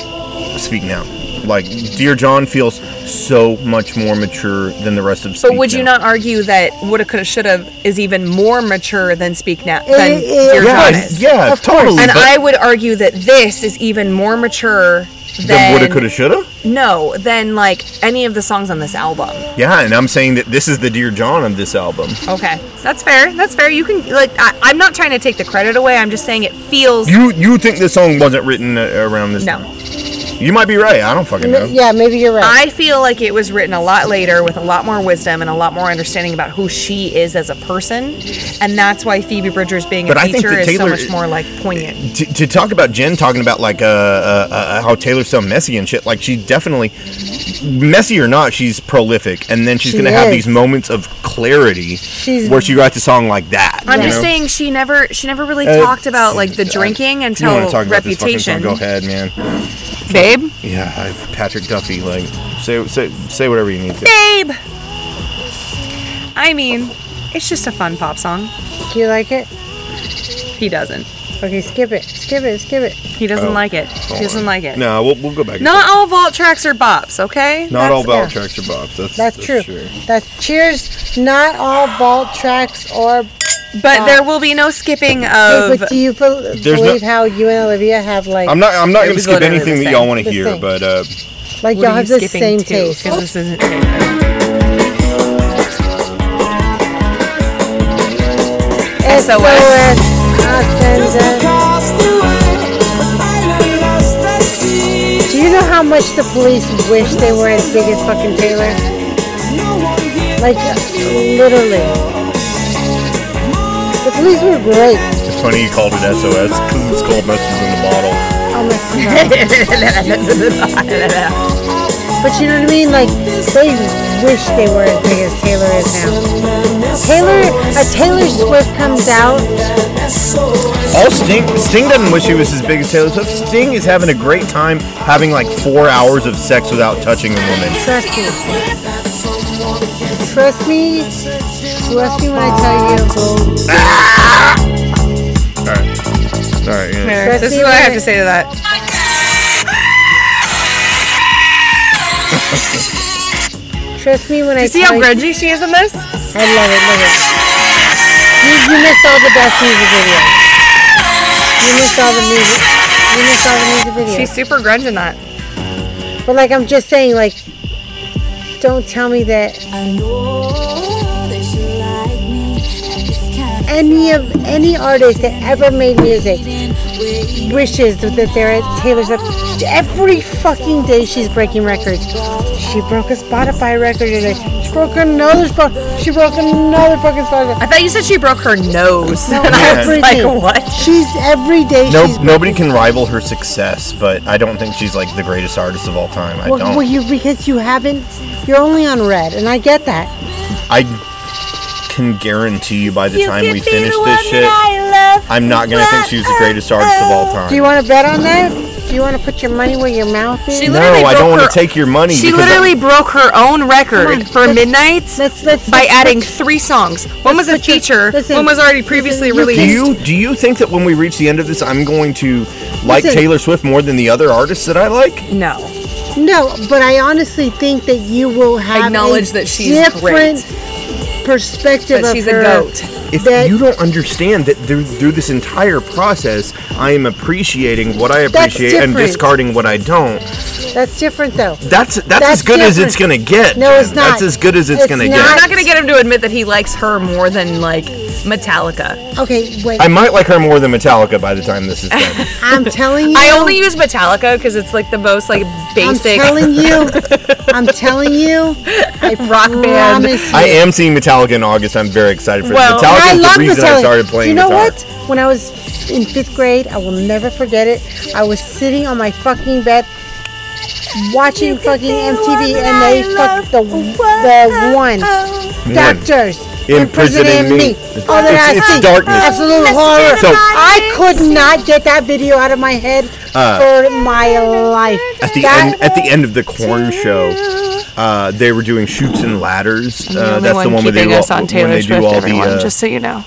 Speaker 2: Speak Now. Like, Dear John feels so much more mature than the rest of Speak
Speaker 4: But would you
Speaker 2: Now.
Speaker 4: not argue that woulda, coulda, shoulda is even more mature than Speak Now than
Speaker 1: it-
Speaker 4: Dear
Speaker 2: Yeah,
Speaker 4: John is?
Speaker 2: yeah,
Speaker 1: Of course.
Speaker 2: totally.
Speaker 4: And
Speaker 2: but
Speaker 4: I would argue that this is even more mature than,
Speaker 2: then woulda, coulda, shoulda.
Speaker 4: no than like any of the songs on this album.
Speaker 2: Yeah, and I'm saying that this is the Dear John of this album.
Speaker 4: Okay, that's fair. That's fair. You can like. I, I'm not trying to take the credit away. I'm just saying it feels.
Speaker 2: You you think this song wasn't written uh, around this
Speaker 4: No.
Speaker 2: time? You might be right. I don't fucking
Speaker 4: Oh.
Speaker 2: know.
Speaker 1: Yeah, maybe you're right.
Speaker 4: I feel like it was written a lot later with a lot more wisdom and a lot more understanding about who she is as a person, and that's why Phoebe Bridgers being
Speaker 2: But
Speaker 4: a
Speaker 2: I think
Speaker 4: teacher
Speaker 2: that
Speaker 4: is so
Speaker 2: Taylor-
Speaker 4: much more like poignant.
Speaker 2: to, to talk about Jen talking about like uh, uh, uh how Taylor's so messy and shit. Like she definitely messy or not, she's prolific, and then she's
Speaker 1: She
Speaker 2: gonna have
Speaker 1: is.
Speaker 2: these moments of clarity
Speaker 1: She's-
Speaker 2: where she writes a song like that.
Speaker 4: I'm
Speaker 2: you
Speaker 4: just
Speaker 2: know?
Speaker 4: saying she never she never really
Speaker 2: Uh,
Speaker 4: talked about like the
Speaker 2: God.
Speaker 4: drinking
Speaker 2: If
Speaker 4: until
Speaker 2: you wanna talk about this fucking
Speaker 4: reputation.
Speaker 2: song, go ahead, man.
Speaker 4: Babe,
Speaker 2: Yeah, I- Patrick Duffy. Like, say say say whatever you need to.
Speaker 4: babe. I mean, it's just a fun pop song.
Speaker 1: Do you like it?
Speaker 4: He doesn't.
Speaker 1: Okay, skip it. Skip it. Skip it.
Speaker 4: He doesn't
Speaker 2: Oh,
Speaker 4: like it. He doesn't like it.
Speaker 2: No, we'll, we'll go back. and
Speaker 4: Not
Speaker 2: forth.
Speaker 4: all vault tracks are bops, okay?
Speaker 2: not all belt
Speaker 1: yeah.
Speaker 2: tracks are bops. That's
Speaker 1: That's true. That's cheers. Not all vault tracks or
Speaker 10: But there will be no skipping of.
Speaker 1: but do you bel
Speaker 2: There's no-
Speaker 1: believe how you and Olivia have like?
Speaker 2: I'm not. I'm not
Speaker 1: It
Speaker 2: going to
Speaker 1: was
Speaker 2: skip
Speaker 1: literally
Speaker 2: anything
Speaker 1: the
Speaker 2: that y'all
Speaker 1: same.
Speaker 2: want to
Speaker 1: The
Speaker 2: hear,
Speaker 1: same.
Speaker 2: but uh,
Speaker 1: like
Speaker 4: What
Speaker 1: y'all
Speaker 4: are
Speaker 1: have the
Speaker 4: you skipping
Speaker 1: same
Speaker 4: to?
Speaker 1: taste.
Speaker 4: 'Cause this isn't.
Speaker 10: SOS.
Speaker 1: Do you know how much the police wish they were as big as fucking Taylor? Like, literally. The police were great.
Speaker 2: it's funny you called it SOS because it's called messages in the bottle.
Speaker 1: Oh my god. but you know what I mean? Like, they wish they were as big as Taylor is now. Taylor, a Taylor Swift comes out.
Speaker 2: All Sting. Sting doesn't wish he was as big as Taylor Swift. Sting is having a great time having like four hours of sex without touching a woman.
Speaker 1: Trust me. Trust me. Trust me when I tell you.
Speaker 2: All right. All right. Yeah.
Speaker 1: Trust
Speaker 10: This
Speaker 1: me
Speaker 10: is what I
Speaker 1: when
Speaker 10: have to say to that.
Speaker 1: Trust me when I
Speaker 10: You see
Speaker 1: tell
Speaker 10: how grungy she is in this?
Speaker 1: I love it, love it. You, you missed all the best music videos. You missed all the music. You missed all the music videos.
Speaker 10: She's super grunge in that.
Speaker 1: but like, I'm just saying, like, don't tell me that any of any artist that ever made music wishes that they're at Taylor's. Every fucking day she's breaking records. She broke a Spotify record today. She broke another. Spo- she broke another fucking Spotify.
Speaker 10: I thought you said she broke her nose.
Speaker 1: No,
Speaker 10: and I was
Speaker 1: everything.
Speaker 10: like, what?
Speaker 1: She's every day.
Speaker 2: No,
Speaker 1: she's
Speaker 2: nobody can rival her success, but I don't think she's like the greatest artist of all time. I
Speaker 1: Well,
Speaker 2: don't.
Speaker 1: well, you because you haven't. You're only on red, and I get that.
Speaker 2: I can guarantee you by the time we finish this shit, I'm not gonna think she was the greatest artist of all time.
Speaker 1: Do you want to bet on that? Do you want to put your money where your mouth is?
Speaker 10: She
Speaker 2: no,
Speaker 10: literally
Speaker 2: I
Speaker 10: broke
Speaker 2: don't want
Speaker 10: her-
Speaker 2: to take your money.
Speaker 10: She
Speaker 2: because I-
Speaker 10: literally broke her own record
Speaker 1: Come on,
Speaker 10: for
Speaker 1: let's-
Speaker 10: Midnight's
Speaker 1: let's let's
Speaker 10: by
Speaker 1: let's
Speaker 10: adding
Speaker 1: put-
Speaker 10: three songs. One was a
Speaker 1: put your-
Speaker 10: feature,
Speaker 1: listen,
Speaker 10: one was already previously
Speaker 1: listen, you
Speaker 2: do
Speaker 10: released.
Speaker 2: you do you think that when we reach the end of this, I'm going to like
Speaker 1: Listen.
Speaker 2: Taylor Swift more than the other artists that I like?
Speaker 10: No.
Speaker 1: No, but I honestly think that you will have
Speaker 10: Acknowledge
Speaker 1: a
Speaker 10: that she's
Speaker 1: different perspective
Speaker 10: That
Speaker 1: of
Speaker 10: she's a
Speaker 1: her.
Speaker 10: goat.
Speaker 2: If
Speaker 1: That-
Speaker 2: you don't understand that through, through this entire process, I am appreciating what I
Speaker 1: That's
Speaker 2: appreciate and
Speaker 1: different.
Speaker 2: discarding what I don't.
Speaker 1: That's different, though.
Speaker 2: That's that's,
Speaker 1: That's
Speaker 2: as good as
Speaker 1: different.
Speaker 2: it's gonna get.
Speaker 1: No, it's
Speaker 2: Jen.
Speaker 1: not.
Speaker 2: That's as good as it's,
Speaker 1: It's
Speaker 2: gonna
Speaker 1: not.
Speaker 10: I'm
Speaker 2: get.
Speaker 10: not gonna get him to admit that he likes her more than like Metallica.
Speaker 1: Okay, wait.
Speaker 2: I
Speaker 1: I'm,
Speaker 2: might like her more than Metallica by the time this is done.
Speaker 1: telling you.
Speaker 10: I only use Metallica because it's like the most like
Speaker 1: I'm
Speaker 10: basic.
Speaker 1: telling you. I'm telling you. I
Speaker 10: Rock band.
Speaker 1: promise you.
Speaker 2: I am seeing Metallica in August. I'm very excited for
Speaker 10: Well,
Speaker 2: it. Metallica
Speaker 1: I
Speaker 2: is
Speaker 1: love
Speaker 2: the reason
Speaker 1: Metallica.
Speaker 2: I started
Speaker 1: Do
Speaker 2: playing
Speaker 1: you know
Speaker 2: guitar.
Speaker 1: what? When I was in fifth grade, I will never forget it. I was sitting on my fucking bed watching fucking MTV, and they fucked the the one doctors
Speaker 2: Imprisoning
Speaker 1: imprisoning me.
Speaker 2: me.
Speaker 1: All that
Speaker 2: It's-
Speaker 1: I
Speaker 2: it's
Speaker 1: see,
Speaker 2: darkness.
Speaker 1: absolute horror.
Speaker 2: So-
Speaker 1: I could not get that video out of my head
Speaker 2: Uh,
Speaker 1: for my life.
Speaker 2: At the
Speaker 1: That-
Speaker 2: end, at the end of the corn show, uh, they were doing shoots and ladders.
Speaker 5: the
Speaker 2: Uh,
Speaker 5: only
Speaker 2: that's the one where they,
Speaker 5: keeping
Speaker 2: do all-
Speaker 5: us on
Speaker 2: when
Speaker 5: Taylor
Speaker 2: they
Speaker 5: Swift,
Speaker 2: do all the
Speaker 5: everyone,
Speaker 2: uh,
Speaker 5: just so you know.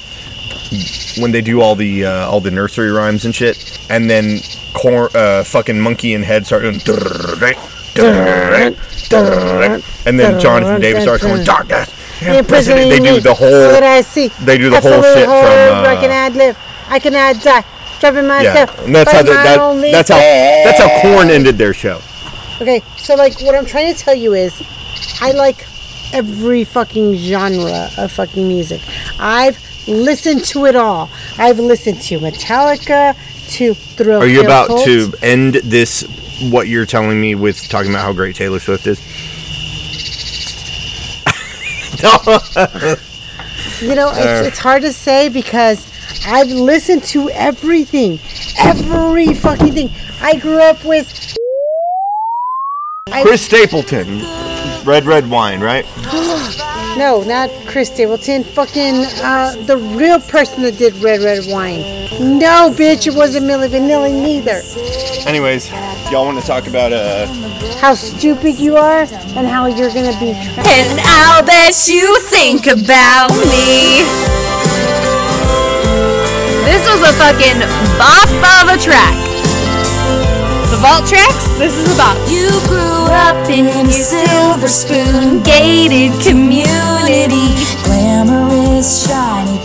Speaker 2: when they do all the uh, all the nursery rhymes and shit, and then corn, uh, fucking monkey and head start doing. And then Jonathan Davis starts going darkness.
Speaker 1: imprisoning
Speaker 2: Imprisoning. They
Speaker 1: me.
Speaker 2: do the
Speaker 1: All that
Speaker 2: whole.
Speaker 1: I see.
Speaker 2: they do the
Speaker 1: Absolute
Speaker 2: whole shit from,
Speaker 1: horror. I
Speaker 2: uh,
Speaker 1: can ad lib. I can ad die. Driving myself.
Speaker 2: Yeah, and that's how
Speaker 1: but
Speaker 2: the,
Speaker 1: my
Speaker 2: that,
Speaker 1: only
Speaker 2: that's how
Speaker 1: friend.
Speaker 2: that's how corn ended their show.
Speaker 1: Okay, so like what I'm trying to tell you is, I like every fucking genre of fucking music. I've listened to it all. I've listened to Metallica, to Thrill.
Speaker 2: Are you
Speaker 1: Kill
Speaker 2: about
Speaker 1: Cult.
Speaker 2: to end this? What you're telling me with talking about how great Taylor Swift is?
Speaker 1: You know, it's,
Speaker 2: uh,
Speaker 1: it's hard to say because I've listened to everything, every fucking thing. I grew up with. I-
Speaker 2: Chris Stapleton, red red wine, right?
Speaker 1: No, not Chris Stapleton. Fucking uh, the real person that did Red Red Wine. No, bitch, it wasn't Millie Vanilli neither.
Speaker 2: Anyways, y'all want to talk about uh?
Speaker 1: How stupid you are and how you're gonna be. Tra-
Speaker 6: And I'll bet you think about me.
Speaker 10: This was a fucking bop of a track. The vault tracks. This is a bop.
Speaker 6: You grew up in a silver spoon gated community. Glamorous, shiny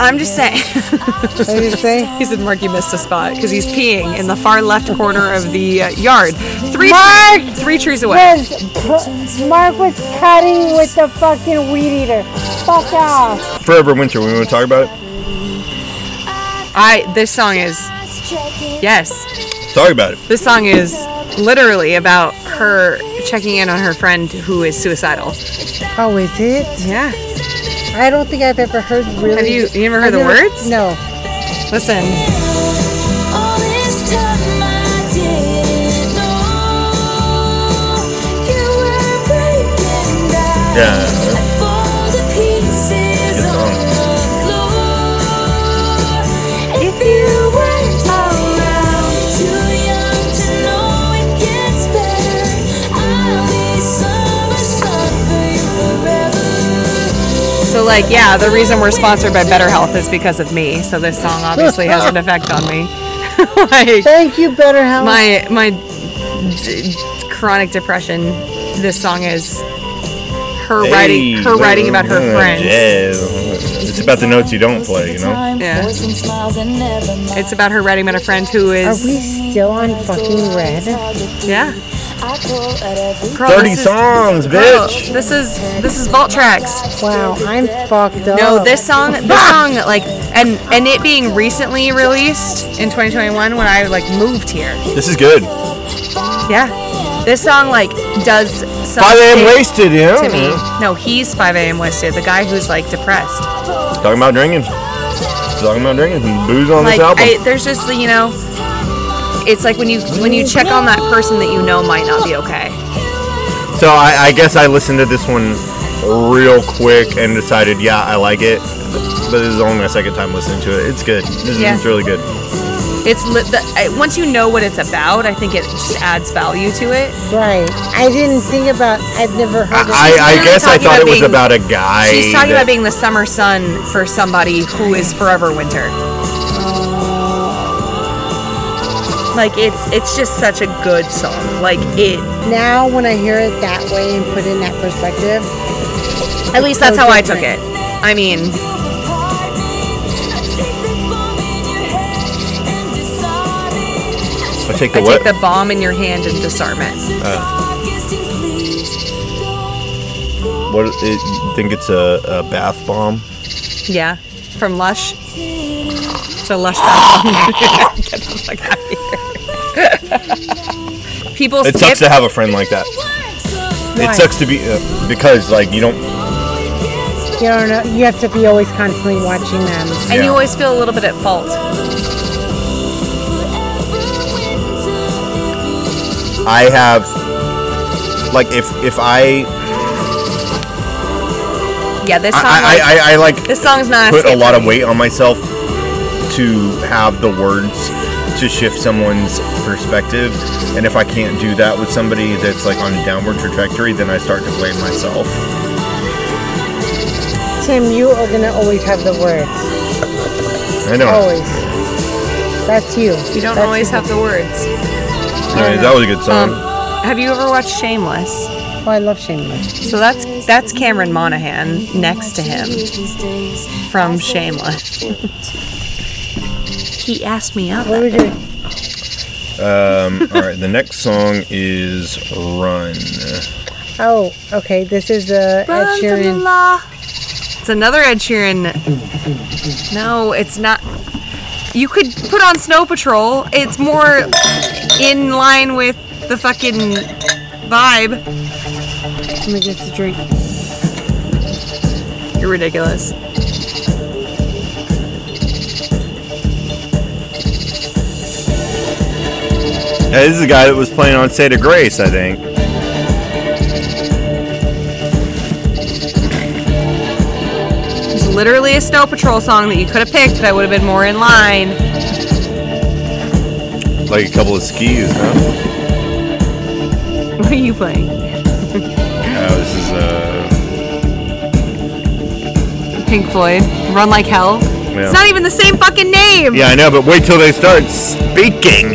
Speaker 4: I'm just saying.
Speaker 1: what did you say?
Speaker 4: He said, Mark, you missed a spot because he's peeing in the far left corner of the uh, yard. Three,
Speaker 19: Mark
Speaker 4: three trees away.
Speaker 19: was pu- Mark was cutting with the fucking weed eater. Fuck off.
Speaker 2: Forever Winter. We want to talk about it.
Speaker 4: I this song is yes.
Speaker 2: Talk about it.
Speaker 4: This song is literally about her checking in on her friend who is suicidal.
Speaker 1: Oh, is it?
Speaker 4: Yeah.
Speaker 1: I don't think I've ever heard really.
Speaker 4: Have you- you never heard
Speaker 1: I've
Speaker 4: the
Speaker 1: never-
Speaker 4: words?
Speaker 1: No.
Speaker 4: Listen.
Speaker 2: Yeah. Good song.
Speaker 4: So like yeah, the reason we're sponsored by Better Health is because of me. So this song obviously has an effect on me. like,
Speaker 1: Thank you, Better Health.
Speaker 4: my my d- chronic depression. This song is her writing her
Speaker 2: Hey,
Speaker 4: writing about her
Speaker 2: uh,
Speaker 4: friend.
Speaker 2: Yeah. It's about the notes you don't play, you know?
Speaker 4: Yeah. It's about her writing about a friend who
Speaker 1: Are
Speaker 4: is
Speaker 1: we still on fucking red?
Speaker 4: yeah. Girl,
Speaker 2: Thirty
Speaker 4: Oh, this is-
Speaker 2: songs,
Speaker 4: girl,
Speaker 2: bitch.
Speaker 4: this is this is Vault Tracks.
Speaker 1: Wow, I'm fucked up.
Speaker 2: Oh.
Speaker 4: No, this song, this song, like, and and it being recently released in 2021 when I like moved here.
Speaker 2: This is good.
Speaker 4: Yeah, this song like does something
Speaker 2: 5 a.m. wasted, yeah.
Speaker 4: to me. No, he's 5 a.m. wasted. The guy who's like depressed.
Speaker 2: Talking about drinking. Talking about drinking. Booze on
Speaker 4: like
Speaker 2: this album.
Speaker 4: I, there's just you know, it's like when you when you check on that person that you know might not be okay.
Speaker 2: So I, I guess I listened to this one real quick and decided, yeah, I like it. But this is only my second time listening to it. It's good. This
Speaker 4: Yeah.
Speaker 2: is it's really good.
Speaker 4: It's li- the, I, once you know what it's about, I think it just adds value to it.
Speaker 1: Right. I didn't think about. I've never heard. of
Speaker 2: I,
Speaker 1: it.
Speaker 2: I guess I
Speaker 4: talking
Speaker 2: thought
Speaker 4: about
Speaker 2: it was
Speaker 4: being-
Speaker 2: about a guy.
Speaker 4: She's talking
Speaker 2: that-
Speaker 4: about being the summer sun for somebody who is forever winter. Like it's it's just such a good song. Like it
Speaker 1: Now, when I hear it that way and put it in that perspective,
Speaker 4: at least that's how I took it. I mean
Speaker 2: I take
Speaker 4: I
Speaker 2: the what?
Speaker 4: take the bomb in your hand and disarm it.
Speaker 2: Uh, what? It, you think it's a, a bath bomb?
Speaker 4: Yeah. From Lush. So Lush that Get the fuck out of here. People
Speaker 2: it
Speaker 4: skip
Speaker 2: sucks to have a friend like that.
Speaker 4: Why?
Speaker 2: It sucks to be uh, because like you don't.
Speaker 1: you don't know. You have to be always constantly watching them.
Speaker 4: and you always feel a little bit at fault.
Speaker 2: I have like if if I
Speaker 4: Yeah, this song
Speaker 2: I,
Speaker 4: like,
Speaker 2: I, I, I like
Speaker 4: this song's not
Speaker 2: put a
Speaker 4: escape
Speaker 2: lot
Speaker 4: for
Speaker 2: of
Speaker 4: me.
Speaker 2: weight on myself to have the words to shift someone's perspective and if i can't do that with somebody that's like on a downward trajectory then i start to blame myself
Speaker 1: Tim, you are gonna always have the words.
Speaker 2: i know
Speaker 1: Always. That's you.
Speaker 4: You don't
Speaker 1: That's
Speaker 4: always
Speaker 1: you.
Speaker 4: have the words.
Speaker 2: Alright, that was a good song
Speaker 4: Have you ever watched Shameless?
Speaker 1: Oh, I love Shameless.
Speaker 4: So that's that's Cameron Monaghan next to him from Shameless. he asked me out. What
Speaker 1: would you?
Speaker 2: um, all right the next song is run
Speaker 1: Oh, okay. This is uh, Ed
Speaker 4: Run from the
Speaker 1: Sheeran.
Speaker 4: law. It's another Ed Sheeran. No, it's not. You could put on Snow Patrol. It's more in line with the fucking vibe.
Speaker 1: Let me get a drink.
Speaker 4: You're ridiculous.
Speaker 2: Hey, this is the guy that was playing on state of grace i think
Speaker 4: It's literally a Snow Patrol song that you could have picked that would have been more in line.
Speaker 2: like a couple of skis huh
Speaker 4: What are you playing?
Speaker 2: uh, this is uh
Speaker 4: Pink Floyd, Run Like Hell.
Speaker 2: Yeah.
Speaker 4: It's not even the same fucking name.
Speaker 2: yeah i know but wait till they start speaking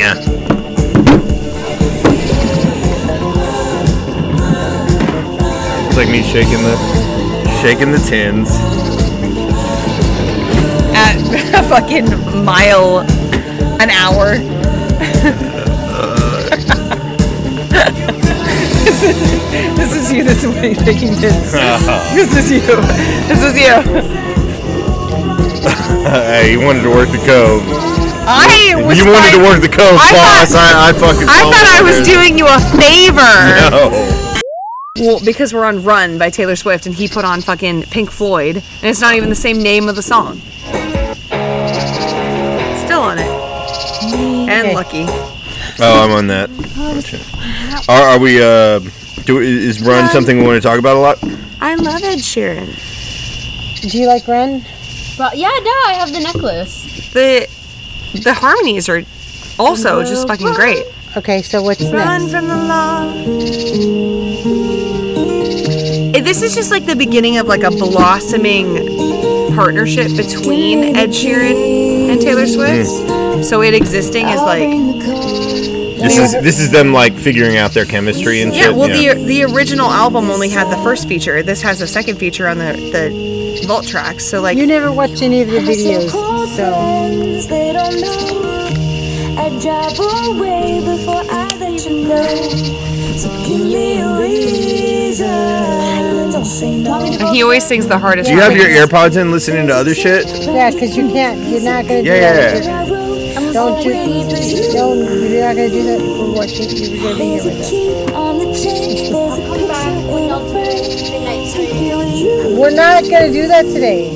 Speaker 2: It's like me shaking the shaking the tins.
Speaker 4: a fucking mile an hour. this, is, this is you. This is me taking this. This is you. This is you.
Speaker 2: Uh, hey, you wanted to work the cove.
Speaker 4: I was.
Speaker 2: you wanted to work the cove,
Speaker 4: I
Speaker 2: boss. I, I
Speaker 4: I
Speaker 2: fucking.
Speaker 4: thought I was doing you a favor.
Speaker 2: No.
Speaker 4: Well, because we're on Run by Taylor Swift, and he put on fucking Pink Floyd, and it's not even the same name of the song. Still on it. And lucky.
Speaker 2: Oh, I'm on that. Are, are we? Uh, do is run something we want to talk about a lot?
Speaker 4: I love Ed Sheeran.
Speaker 1: Do you like Run?
Speaker 7: But yeah, no, I have the necklace.
Speaker 4: The the harmonies are also just fucking great.
Speaker 1: Okay, so what's
Speaker 4: Run
Speaker 1: next?
Speaker 4: from the law. Eh, This is just like the beginning of like a blossoming partnership between Ed Sheeran and Taylor Swift.
Speaker 2: Mm.
Speaker 4: So it existing is like
Speaker 2: This is this is them like figuring out their chemistry and
Speaker 4: yeah.
Speaker 2: shit.
Speaker 4: Well, the the original album only had the first feature. This has a second feature on the the vault track. So like
Speaker 1: You never watch any of the videos, so
Speaker 6: They don't know. I drive away before I let you know. So give me a reason. Don't say no.
Speaker 4: he always sings the hardest.
Speaker 2: do you have your
Speaker 4: harmonies.
Speaker 2: AirPods in listening to other shit?
Speaker 1: yeah, because you can't. You're not gonna
Speaker 2: Yeah,
Speaker 1: do that. Yeah. Don't you? Don't. You're not gonna do that for what you, you're gonna be here with us. We're not gonna do that today.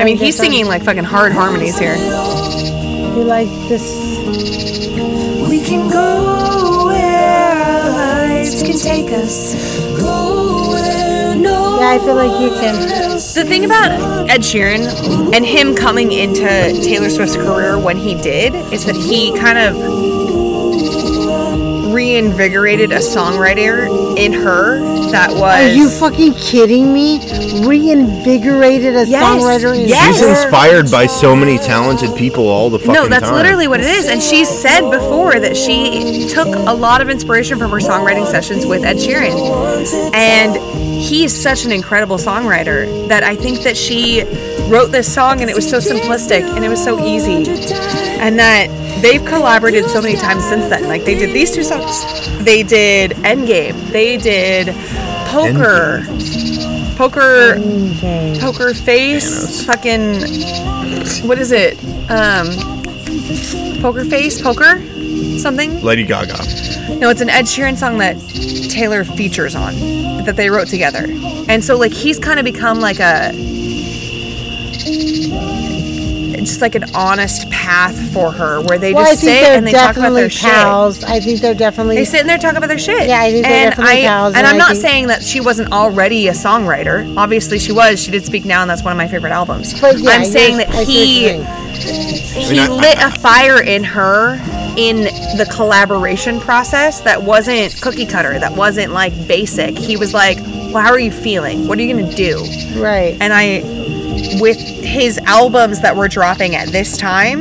Speaker 4: I mean, he's singing like fucking hard harmonies here.
Speaker 1: You like this?
Speaker 6: We can go where our lights can take us. Go where no
Speaker 1: Yeah, I feel like you can.
Speaker 4: The thing about Ed Sheeran and him coming into Taylor Swift's career when he did is that he kind of reinvigorated a songwriter in her that
Speaker 1: Are
Speaker 4: was
Speaker 1: you fucking kidding me? Reinvigorated a
Speaker 4: Yes,
Speaker 1: songwriter in
Speaker 4: yes.
Speaker 2: She's inspired by so many talented people all the fucking
Speaker 4: no, that's
Speaker 2: time.
Speaker 4: literally what it is. And she said before that she took a lot of inspiration from her songwriting sessions with Ed Sheeran. And he is such an incredible songwriter that I think that she wrote this song and it was so simplistic and it was so easy. And that they've collaborated so many times since then. Like they did these two songs. They did Endgame. They did Poker. Poker Poker Face. Fucking what is it? Um, poker face, poker, something.
Speaker 2: Lady Gaga.
Speaker 4: No, it's an Ed Sheeran song that Taylor features on that they wrote together, and so like he's kind of become like a just like an honest path for her where they
Speaker 1: Well, I
Speaker 4: just
Speaker 1: think
Speaker 4: sit
Speaker 1: they're
Speaker 4: and they talk about
Speaker 1: definitely
Speaker 4: their
Speaker 1: pals. I think they're definitely.
Speaker 4: shit. They sit and they talk about their shit.
Speaker 1: Yeah, I think they're
Speaker 4: and
Speaker 1: definitely
Speaker 4: I,
Speaker 1: pals, and
Speaker 4: And I'm
Speaker 1: I
Speaker 4: not
Speaker 1: think-
Speaker 4: saying that she wasn't already a songwriter. Obviously, she was. She did Speak Now, and that's one of my favorite albums.
Speaker 1: But yeah,
Speaker 4: I'm saying
Speaker 1: you're-
Speaker 4: that
Speaker 1: I see what
Speaker 4: he
Speaker 1: you're saying.
Speaker 4: he lit a fire in her in the collaboration process that wasn't cookie cutter that wasn't like basic he was like well how are you feeling what are you gonna do
Speaker 1: Right.
Speaker 4: and i with his albums that were dropping at this time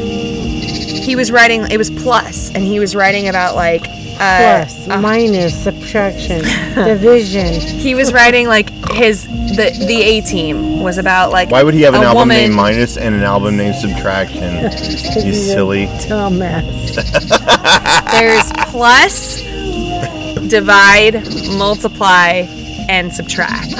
Speaker 4: he was writing it was plus and he was writing about like uh,
Speaker 1: Plus, minus, subtraction, division.
Speaker 4: he was writing like his the the a team was about like
Speaker 2: Why would he have an
Speaker 4: a
Speaker 2: album
Speaker 4: woman
Speaker 2: named Minus and an album named Subtraction? you silly.
Speaker 1: Oh, Dumbass.
Speaker 4: There's plus, divide, multiply, and subtract.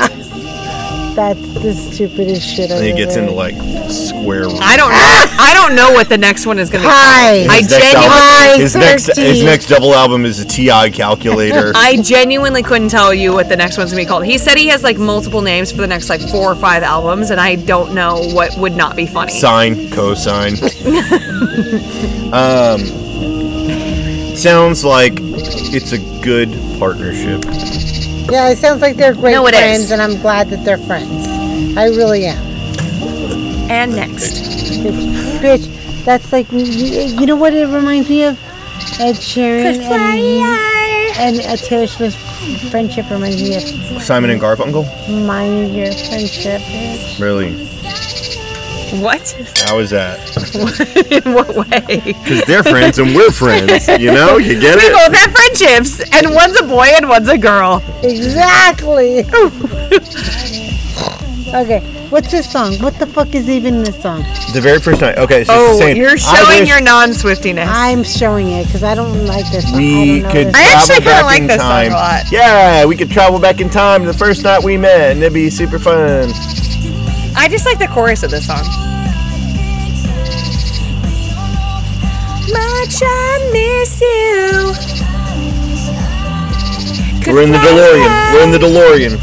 Speaker 1: That's the stupidest shit I've
Speaker 2: And he
Speaker 1: ever
Speaker 2: gets
Speaker 1: heard.
Speaker 2: into like square root.
Speaker 4: I don't know. I don't know what the next one is going to be.
Speaker 1: Pi.
Speaker 4: I
Speaker 2: His next album-
Speaker 4: genuinely,
Speaker 2: his next his
Speaker 1: 13.
Speaker 2: next double album is a TI calculator.
Speaker 4: I genuinely couldn't tell you what the next one's going to be called. He said he has like multiple names for the next like four or five albums, and I don't know what would not be funny.
Speaker 2: Sine, cosine. um, sounds like it's a good partnership.
Speaker 1: Yeah, it sounds like they're great
Speaker 4: No, it is.
Speaker 1: friends, and I'm glad that they're friends. I really am.
Speaker 4: And next,
Speaker 1: Bitch, bitch that's like, you, you know what it reminds me of? Ed Sheeran and, and a Taylor Swift friendship reminds me of
Speaker 2: Simon and Garfunkel?
Speaker 1: mine your friendship. bitch.
Speaker 2: Really?
Speaker 4: what?
Speaker 2: How is that?
Speaker 4: In what way?
Speaker 2: Because they're friends and we're friends. You know? You get
Speaker 4: We
Speaker 2: it?
Speaker 4: both have friendships, and one's a boy and one's a girl.
Speaker 1: Exactly. Okay, what's this song? What the fuck is even this song?
Speaker 2: The very first night. Okay, so
Speaker 20: oh,
Speaker 2: she's saying,
Speaker 20: you're
Speaker 2: "I
Speaker 20: showing
Speaker 2: wish
Speaker 20: your non-swiftiness.
Speaker 1: I'm showing it because I don't like this song.
Speaker 2: We
Speaker 1: I,
Speaker 2: could.
Speaker 1: don't know this
Speaker 2: travel
Speaker 1: song.
Speaker 2: back in time. Yeah, we could travel back in time to the first night we met, and it'd be super fun.
Speaker 21: I just like the chorus of this song.
Speaker 6: Much I miss you.
Speaker 2: We're in the DeLorean. We're in the DeLorean.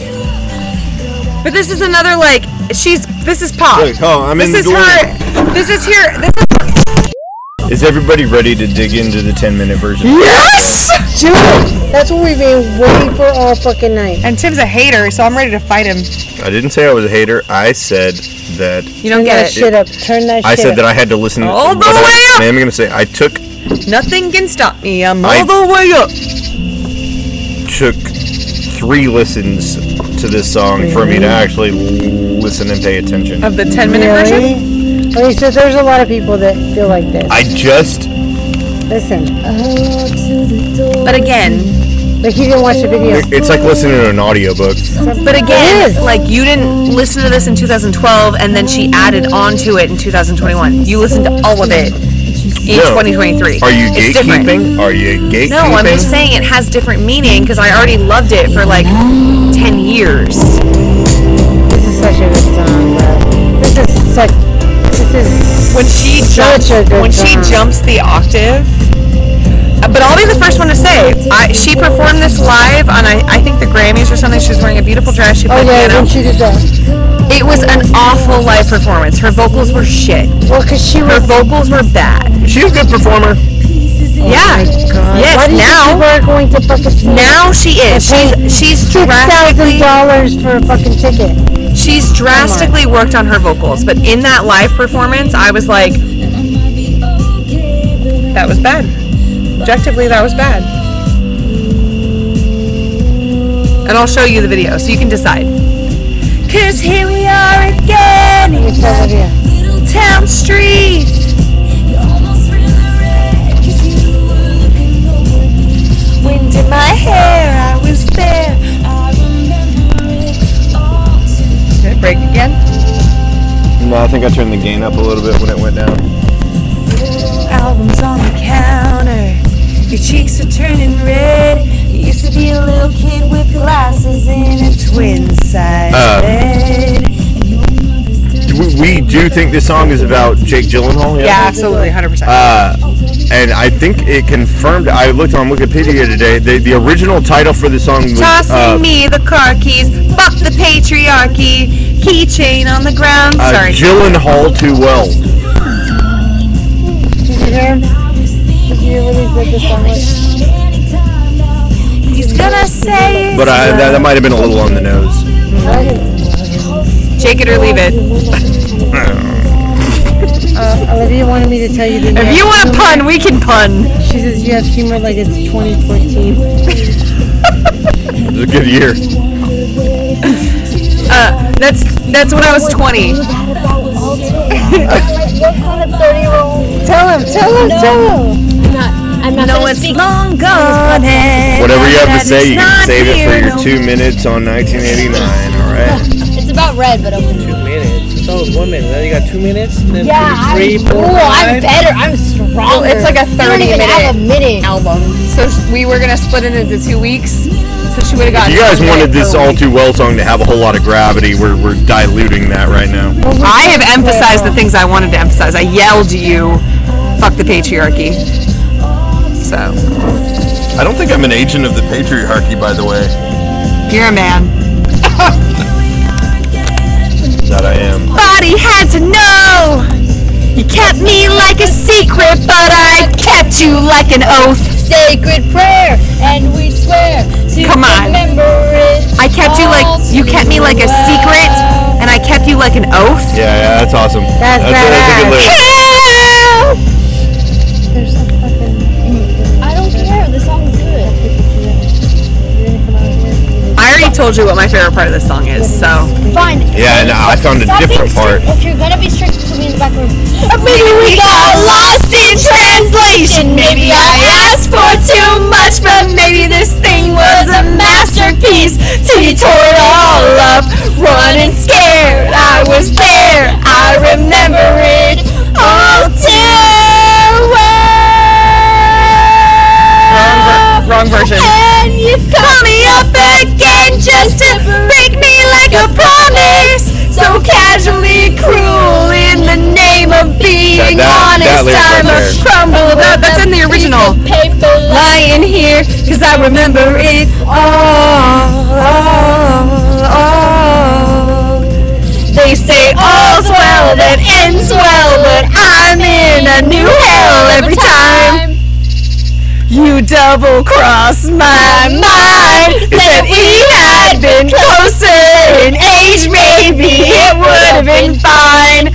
Speaker 4: But this is another like she's this is pop.
Speaker 2: Look, oh, I'm
Speaker 4: this
Speaker 2: in the
Speaker 4: is
Speaker 2: DeLorean.
Speaker 4: her. This is here. This is
Speaker 2: Is everybody ready to dig into the 10 minute version?
Speaker 1: Yes! Do it! That's what we've been waiting for all fucking night.
Speaker 20: And Tim's a hater, so I'm ready to fight him.
Speaker 2: I didn't say I was a hater. I said that.
Speaker 20: You don't
Speaker 1: Turn
Speaker 20: get
Speaker 1: that
Speaker 20: it.
Speaker 1: shit up. Turn that
Speaker 2: I
Speaker 1: shit
Speaker 2: said
Speaker 1: up.
Speaker 2: that I had to listen.
Speaker 20: All the
Speaker 2: what I-
Speaker 20: way up!
Speaker 2: I am going to say I took
Speaker 20: Nothing can stop me. I'm
Speaker 2: I-
Speaker 20: all the way up.
Speaker 2: took three listens to this song for me to actually listen and pay attention.
Speaker 20: Of
Speaker 1: the 10 minute version? Well, he said there's a lot of people that feel like this.
Speaker 2: I just
Speaker 1: Listen.
Speaker 4: But again.
Speaker 1: Like he didn't watch the video.
Speaker 2: it's like listening to an audiobook.
Speaker 4: But again, like you didn't listen to this in 2012, and then she added on to it in 2021. You listened to all of it in
Speaker 2: No.
Speaker 4: 2023.
Speaker 2: Are you
Speaker 4: It's different.
Speaker 2: gatekeeping? Are you gatekeeping?
Speaker 4: No, I'm just saying it has different meaning because I already loved it for like 10 years.
Speaker 1: This is such a good song, bro. This is such. This is.
Speaker 4: When she
Speaker 1: such
Speaker 4: jumps,
Speaker 1: a good
Speaker 4: when she
Speaker 1: song.
Speaker 4: jumps the octave. uh, But I'll be the first one to say, I, she performed this live on I, I think the Grammys or something. She was wearing a beautiful dress. She
Speaker 1: Oh
Speaker 4: played
Speaker 1: yeah,
Speaker 4: piano.
Speaker 1: when she did that.
Speaker 4: It was an awful live performance. Her vocals were shit.
Speaker 1: Well, cause she
Speaker 4: her vocals were bad.
Speaker 2: She's a good performer. Oh
Speaker 4: yeah. Yes.
Speaker 1: Why do you think
Speaker 4: now.
Speaker 1: people are going to fucking
Speaker 4: Now she is. She's she's
Speaker 1: thousand
Speaker 4: drastically
Speaker 1: dollars for a fucking ticket.
Speaker 4: she's drastically worked on her vocals, but in that live performance, I was like, that was bad. Objectively, that was bad. And I'll show you the video so you can decide. Cause here we are again in that little town street.
Speaker 6: Wind in my hair, I was there. I remember it all
Speaker 4: Did it break again?
Speaker 2: No, I think I turned the gain up a little bit when it went down.
Speaker 6: Albums on the counter. Your cheeks are turning red. You used to be a little kid with glasses in a twin size
Speaker 2: Uh.
Speaker 6: bed.
Speaker 2: Do We, we do think this song is about Jake Gyllenhaal.
Speaker 4: Yeah, absolutely, 100%.
Speaker 2: Uh, and I think it confirmed. I looked on Wikipedia today. The, the original title for the song was
Speaker 4: Tossing
Speaker 2: uh,
Speaker 4: me the car keys, fuck the patriarchy, keychain on the ground.
Speaker 2: uh,
Speaker 4: Sorry.
Speaker 2: Gyllenhaal Too Well.
Speaker 1: Did you hear? Did you hear what he said this song was?
Speaker 6: He's gonna say
Speaker 2: But I, that, that might have been a little on the nose.
Speaker 4: Take it or leave it.
Speaker 1: Uh, Olivia wanted me to tell you that.
Speaker 4: If you want to pun, we can pun.
Speaker 1: She says you have humor like it's 2014.
Speaker 2: It was a good year.
Speaker 4: Uh, that's that's when I was 20.
Speaker 1: Tell him, tell him, tell him.
Speaker 6: I'm not
Speaker 4: No, it's long gone. and
Speaker 2: Whatever you have to
Speaker 4: that
Speaker 2: say,
Speaker 4: it's
Speaker 2: you
Speaker 4: not
Speaker 2: can save it for
Speaker 4: here
Speaker 2: your
Speaker 4: no
Speaker 2: two minutes on 1989. All right.
Speaker 6: It's about red, but open.
Speaker 13: Two minutes. So it's Oh, one minute. Now you got two minutes. Then
Speaker 6: Yeah,
Speaker 13: three,
Speaker 6: I'm
Speaker 13: four,
Speaker 6: cool. I'm
Speaker 13: five.
Speaker 6: better. I'm
Speaker 4: Well,
Speaker 6: stronger.
Speaker 4: it's like a
Speaker 6: You don't
Speaker 4: 30
Speaker 6: even have a
Speaker 4: minute
Speaker 6: minute album.
Speaker 4: So sh- we were gonna split it into two weeks, so she would
Speaker 2: If
Speaker 4: have
Speaker 2: you
Speaker 4: gotten.
Speaker 2: guys
Speaker 4: one
Speaker 2: wanted
Speaker 4: minute
Speaker 2: this
Speaker 4: per
Speaker 2: All
Speaker 4: week.
Speaker 2: Too Well song to have a whole lot of gravity, we're, we're diluting that right now.
Speaker 4: I have emphasized the things I wanted to emphasize. I yelled to you, "Fuck the patriarchy." So
Speaker 2: I don't think I'm an agent of the patriarchy, by the way.
Speaker 4: you're a man.
Speaker 2: That I am.
Speaker 4: Body had to know. You kept me like a secret, but I kept you like an oath.
Speaker 6: Sacred prayer, and we swear to
Speaker 4: Come on.
Speaker 6: remember it.
Speaker 4: I kept you like you kept me like a secret, and I kept you like an oath.
Speaker 2: Yeah, yeah, that's awesome.
Speaker 1: That's
Speaker 2: a- that's a good lyric.
Speaker 6: I don't care. The song's good.
Speaker 4: I already told you what my favorite part of this song is, so.
Speaker 6: Fine.
Speaker 2: Yeah, and I found a
Speaker 6: Stop being
Speaker 2: different part.
Speaker 6: strict. If you're gonna be strict, put me in the back room.
Speaker 4: Maybe we got lost in translation. Maybe I asked for too much, but maybe this thing was a masterpiece. Till you tore it all up, running scared. I remember it all. They say all's well that ends well, but I'm in a new hell every time. You double cross my mind. Said we had been closer in age, maybe it would have been fine.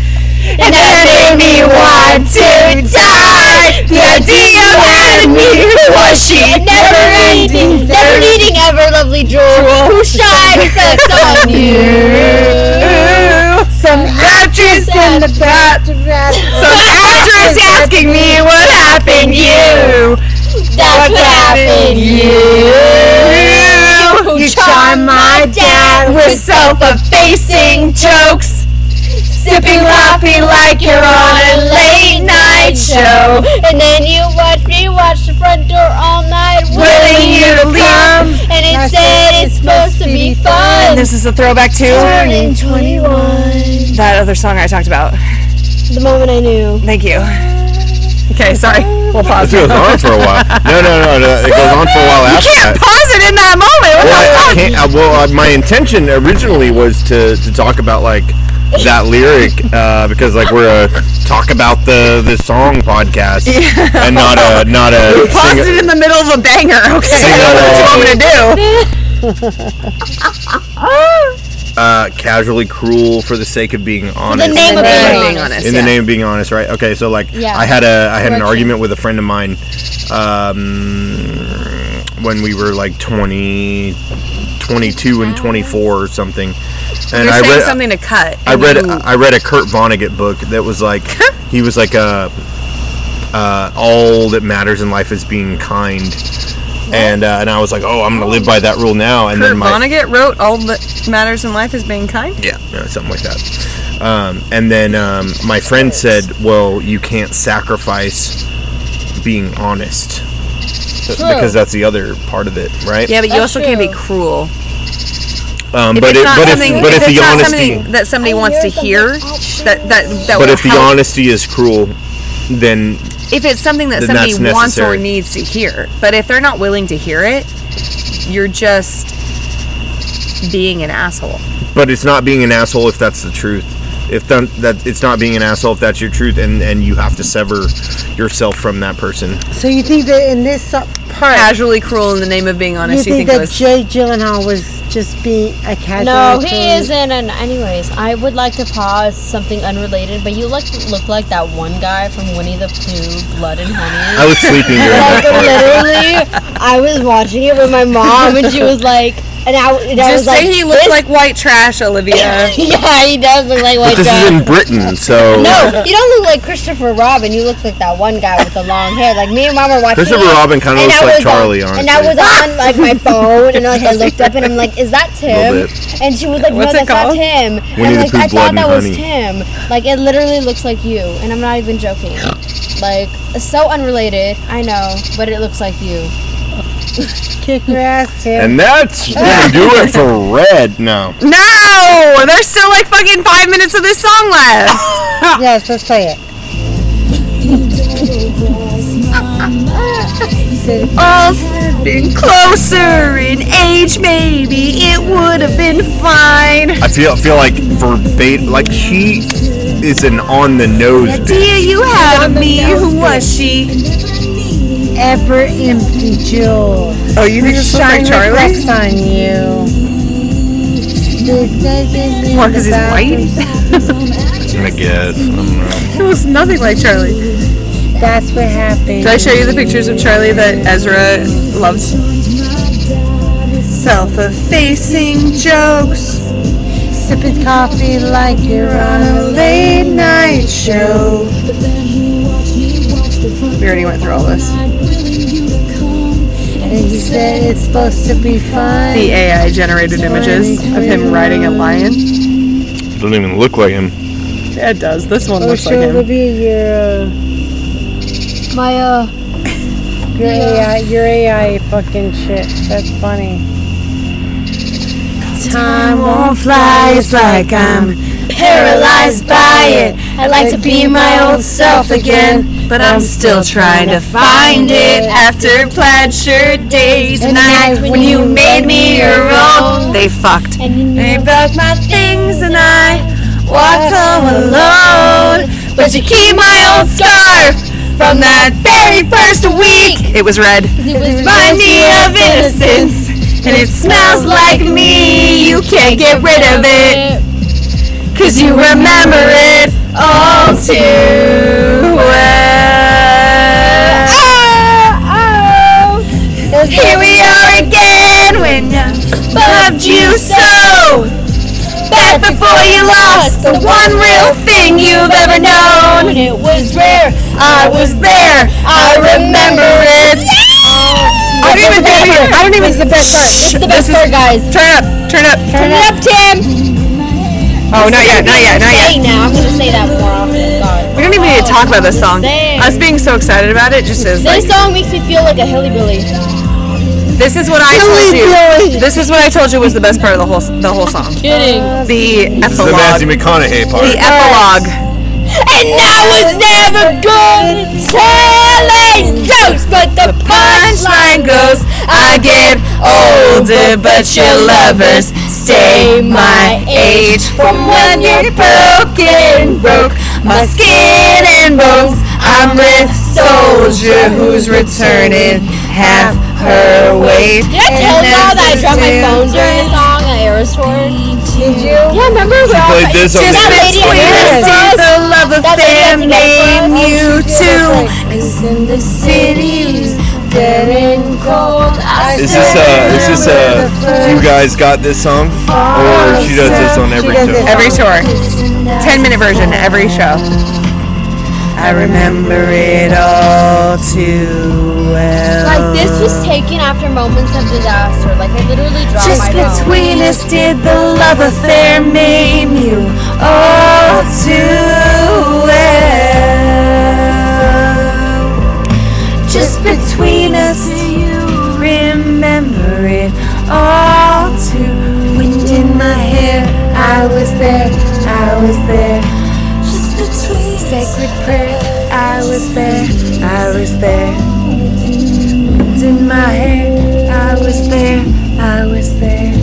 Speaker 4: And that made me want to die. The idea of having me was she never ending,
Speaker 7: never needing ever lovely jewel who shined sex on you.
Speaker 4: Some actress in the bathroom. Some actress asking me what happened you. That's what happened you. You charm my dad with self-effacing jokes. Sipping lappy like you're on a late night show.
Speaker 7: And then you watch me watch the front door all night.
Speaker 4: Willing you to come.
Speaker 7: And it said it's supposed to be fun.
Speaker 22: And this is a throwback to
Speaker 7: turning 21.
Speaker 22: that other song I talked about.
Speaker 7: The moment I knew.
Speaker 22: Thank you. Okay, sorry. We'll pause.
Speaker 2: It goes on for a while. No, no, no, no. It goes on for a while after that.
Speaker 22: Pause it in that moment. What the
Speaker 2: Well, I
Speaker 22: fuck?
Speaker 2: can't, I, well, uh, my intention originally was to, to talk about like that lyric uh, because like we're a talk about the the song podcast and not a not a
Speaker 22: We paused
Speaker 2: sing-
Speaker 22: it in the middle of a banger. Okay,
Speaker 2: Sing
Speaker 22: I don't know what you want me to do.
Speaker 2: uh, casually cruel for the sake of being honest.
Speaker 7: The name of being honest.
Speaker 2: In the name of being honest, right? Okay, so like
Speaker 7: Yeah.
Speaker 2: I had a I had an
Speaker 7: Correction.
Speaker 2: argument with a friend of mine um, when we were like 20, 22 and 24 or something. And
Speaker 23: You're
Speaker 2: I
Speaker 23: saying
Speaker 2: read
Speaker 23: something to cut.
Speaker 2: I
Speaker 23: and
Speaker 2: read
Speaker 23: you-
Speaker 2: I read a Kurt Vonnegut book that was like he was like uh uh, all that matters in life is being kind. And, uh, and I was like, oh, I'm gonna live by that rule now. And
Speaker 23: Kurt
Speaker 2: then my
Speaker 23: Vonnegut wrote all that matters in life is being kind.
Speaker 2: yeah, yeah, something like that. Um, and then um, my friend said, "Well, you can't sacrifice being honest So-
Speaker 23: True.
Speaker 2: because that's the other part of it, right?"
Speaker 23: Yeah, but you also can't be cruel.
Speaker 2: Um,
Speaker 23: If
Speaker 2: but
Speaker 23: it's
Speaker 2: it,
Speaker 23: not
Speaker 2: but if,
Speaker 23: something-
Speaker 2: but if,
Speaker 23: it's
Speaker 2: the
Speaker 23: not
Speaker 2: honesty,
Speaker 23: something that somebody wants to hear, that that that
Speaker 2: but
Speaker 23: will
Speaker 2: if the
Speaker 23: help.
Speaker 2: honesty is cruel, then
Speaker 23: if it's something that
Speaker 2: then
Speaker 23: somebody
Speaker 2: that's
Speaker 23: wants or
Speaker 2: necessary.
Speaker 23: needs to hear, but if they're not willing to hear it, you're just being an asshole.
Speaker 2: but it's not being an asshole if that's the truth. If that, that it's not being an asshole if that's your truth, and and you have to sever yourself from that person.
Speaker 1: So you think that in this uh, part,
Speaker 23: casually cruel in the name of being honest,
Speaker 1: you
Speaker 23: you
Speaker 1: think,
Speaker 23: think it
Speaker 1: that
Speaker 23: was-
Speaker 1: Jay Gyllenhaal was just being a casual?
Speaker 7: No, he
Speaker 1: cruel-
Speaker 7: isn't. And anyways, I would like to pause something unrelated, but you look look like that one guy from Winnie the Pooh, Blood and Honey.
Speaker 2: I was sleeping during
Speaker 7: like
Speaker 2: that part.
Speaker 7: literally, I was watching it with my mom, and she was like, and I, and I
Speaker 23: Just
Speaker 7: was
Speaker 23: say
Speaker 7: like,
Speaker 23: he looks
Speaker 7: "This-
Speaker 23: like white trash, Olivia.
Speaker 7: yeah, he does look like
Speaker 2: But
Speaker 7: white
Speaker 2: this
Speaker 7: trash.
Speaker 2: is in Britain, so
Speaker 7: No, you don't look like Christopher Robin. You look like that one guy with the long hair. Like me and mom were watching.
Speaker 2: Christopher
Speaker 7: it,
Speaker 2: Robin kinda
Speaker 7: and
Speaker 2: looks
Speaker 7: I
Speaker 2: like
Speaker 7: was
Speaker 23: um,
Speaker 7: on-
Speaker 2: Charlie,
Speaker 7: And I
Speaker 2: honestly.
Speaker 7: was on like my phone, and like I looked up, and I'm like, "Is that
Speaker 2: Little
Speaker 7: Tim?" And she was like, "No,
Speaker 23: What's it
Speaker 7: that's not
Speaker 23: called?
Speaker 7: Tim."
Speaker 2: Winnie
Speaker 7: and
Speaker 2: the
Speaker 7: like
Speaker 2: Pooh,
Speaker 7: I
Speaker 2: Blood
Speaker 7: thought
Speaker 2: and
Speaker 7: that was
Speaker 2: Honey.
Speaker 7: Tim. Like it literally looks like you, and I'm not even joking. Like it's so unrelated, I know, but it looks like you.
Speaker 1: Kick your ass, Tim.
Speaker 2: And that's gonna do it for red. No.
Speaker 22: No, there's still like fucking five minutes of this song left.
Speaker 1: yes, let's play it.
Speaker 4: all's been closer in age, maybe it would have been fine.
Speaker 2: I feel feel like verbatim like she is an on the nose bitch.
Speaker 4: Dear, you had me. Who was she?
Speaker 1: Ever empty jewel.
Speaker 22: Oh, you think this looks like
Speaker 1: Shine
Speaker 22: Charlie?
Speaker 1: reflects on you.
Speaker 22: Why, 'cause he's
Speaker 2: I guess. I don't know.
Speaker 22: It looks nothing like Charlie.
Speaker 1: That's what happened.
Speaker 22: Did I show you the pictures of Charlie that Ezra loves? Self-effacing jokes.
Speaker 1: Sipping coffee like you're on a late night show.
Speaker 22: We already went through all this.
Speaker 1: And you said it's supposed to be fun.
Speaker 22: The AI generated images of him riding a lion.
Speaker 2: Doesn't even look like him.
Speaker 22: Yeah, it does. This one
Speaker 1: Oh,
Speaker 22: looks
Speaker 1: sure,
Speaker 22: like him.
Speaker 1: Olivia, your uh,
Speaker 7: My uh,
Speaker 1: your AI, your AI fucking shit. That's funny.
Speaker 4: Time won't fly. It's like I'm paralyzed by it. I'd like to be my old self again, but I'm still trying to find it after plaid shirt days. Tonight, when you made me your own, they fucked. They broke my things and I walked home alone. But you keep my old scarf from that very first week. It was red. It was my me of innocence. And it smells like me. You can't get rid of it. Cause you remember it all too well. Oh, oh. Here we are again when I loved you so. Back before you lost the one real thing you've ever known. It was rare. I was there. I remember it. I don't even think I don't even. It's the best part. It's the best part, guys. Turn up. Turn up. Turn it up, Tim.
Speaker 24: Oh, not yet, not yet, not
Speaker 7: Saying
Speaker 24: yet.
Speaker 7: now, I'm gonna say that more often. God.
Speaker 24: We don't even need to talk about this song.
Speaker 7: saying.
Speaker 24: Us being so excited about it just is like
Speaker 7: This song makes me feel like a hillybilly.
Speaker 24: this is what I told you. This is what I told you was the best part of the whole the whole song.
Speaker 7: Kidding.
Speaker 24: The
Speaker 2: This is the Matthew
Speaker 24: epilogue.
Speaker 2: McConaughey part.
Speaker 24: The epilogue.
Speaker 4: And I was never good at telling jokes, but the punchline goes, I get older, but your lovers stay my age. From when you're broken, broke my skin and bones, I'm a soldier who's returning half her weight.
Speaker 7: Did I tell y'all that I dropped my phone during the song uh, at Aerosword? Did you? Yeah, remember we all
Speaker 2: played this on
Speaker 7: that
Speaker 2: the-
Speaker 7: lady at
Speaker 2: Squeeze
Speaker 7: Aerosmith?
Speaker 4: the love
Speaker 7: affair made
Speaker 4: you too. Cause in the cities, getting cold. I
Speaker 2: Is this uh is this uh you guys got this song? Or she does this on every show?
Speaker 24: Every tour. 10 minute version, every show. I remember it all too well.
Speaker 7: Like this was taken after moments of disaster. Like I literally dropped
Speaker 4: Just
Speaker 7: my phone.
Speaker 4: between us did the love affair maim you all too well. Just between us, do you remember it all too? Wind in my hair, I was there, I was there. Just between sacred prayer, I was there, I was there. Wind in my hair, I was there, I was there.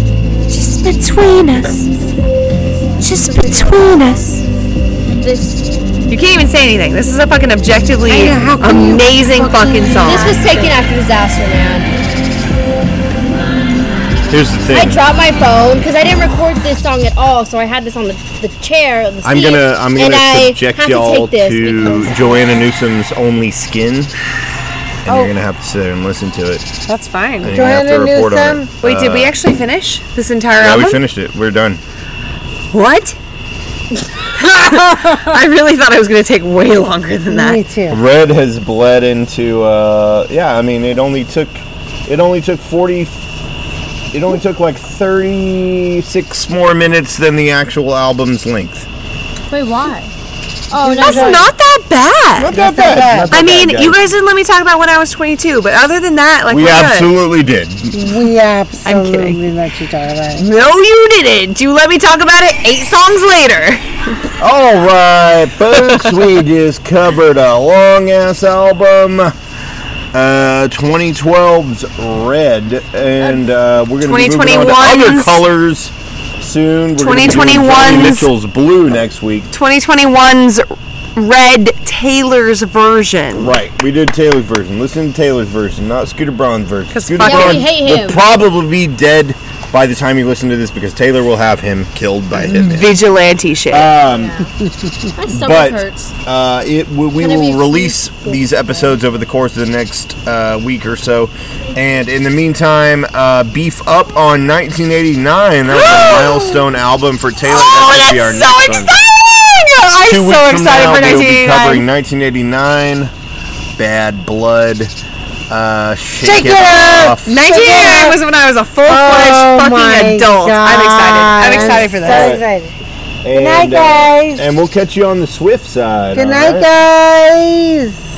Speaker 4: Just between us, just between us.
Speaker 7: This
Speaker 24: You can't even say anything. This is a fucking objectively amazing fucking song.
Speaker 7: This was taken after disaster, man.
Speaker 2: Here's the
Speaker 7: I
Speaker 2: thing.
Speaker 7: dropped my phone because I didn't record this song at all, so I had this on the, the chair. The
Speaker 2: I'm
Speaker 7: seat,
Speaker 2: gonna I'm
Speaker 7: and
Speaker 2: gonna
Speaker 7: I
Speaker 2: subject
Speaker 7: have
Speaker 2: y'all
Speaker 7: to, take this
Speaker 2: to
Speaker 7: because-
Speaker 2: Joanna Newsom's Only Skin. And
Speaker 24: Oh.
Speaker 2: you're gonna have to sit there and listen to it.
Speaker 24: That's fine.
Speaker 2: And you have to report on it.
Speaker 24: Wait, did
Speaker 2: Uh,
Speaker 24: we actually finish this entire
Speaker 2: Yeah,
Speaker 24: album?
Speaker 2: we finished it. We're done.
Speaker 24: what? I really thought it was going to take way longer than that.
Speaker 1: Me too.
Speaker 2: Red has bled into uh yeah, I mean it only took it only took 40 it only took like 36 more minutes than the actual album's length.
Speaker 7: Wait, why? Oh, no,
Speaker 24: That's
Speaker 7: sorry.
Speaker 24: not that bad.
Speaker 2: Not that bad. Not that
Speaker 24: I mean,
Speaker 2: bad,
Speaker 24: you
Speaker 2: guys.
Speaker 24: guys didn't let me talk about when I was 22, but other than that, like,
Speaker 2: we
Speaker 24: we're good.
Speaker 2: absolutely did.
Speaker 1: We absolutely let you talk about it.
Speaker 24: No, you didn't. You let me talk about it eight songs later.
Speaker 2: All right, folks, we just covered a long ass album. Uh, 2012's Red, and uh, we're going to be moving on to other
Speaker 24: 2021's
Speaker 2: colors soon. We're gonna be doing Johnny
Speaker 24: 2021's
Speaker 2: Mitchell's Blue next week.
Speaker 24: 2021's Red Taylor's version.
Speaker 2: Right, we did Taylor's version. Listen to Taylor's version, not Scooter Braun's version. Scooter
Speaker 24: fuck him.
Speaker 2: Braun
Speaker 24: Yeah, we hate
Speaker 2: will
Speaker 24: him.
Speaker 2: probably be dead by the time you listen to this because Taylor will have him killed by Hitman.
Speaker 24: Mm-hmm. Vigilante shit.
Speaker 2: Um,
Speaker 7: My stomach
Speaker 2: but
Speaker 7: hurts.
Speaker 2: uh, it we, we
Speaker 7: Can I be
Speaker 2: will
Speaker 7: excused?
Speaker 2: release these episodes over the course of the next uh, week or so, and in the meantime, uh, beef up on 1989. That was a milestone album for Taylor.
Speaker 24: Oh,
Speaker 2: that
Speaker 24: that's
Speaker 2: should be our
Speaker 24: so
Speaker 2: next one.
Speaker 24: exciting! I'm
Speaker 2: Two
Speaker 24: so
Speaker 2: weeks from
Speaker 24: excited
Speaker 2: now,
Speaker 24: for
Speaker 2: we will be
Speaker 24: 1989.
Speaker 2: covering 1989, Bad Blood, uh,
Speaker 24: Shake
Speaker 2: Shake,
Speaker 24: it up! 1989 was when I was a full-fledged
Speaker 1: Oh my
Speaker 24: fucking adult. I'm excited. I'm
Speaker 1: God.
Speaker 24: excited for
Speaker 1: So
Speaker 24: this.
Speaker 1: excited.
Speaker 2: And,
Speaker 1: night,
Speaker 2: uh,
Speaker 1: guys.
Speaker 2: and we'll catch you on the Swift side.
Speaker 1: Good
Speaker 2: all
Speaker 1: night,
Speaker 2: right?
Speaker 1: guys.